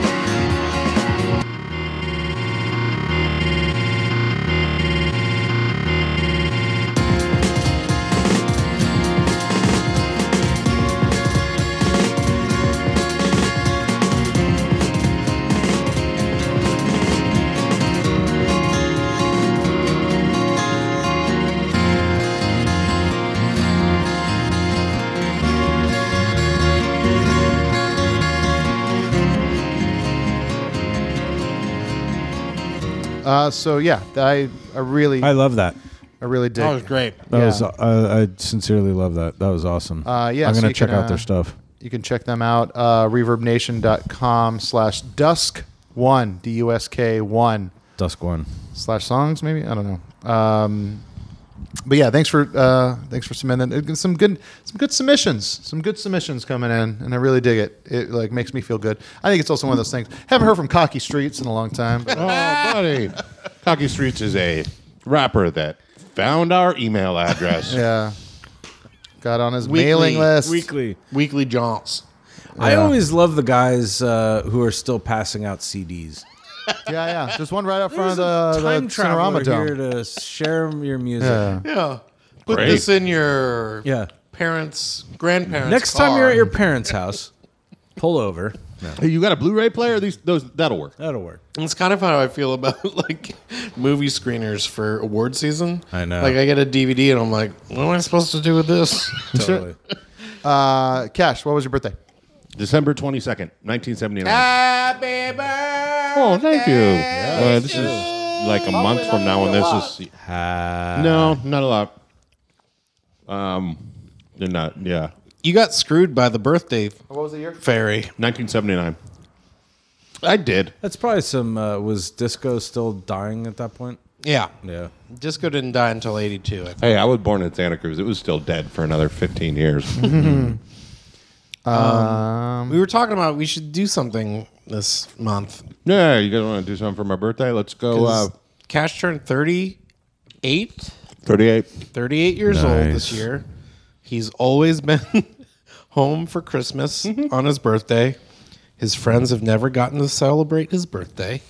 Speaker 7: Uh, so yeah, I I really
Speaker 6: I love that.
Speaker 7: I really did.
Speaker 3: That was great.
Speaker 6: That
Speaker 7: Yeah.
Speaker 6: was uh, I sincerely love that. That was awesome.
Speaker 7: Uh, yeah,
Speaker 6: I'm
Speaker 7: so
Speaker 6: gonna
Speaker 7: you
Speaker 6: check
Speaker 7: can,
Speaker 6: out
Speaker 7: uh,
Speaker 6: their stuff.
Speaker 7: You can check them out. Uh, reverbnation.com slash dusk one, D U S K one
Speaker 6: Dusk One.
Speaker 7: slash songs, maybe? I don't know. Um, but yeah, thanks for uh, thanks for submitting Uh, some good some good submissions, some good submissions coming in, and I really dig it. It like makes me feel good. I think it's also one of those things. Haven't heard from Cocky Streets in a long time. but-
Speaker 5: Oh, buddy. Cocky Streets is a rapper that found our email address.
Speaker 7: yeah, got on his mailing list.
Speaker 6: Weekly.
Speaker 3: Weekly jaunts.
Speaker 6: I always love the guys uh, who are still passing out CDs.
Speaker 7: Yeah, yeah. There's one right out
Speaker 6: There's
Speaker 7: front
Speaker 6: a
Speaker 7: of the, the
Speaker 6: time traveler
Speaker 7: Cinerama Dome.
Speaker 6: here to share your music.
Speaker 7: Yeah.
Speaker 3: Yeah. Put
Speaker 5: Great.
Speaker 3: this in your
Speaker 6: Yeah.
Speaker 3: parents, grandparents.
Speaker 6: Next time
Speaker 3: car.
Speaker 6: you're at your parents' house, pull over.
Speaker 5: Hey, you got a Blu-ray player? These those that'll work.
Speaker 6: That'll work.
Speaker 3: It's kind of how I feel about like movie screeners for award season.
Speaker 6: I know.
Speaker 3: Like I get a DVD and I'm like, what am I supposed to do with this?
Speaker 6: Totally.
Speaker 7: Uh, Cash, what was your birthday?
Speaker 5: December 22nd, 1979.
Speaker 3: Happy birthday.
Speaker 5: oh, Ah, thank you. Uh, this is like a month from now when this is No, not a lot. Um they're not. Yeah.
Speaker 3: You got screwed by the birthday
Speaker 7: What was the year?
Speaker 3: fairy.
Speaker 5: 1979. I did.
Speaker 6: That's probably some. Uh, was disco still dying at that point?
Speaker 3: Yeah.
Speaker 6: Yeah.
Speaker 3: Disco didn't die until 82. I think.
Speaker 5: Hey, I was born in Santa Cruz. It was still dead for another 15 years.
Speaker 3: We were talking about we should do something this month.
Speaker 5: yeah, you guys want to do something for my birthday? Let's
Speaker 12: Oh,
Speaker 5: go. Uh,
Speaker 3: Cash turned 38,
Speaker 5: 38.
Speaker 3: 38 years old this year. He's always been home for Christmas
Speaker 12: Mm-hmm.
Speaker 3: on his birthday. His friends have never gotten to celebrate his birthday.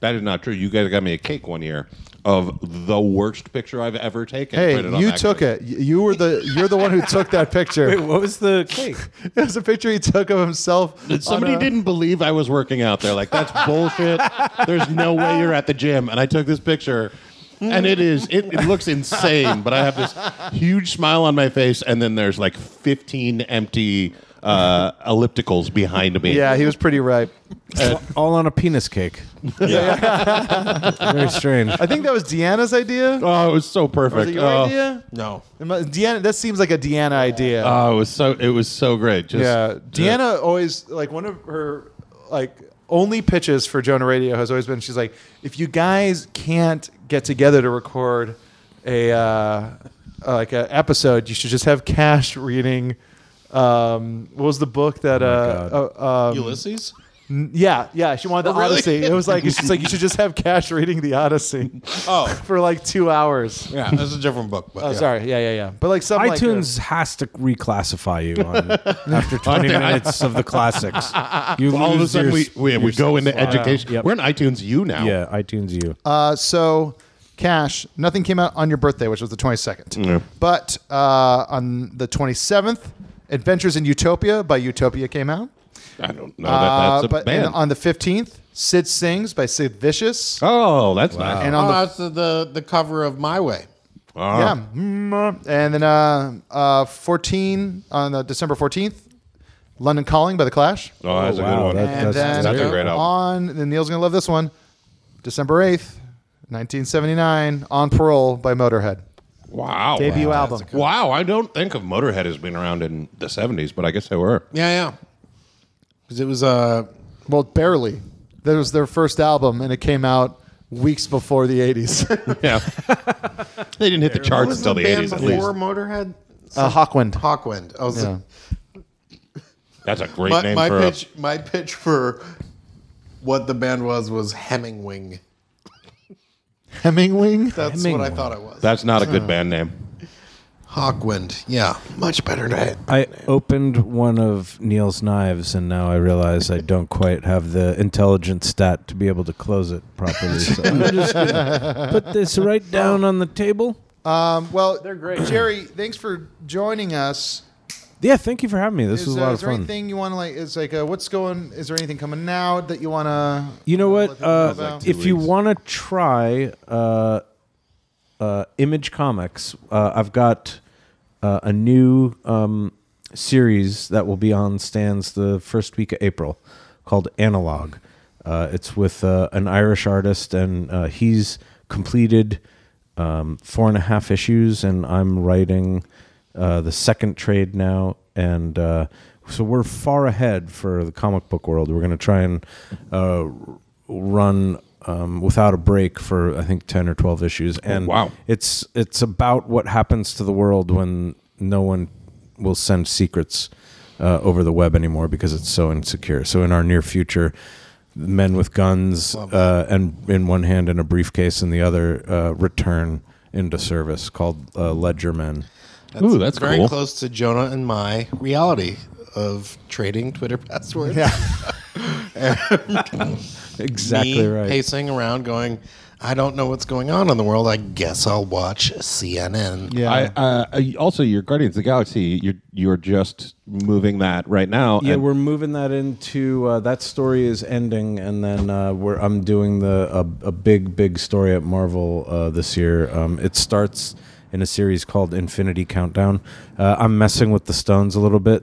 Speaker 5: That is not true. You guys got me a cake one year of the worst picture I've ever taken.
Speaker 7: Hey, you took it. Y- You were the you're the one who took that picture.
Speaker 6: What was the cake?
Speaker 7: it was a picture he took of himself. on
Speaker 5: Somebody
Speaker 7: a-
Speaker 5: didn't believe I was working out there. Like, that's bullshit. There's no way you're at the gym. And I took this picture and it is it, it looks insane. But I have this huge smile on my face, and then there's like 15 empty uh, ellipticals behind me.
Speaker 7: Yeah, he was pretty ripe.
Speaker 6: all on a penis cake. Very strange.
Speaker 7: I think that was Deanna's idea.
Speaker 5: Oh, it was so perfect.
Speaker 7: Was it your
Speaker 5: oh.
Speaker 7: idea?
Speaker 5: No.
Speaker 7: It mu- Deanna, that seems like a Deanna idea.
Speaker 5: Oh, it was so it was so great. Just
Speaker 7: yeah, Deanna always like one of her like only pitches for Jonah Radio has always been she's like, if you guys can't get together to record a uh, uh, like an episode, you should just have Cash reading. Um, what was the book that? uh, uh um,
Speaker 12: Ulysses?
Speaker 7: n- Yeah, yeah. She wanted the
Speaker 12: Oh, really?
Speaker 7: Odyssey. It was like it's just like you should just have Cash reading the Odyssey.
Speaker 12: Oh.
Speaker 7: for like two hours.
Speaker 12: Yeah, that's a different book. But
Speaker 7: Oh,
Speaker 12: yeah.
Speaker 7: sorry. Yeah, yeah, yeah. But like some like, uh,
Speaker 6: iTunes has to reclassify you on, after 20
Speaker 5: Aren't they?
Speaker 6: minutes of the classics. You
Speaker 5: all of a
Speaker 6: lose
Speaker 5: sudden
Speaker 6: your
Speaker 5: we
Speaker 6: s-
Speaker 5: we, we
Speaker 6: your
Speaker 5: go into
Speaker 6: slot.
Speaker 5: education.
Speaker 6: Yep.
Speaker 5: We're in iTunes U now.
Speaker 6: Yeah, iTunes you.
Speaker 7: Uh, so, Cash, nothing came out on your birthday, which was the 22nd. But uh, on the 27th, Adventures in Utopia by Utopia came out.
Speaker 5: I don't know
Speaker 7: Uh,
Speaker 5: that that's a
Speaker 7: but
Speaker 5: band.
Speaker 7: and on the 15th, Sid Sings by Sid Vicious.
Speaker 5: oh, that's nice.
Speaker 7: And
Speaker 12: Oh,
Speaker 7: on the
Speaker 12: that's the, the the cover of My Way.
Speaker 5: Oh.
Speaker 7: yeah, Mm, and then uh, uh, 14 on uh, December 14th, London Calling by the Clash.
Speaker 5: Oh, that's a good
Speaker 6: wow,
Speaker 5: one.
Speaker 6: that-
Speaker 7: And then
Speaker 5: that's a great album.
Speaker 7: on, then Neil's gonna love this one. December 8th, 1979, On Parole by Motorhead.
Speaker 5: Wow.
Speaker 7: Debut
Speaker 5: wow.
Speaker 7: album.
Speaker 5: Wow, I don't think of Motorhead as being around in the 70s, but I guess they were.
Speaker 12: Yeah, yeah. Because it was uh,
Speaker 7: Well, barely. That was their first album, and it came out weeks before the 80s.
Speaker 5: Yeah. they didn't hit the
Speaker 12: what
Speaker 5: charts
Speaker 12: was
Speaker 5: until the,
Speaker 12: band
Speaker 5: 80s, at least.
Speaker 12: before Motorhead.
Speaker 7: uh, Hawkwind.
Speaker 12: Hawkwind. I was
Speaker 7: Yeah.
Speaker 5: That's a great
Speaker 12: my,
Speaker 5: name
Speaker 12: my
Speaker 5: for a-
Speaker 12: pitch. My pitch for what the band was was Hemingwing.
Speaker 7: Hemingwing.
Speaker 12: That's what I thought it was.
Speaker 5: That's not a good band name.
Speaker 12: Hawkwind. Yeah, much better name.
Speaker 6: I opened one of Neil's knives, and now I realize I don't quite have the intelligence stat to be able to close it properly. So I'm just gonna put this right down on the table.
Speaker 7: Um, well, they're great. Jerry, thanks for joining us.
Speaker 6: Yeah, thank you for having me. This
Speaker 7: Is,
Speaker 6: was a
Speaker 7: uh,
Speaker 6: lot
Speaker 7: is
Speaker 6: of
Speaker 7: there
Speaker 6: fun.
Speaker 7: anything you want to like? Is like uh, what's going? Is there anything coming out that you want to?
Speaker 6: You know
Speaker 7: let
Speaker 6: what?
Speaker 7: people know
Speaker 6: Uh,
Speaker 7: about.
Speaker 6: if you want to try uh, uh, Image Comics, uh, I've got uh, a new um, series that will be on stands the first week of April called Analog. Uh, it's with uh, an Irish artist, and uh, he's completed um, four and a half issues, and I'm writing uh, the second trade now, and uh, so we're far ahead for the comic book world. We're going to try and uh, r- run um, without a break for I think ten or twelve issues, and
Speaker 5: wow.
Speaker 6: it's it's about what happens to the world when no one will send secrets uh, over the web anymore because it's so insecure. So in our near future, men with guns uh, and in one hand and a briefcase in the other uh, return into service called uh, ledger men.
Speaker 5: Ooh, that's
Speaker 12: very
Speaker 5: cool.
Speaker 12: close to Jonah and my reality of trading Twitter passwords.
Speaker 6: Exactly
Speaker 12: Me
Speaker 6: right.
Speaker 12: Pacing around, going, I don't know what's going on in the world. I guess I'll watch CNN.
Speaker 7: Yeah.
Speaker 5: I, uh, I- also, your Guardians of the Galaxy, you're, you're just moving that right now.
Speaker 6: Yeah,
Speaker 5: and-
Speaker 6: we're moving that into uh, that story is ending, and then uh, we're I'm doing the a, a big big story at Marvel uh, this year. Um, it starts in a series called Infinity Countdown. Uh, I'm messing with the stones a little bit.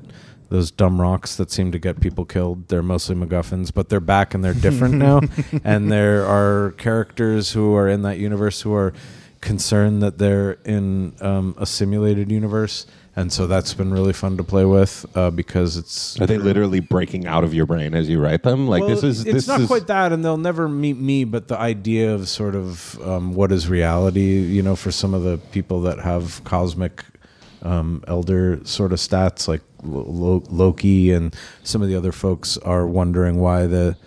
Speaker 6: Those dumb rocks that seem to get people killed. They're mostly MacGuffins, but they're back and they're different now. And there are characters who are in that universe who are concerned that they're in um, a simulated universe. And so that's been really fun to play with uh, because it's
Speaker 5: are they literally breaking out of your brain as you write them? Like this
Speaker 6: well,
Speaker 5: is
Speaker 6: it's
Speaker 5: this
Speaker 6: not
Speaker 5: is,
Speaker 6: quite that, and they'll never meet me. But the idea of sort of um, what is reality, you know, for some of the people that have cosmic um, elder sort of stats, like Lo- Lo- Loki and some of the other folks, are wondering why the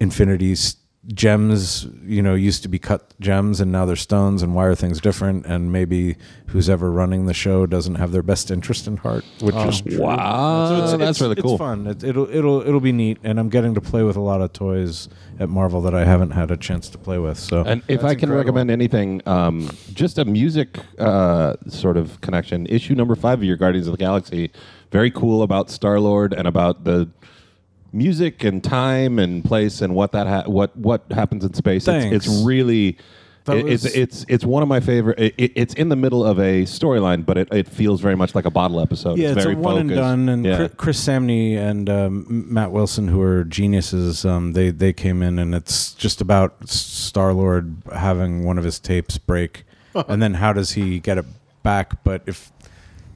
Speaker 6: Infinity s- gems, you know, used to be cut gems and now they're stones, and why are things different? And maybe who's ever running the show doesn't have their best interest in heart, which is true.
Speaker 5: Wow,
Speaker 6: So
Speaker 5: Uh, that's really cool.
Speaker 6: It's fun. It, it'll it'll it'll be neat, and I'm getting to play with a lot of toys at Marvel that I haven't had a chance to play with. So
Speaker 5: And if I can recommend anything, um, just a music uh, sort of connection. Issue number five of your Guardians of the Galaxy, very cool about Star Lord and about the music and time and place and what that ha- what what happens in space. It's,
Speaker 6: Thanks.
Speaker 5: it's really
Speaker 6: That
Speaker 5: It-
Speaker 6: was-
Speaker 5: it's, it's it's one of my favorite. It, it- it's in the middle of a storyline, but it, it feels very much like a bottle episode.
Speaker 6: yeah, it's,
Speaker 5: very
Speaker 6: a one and
Speaker 5: focused.
Speaker 6: done. And
Speaker 5: Yeah.
Speaker 6: Chri- Chris Samney and um, M- Matt Wilson, who are geniuses, um, they they came in, and it's just about Star Lord having one of his tapes break, and then how does he get it back? But if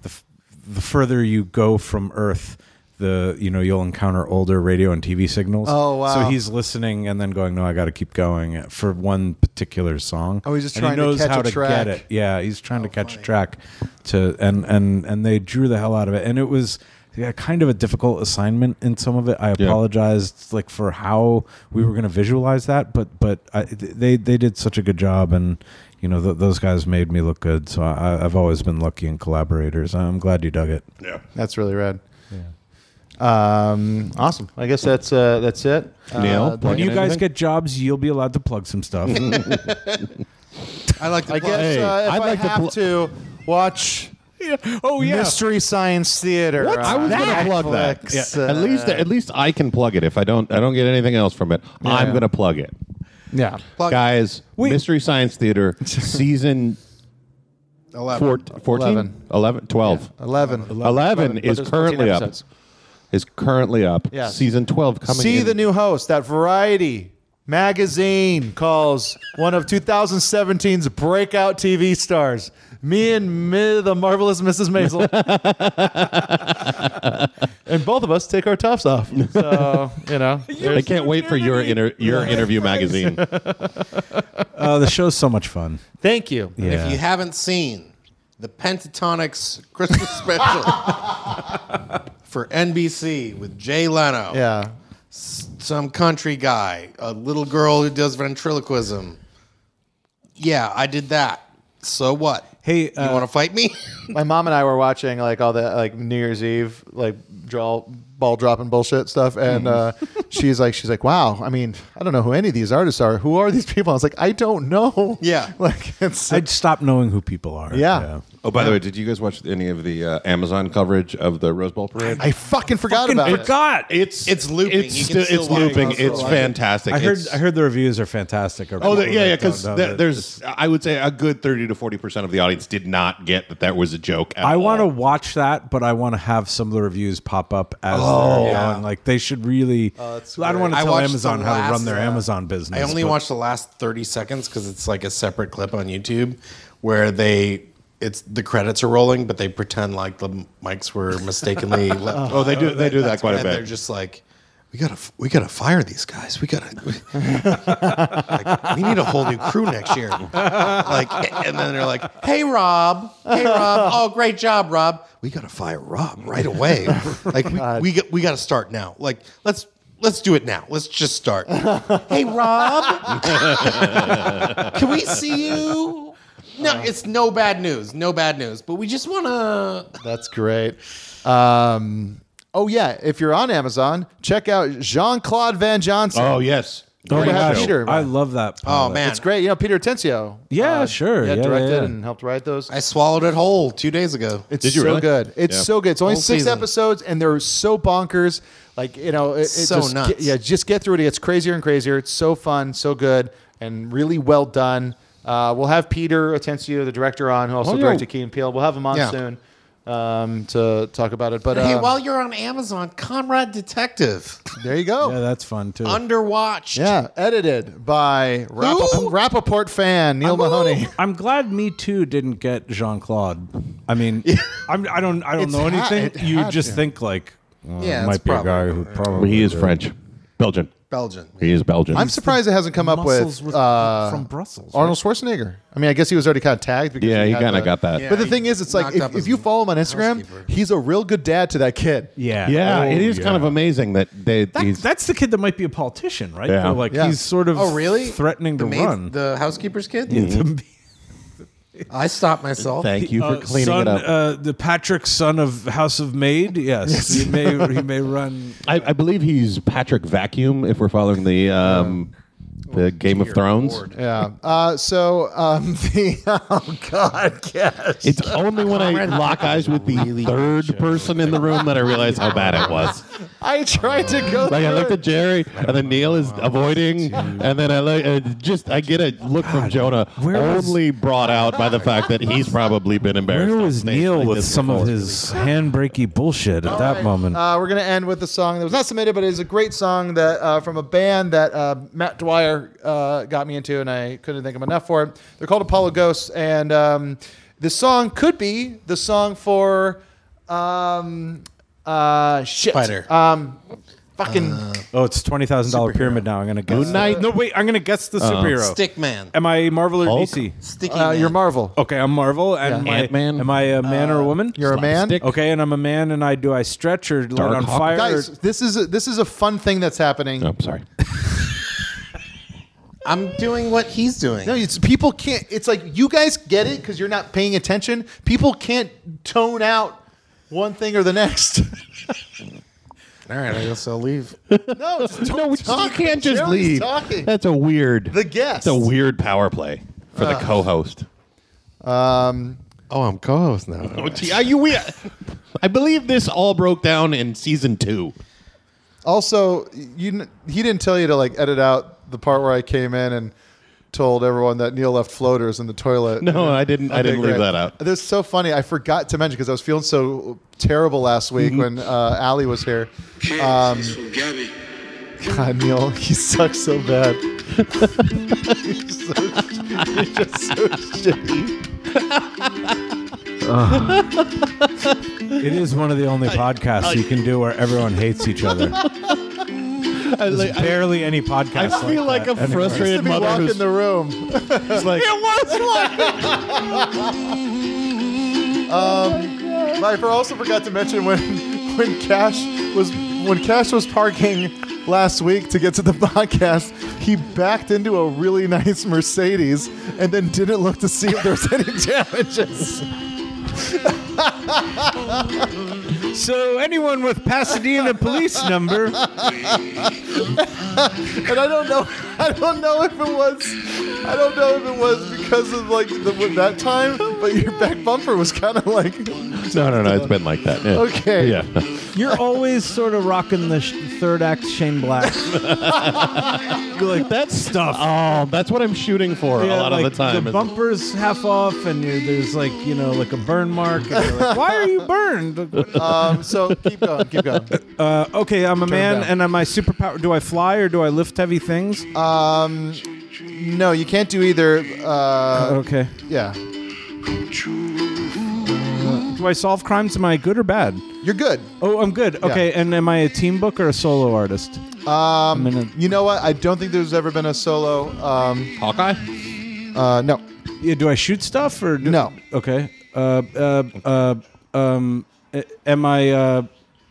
Speaker 6: the f- the further you go from Earth. The you know you'll encounter older radio and TV signals.
Speaker 7: Oh, wow.
Speaker 6: So he's listening and then going, no, I got to keep going for one particular song.
Speaker 7: Oh, he's just
Speaker 6: And he
Speaker 7: trying to
Speaker 6: knows
Speaker 7: catch
Speaker 6: how
Speaker 7: a
Speaker 6: to
Speaker 7: track.
Speaker 6: get it. Yeah, he's trying to catch a track to and and and they drew the hell out of it. And it was yeah, kind of a difficult assignment in some of it. I
Speaker 5: Yeah.
Speaker 6: apologized like for how we were going to visualize that, but but I, they they did such a good job and you know th- those guys made me look good. So I, I've always been lucky in collaborators. I'm glad you dug it.
Speaker 5: Yeah.
Speaker 7: That's really rad. Um, awesome. I guess that's uh, that's it.
Speaker 6: Neil,
Speaker 7: uh,
Speaker 6: when you guys get jobs, you'll be allowed to plug some stuff.
Speaker 7: I like. To I
Speaker 14: plug-
Speaker 7: guess
Speaker 14: Hey,
Speaker 7: uh, if
Speaker 14: I'd
Speaker 7: i
Speaker 14: like to
Speaker 7: have
Speaker 14: pl-
Speaker 7: to watch.
Speaker 6: Oh yeah,
Speaker 7: Mystery Science Theater.
Speaker 5: What?
Speaker 7: on
Speaker 5: I was going to plug that.
Speaker 7: Netflix.
Speaker 5: Yeah. at least
Speaker 7: Uh,
Speaker 5: at least I can plug it. If I don't I don't get anything else from it, I'm going to plug it.
Speaker 7: yeah.
Speaker 5: Guys, Mystery Science Theater season
Speaker 14: 11.
Speaker 5: four, 14
Speaker 7: Eleven.
Speaker 5: 11 12
Speaker 7: Eleven.
Speaker 5: 11,
Speaker 14: But
Speaker 5: is
Speaker 14: there's 14
Speaker 5: currently up.
Speaker 14: episodes.
Speaker 5: Is currently up.
Speaker 7: Yeah.
Speaker 5: Season 12 coming
Speaker 7: See
Speaker 5: in.
Speaker 7: the new host that Variety magazine calls one of 2017's breakout TV stars. Me and Mi- the marvelous Mrs. Maisel, and both of us take our tufts off. So you know,
Speaker 5: I can't wait for your inter- your interview magazine.
Speaker 6: uh, the show's so much fun.
Speaker 7: thank you.
Speaker 6: Yeah.
Speaker 3: If you haven't seen the Pentatonics Christmas special for NBC with Jay Leno,
Speaker 7: Yeah,
Speaker 3: some country guy, a little girl who does ventriloquism. Yeah, I did that. So what?
Speaker 6: Hey,
Speaker 3: you
Speaker 6: uh,
Speaker 3: want to fight me?
Speaker 7: my mom and I were watching like all the like New Year's Eve like draw ball dropping bullshit stuff, and uh, she's like, she's like, wow. I mean, I don't know who any of these artists are. Who are these people? I was like, I don't know.
Speaker 3: Yeah.
Speaker 7: like it's
Speaker 6: I'd stop knowing who people are.
Speaker 7: Yeah.
Speaker 5: oh, by the way, did you guys watch any of the uh, Amazon coverage of the Rose Bowl parade?
Speaker 7: I fucking forgot about it.
Speaker 15: God,
Speaker 5: it's
Speaker 3: It's looping.
Speaker 5: It's,
Speaker 3: You
Speaker 5: sti-
Speaker 3: can still
Speaker 5: it's
Speaker 3: watch it.
Speaker 5: looping.
Speaker 3: You can
Speaker 5: It's
Speaker 3: still watch it.
Speaker 5: fantastic.
Speaker 6: I heard.
Speaker 5: It's-
Speaker 6: I heard the reviews are fantastic.
Speaker 5: Oh, the, yeah, yeah. Because
Speaker 6: Don't know that-
Speaker 5: there's, I would say, a good thirty to forty percent of the audience did not get that that was a joke. At
Speaker 3: Oh.
Speaker 6: I want to
Speaker 5: all.
Speaker 6: watch that, but I want to have some of the reviews pop up as
Speaker 7: Oh.
Speaker 6: they're
Speaker 3: Yeah.
Speaker 6: going. Like they should really.
Speaker 7: that's
Speaker 6: I don't want to
Speaker 3: Oh, I
Speaker 6: tell
Speaker 3: watched
Speaker 6: Amazon
Speaker 3: the
Speaker 6: how to
Speaker 3: last,
Speaker 6: run their
Speaker 3: uh,
Speaker 6: Amazon business.
Speaker 3: I only
Speaker 6: but-
Speaker 3: watched the last 30 seconds because it's like a separate clip on YouTube where they it's the credits are rolling, but they pretend like the mics were mistakenly. left
Speaker 5: Oh, they do- they do that
Speaker 3: That's
Speaker 5: quite a
Speaker 3: when
Speaker 5: bit.
Speaker 3: They're just like, we gotta we gotta fire these guys. We gotta we, like, we need a whole new crew next year. Like, and then they're like, hey Rob, hey Rob, oh great job Rob. We gotta fire Rob right away. Like we we, got- we gotta start now. Like let's. Let's do it now. Let's just start. hey, Rob. Can we see you? No, it's no bad news. No bad news. But we just want to.
Speaker 7: That's great. Um, oh yeah, if you're on Amazon, check out Jean Claude Van Johnson.
Speaker 5: Oh yes.
Speaker 6: Oh my
Speaker 7: Great
Speaker 6: gosh,
Speaker 7: show.
Speaker 6: I love that.
Speaker 3: Oh
Speaker 6: pilot.
Speaker 3: man,
Speaker 7: it's great. You know Peter Tenzio.
Speaker 6: Yeah, sure. Yeah, yeah,
Speaker 7: directed
Speaker 6: yeah.
Speaker 7: and helped write those.
Speaker 3: I swallowed it whole two days ago.
Speaker 7: It's
Speaker 5: Did you
Speaker 7: so
Speaker 5: really?
Speaker 7: good. It's
Speaker 5: Yeah.
Speaker 7: so good. It's only
Speaker 3: Whole
Speaker 7: six
Speaker 3: season.
Speaker 7: episodes, and they're so bonkers. Like you know, it, it
Speaker 3: So
Speaker 7: just
Speaker 3: nuts.
Speaker 7: get- yeah, just get through it. It gets crazier and crazier. It's so fun, so good, and really well done. Uh, we'll have Peter Atencio, the director, on who also
Speaker 5: Oh, yeah.
Speaker 7: directed Key and Peele. We'll have him on
Speaker 3: Yeah.
Speaker 7: soon um, to talk about it. But
Speaker 3: hey,
Speaker 7: uh,
Speaker 3: while you're on Amazon, Conrad Detective,
Speaker 7: there you go.
Speaker 6: Yeah, that's fun too.
Speaker 3: underwatched.
Speaker 7: Yeah, edited by Rappaport, Rappaport fan Neil Mahoney.
Speaker 6: I'm glad Me Too didn't get Jean Claude. I mean, I'm, I don't. I don't
Speaker 7: It's
Speaker 6: know
Speaker 7: ha-
Speaker 6: anything.
Speaker 7: it
Speaker 6: you
Speaker 7: had
Speaker 6: just
Speaker 7: to.
Speaker 6: think like, well,
Speaker 3: Yeah,
Speaker 6: it might
Speaker 3: it's
Speaker 6: be a guy
Speaker 3: probably-
Speaker 6: who probably
Speaker 5: He is
Speaker 6: did.
Speaker 5: French, Belgian.
Speaker 3: Belgian.
Speaker 5: He is Belgian.
Speaker 7: I'm surprised it hasn't come up with,
Speaker 6: Muscles was
Speaker 7: uh,
Speaker 6: from Brussels.
Speaker 7: Arnold Schwarzenegger. I mean, I guess he was already kind of tagged. Because
Speaker 5: yeah, he
Speaker 7: had
Speaker 5: kind of
Speaker 7: the-
Speaker 5: got that.
Speaker 3: Yeah.
Speaker 7: But the thing is, it's like
Speaker 3: knocked
Speaker 7: if,
Speaker 3: up
Speaker 7: if
Speaker 3: as
Speaker 7: you follow him on Instagram,
Speaker 3: housekeeper.
Speaker 7: he's a real good dad to that kid.
Speaker 6: Yeah,
Speaker 5: Yeah,
Speaker 6: Oh,
Speaker 5: it is kind
Speaker 6: yeah.
Speaker 5: of amazing that they.
Speaker 6: That,
Speaker 5: he's,
Speaker 6: that's the kid that might be a politician, right?
Speaker 5: Yeah.
Speaker 6: Though, Like
Speaker 7: Yeah.
Speaker 6: he's sort of
Speaker 3: Oh, really?
Speaker 6: threatening
Speaker 3: the
Speaker 6: to
Speaker 3: maid-
Speaker 6: run.
Speaker 3: The housekeeper's kid.
Speaker 6: The-
Speaker 3: I stopped myself.
Speaker 5: thank you for
Speaker 6: uh,
Speaker 5: cleaning
Speaker 6: son,
Speaker 5: it up.
Speaker 6: Uh, the Patrick son of House of Maid. Yes, he may he may run.
Speaker 5: I, I believe he's Patrick Vacuum. If we're following the um,
Speaker 6: Oh,
Speaker 5: the Game of Thrones.
Speaker 7: Yeah. Uh, so um, the oh god, yes.
Speaker 5: It's only when I lock eyes with the third person in the room that I realize how bad it was.
Speaker 2: I tried to go.
Speaker 5: Like I
Speaker 2: through
Speaker 5: looked
Speaker 2: it.
Speaker 5: at Jerry, and then Neil is avoiding, and then I look, uh, just I get a look from Jonah, only brought out by the fact that he's probably been embarrassed.
Speaker 6: Where
Speaker 5: on
Speaker 6: was
Speaker 5: stage
Speaker 6: Neil
Speaker 5: like
Speaker 6: with
Speaker 5: this
Speaker 6: some of
Speaker 5: before.
Speaker 6: his handbreaky bullshit at that moment?
Speaker 7: Uh, we're gonna end with a song that was not submitted, but it is a great song that uh, from a band that uh, Matt Dwyer uh, got me into, and I couldn't think of enough for it. They're called Apollo Ghosts, and um, this song could be the song for um, uh, shit.
Speaker 12: Spider.
Speaker 7: Um, fucking
Speaker 5: Uh,
Speaker 6: oh, it's twenty thousand dollar pyramid now. I'm gonna guess.
Speaker 5: Moon Knight?
Speaker 6: No, wait. I'm gonna guess the
Speaker 5: Oh.
Speaker 6: superhero.
Speaker 12: Stickman.
Speaker 6: Am I Marvel or
Speaker 5: Hulk?
Speaker 6: DC?
Speaker 12: Sticky.
Speaker 7: uh,
Speaker 12: man.
Speaker 7: you're Marvel.
Speaker 6: Okay, I'm Marvel, and am I-
Speaker 5: Ant-Man?
Speaker 6: Am I a man or a woman?
Speaker 7: Uh, You're a man.
Speaker 5: Slapstick.
Speaker 6: Okay, and I'm a man, and I do I stretch or light
Speaker 5: Dark
Speaker 6: on
Speaker 5: Hawk?
Speaker 6: fire?
Speaker 7: Guys, this is a, this is a fun thing that's happening.
Speaker 5: No, I'm sorry.
Speaker 12: I'm doing what he's doing.
Speaker 7: No, it's people can't. It's like you guys get it because you're not paying attention. People can't tone out one thing or the next.
Speaker 12: All right, I guess I'll leave.
Speaker 7: no, just don't
Speaker 5: No, you
Speaker 7: talk.
Speaker 5: can't just
Speaker 7: Jerry's
Speaker 5: leave.
Speaker 7: Talking.
Speaker 5: That's a weird.
Speaker 7: The guest.
Speaker 5: It's a weird power play for the co-host.
Speaker 7: Um,
Speaker 3: Oh, I'm co-host now.
Speaker 5: Oh, gee, are you weird? I believe this all broke down in season two.
Speaker 7: also, you kn- he didn't tell you to like edit out the part where I came in and told everyone that Neil left floaters in the toilet.
Speaker 5: No, I didn't. I
Speaker 7: Okay,
Speaker 5: didn't leave
Speaker 7: great.
Speaker 5: that out.
Speaker 7: That's so funny. I forgot to mention because I was feeling so terrible last week
Speaker 5: Mm-hmm.
Speaker 7: when uh, Ali was here. Um, God, Neil, he sucks so bad. he's, so, he's just so shitty.
Speaker 6: it is one of the only podcasts you can do where everyone hates each other.
Speaker 5: I,
Speaker 6: There's
Speaker 5: like, I-
Speaker 6: barely any podcast.
Speaker 5: I feel like a
Speaker 6: that anywhere.
Speaker 5: frustrated
Speaker 7: Be
Speaker 5: mother
Speaker 7: walking
Speaker 5: who's
Speaker 7: in the room.
Speaker 5: like,
Speaker 7: I for- also forgot to mention when when Cash was when Cash was parking last week to get to the podcast, he backed into a really nice Mercedes and then didn't look to see if there was any damages.
Speaker 6: So anyone with Pasadena police number,
Speaker 7: And I don't know, I don't know if it was, I don't know if it was because of like the, that time, but your back bumper was kind of like
Speaker 5: no, no, no. It's been like that. Yeah.
Speaker 7: Okay.
Speaker 5: Yeah.
Speaker 13: You're always sort of rocking the sh- third act Shane Black.
Speaker 5: You're like that stuff. Oh, that's what I'm shooting for a
Speaker 13: Yeah,
Speaker 5: lot
Speaker 13: like,
Speaker 5: of the time. is-
Speaker 13: bumper's half off, and you're, there's like you know like a burn mark. And you're like, Why are you burned?
Speaker 7: Um, so keep going, keep going.
Speaker 6: uh, okay, I'm a man,
Speaker 7: down.
Speaker 6: and am I superpower? Do I fly or do I lift heavy things?
Speaker 5: Uh,
Speaker 7: Um, no, you can't do either. Uh,
Speaker 6: okay.
Speaker 7: yeah,
Speaker 6: Do I solve crimes? Am I good or bad?
Speaker 7: you're good.
Speaker 6: Oh, I'm good. Okay, and am I a team book or a solo artist? I'm
Speaker 7: Um,
Speaker 6: gonna-
Speaker 7: you know what? I don't think there's ever been a solo. Um,
Speaker 5: Hawkeye.
Speaker 7: uh, no,
Speaker 6: Yeah, do I shoot stuff or do,
Speaker 7: No.
Speaker 6: Okay. Uh, uh, uh, um, a- am I uh,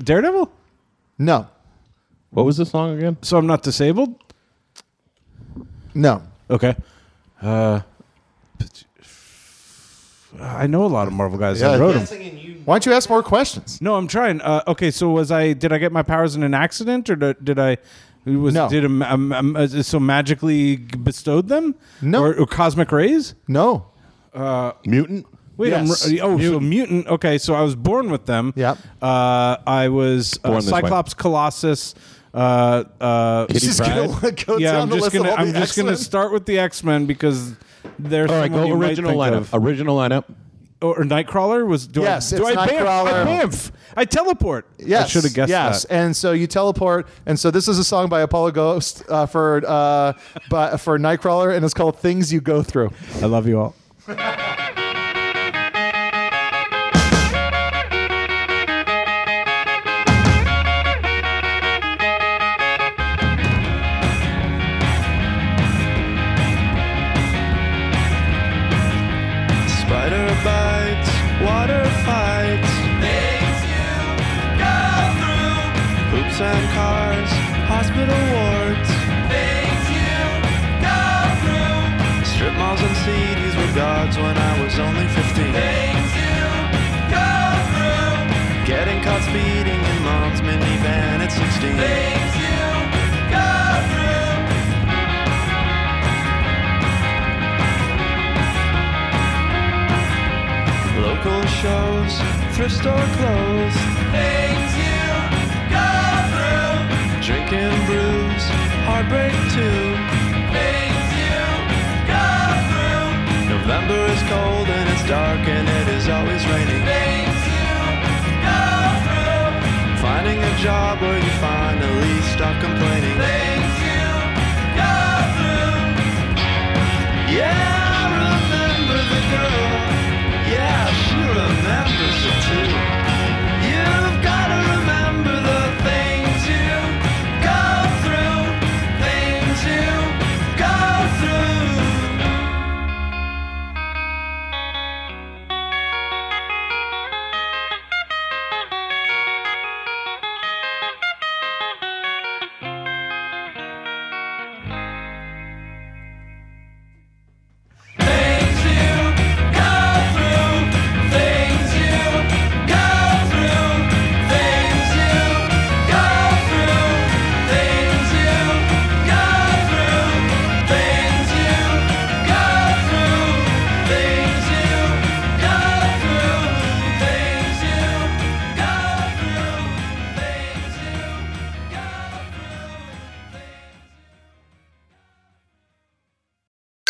Speaker 6: Daredevil?
Speaker 7: no,
Speaker 5: What was the song again?
Speaker 6: So I'm not disabled.
Speaker 7: no.
Speaker 6: Okay. Uh, but- I know a lot of Marvel guys.
Speaker 7: Yeah,
Speaker 6: I wrote 'em.
Speaker 7: Why don't you ask more questions?
Speaker 6: No, I'm trying. Uh, okay, so was I? Did I get my powers in an accident, or did, did I? Was
Speaker 7: No.
Speaker 6: did a, ma- um, um, uh, so magically bestowed them?
Speaker 7: No.
Speaker 6: or, or cosmic rays?
Speaker 7: No.
Speaker 5: Mutant.
Speaker 6: Wait,
Speaker 7: Yes.
Speaker 6: I'm, r- oh, so mutant. Okay, so I was born with them.
Speaker 7: Yep.
Speaker 6: Uh, I was
Speaker 5: Born
Speaker 6: uh,
Speaker 5: this way.
Speaker 6: Cyclops, Colossus. Uh, uh,
Speaker 5: Kitty
Speaker 7: She's
Speaker 5: Pryde.
Speaker 7: gonna go
Speaker 6: yeah,
Speaker 7: down
Speaker 6: I'm
Speaker 7: the
Speaker 6: just
Speaker 7: list of
Speaker 6: gonna
Speaker 7: all
Speaker 6: I'm
Speaker 7: the
Speaker 6: just gonna
Speaker 7: X-Men.
Speaker 6: start with the X Men because they're
Speaker 5: All right,
Speaker 6: someone
Speaker 5: go
Speaker 6: you might
Speaker 5: original
Speaker 6: think
Speaker 5: lineup.
Speaker 6: of. Oh,
Speaker 5: Original lineup.
Speaker 6: Or, or Nightcrawler was do
Speaker 7: Yes,
Speaker 6: I do
Speaker 7: it's
Speaker 6: I bamf?
Speaker 7: Nightcrawler.
Speaker 6: I bamf. I teleport.
Speaker 7: Yes.
Speaker 6: I should have guessed
Speaker 7: yes.
Speaker 6: that.
Speaker 7: And so you teleport. And so this is a song by Apollo Ghost uh, for uh, by, for Nightcrawler, and it's called "Things You Go Through."
Speaker 6: I love you all.
Speaker 4: Spider bites, water fights. Things you go through. Hoops and cars, hospital wards. Things you go through. Strip malls and CDs with guards when I was only 15. Things you go through. Getting caught speeding in mom's minivan at 16. Things you go through.
Speaker 10: shows, thrift store clothes, things you go through, drinking brews, heartbreak too, things you go through. November is cold and it's dark and it is always raining. Things you go through. Finding a job where you finally stop complaining. Things you go through. Yeah, I remember the girl. Yeah, she remembers it too. You've gotta remember the things you go through. Things you go through. Things you go through, things you go through, things you go through, things you go through, things you go through, things you go through, things you go through, things you go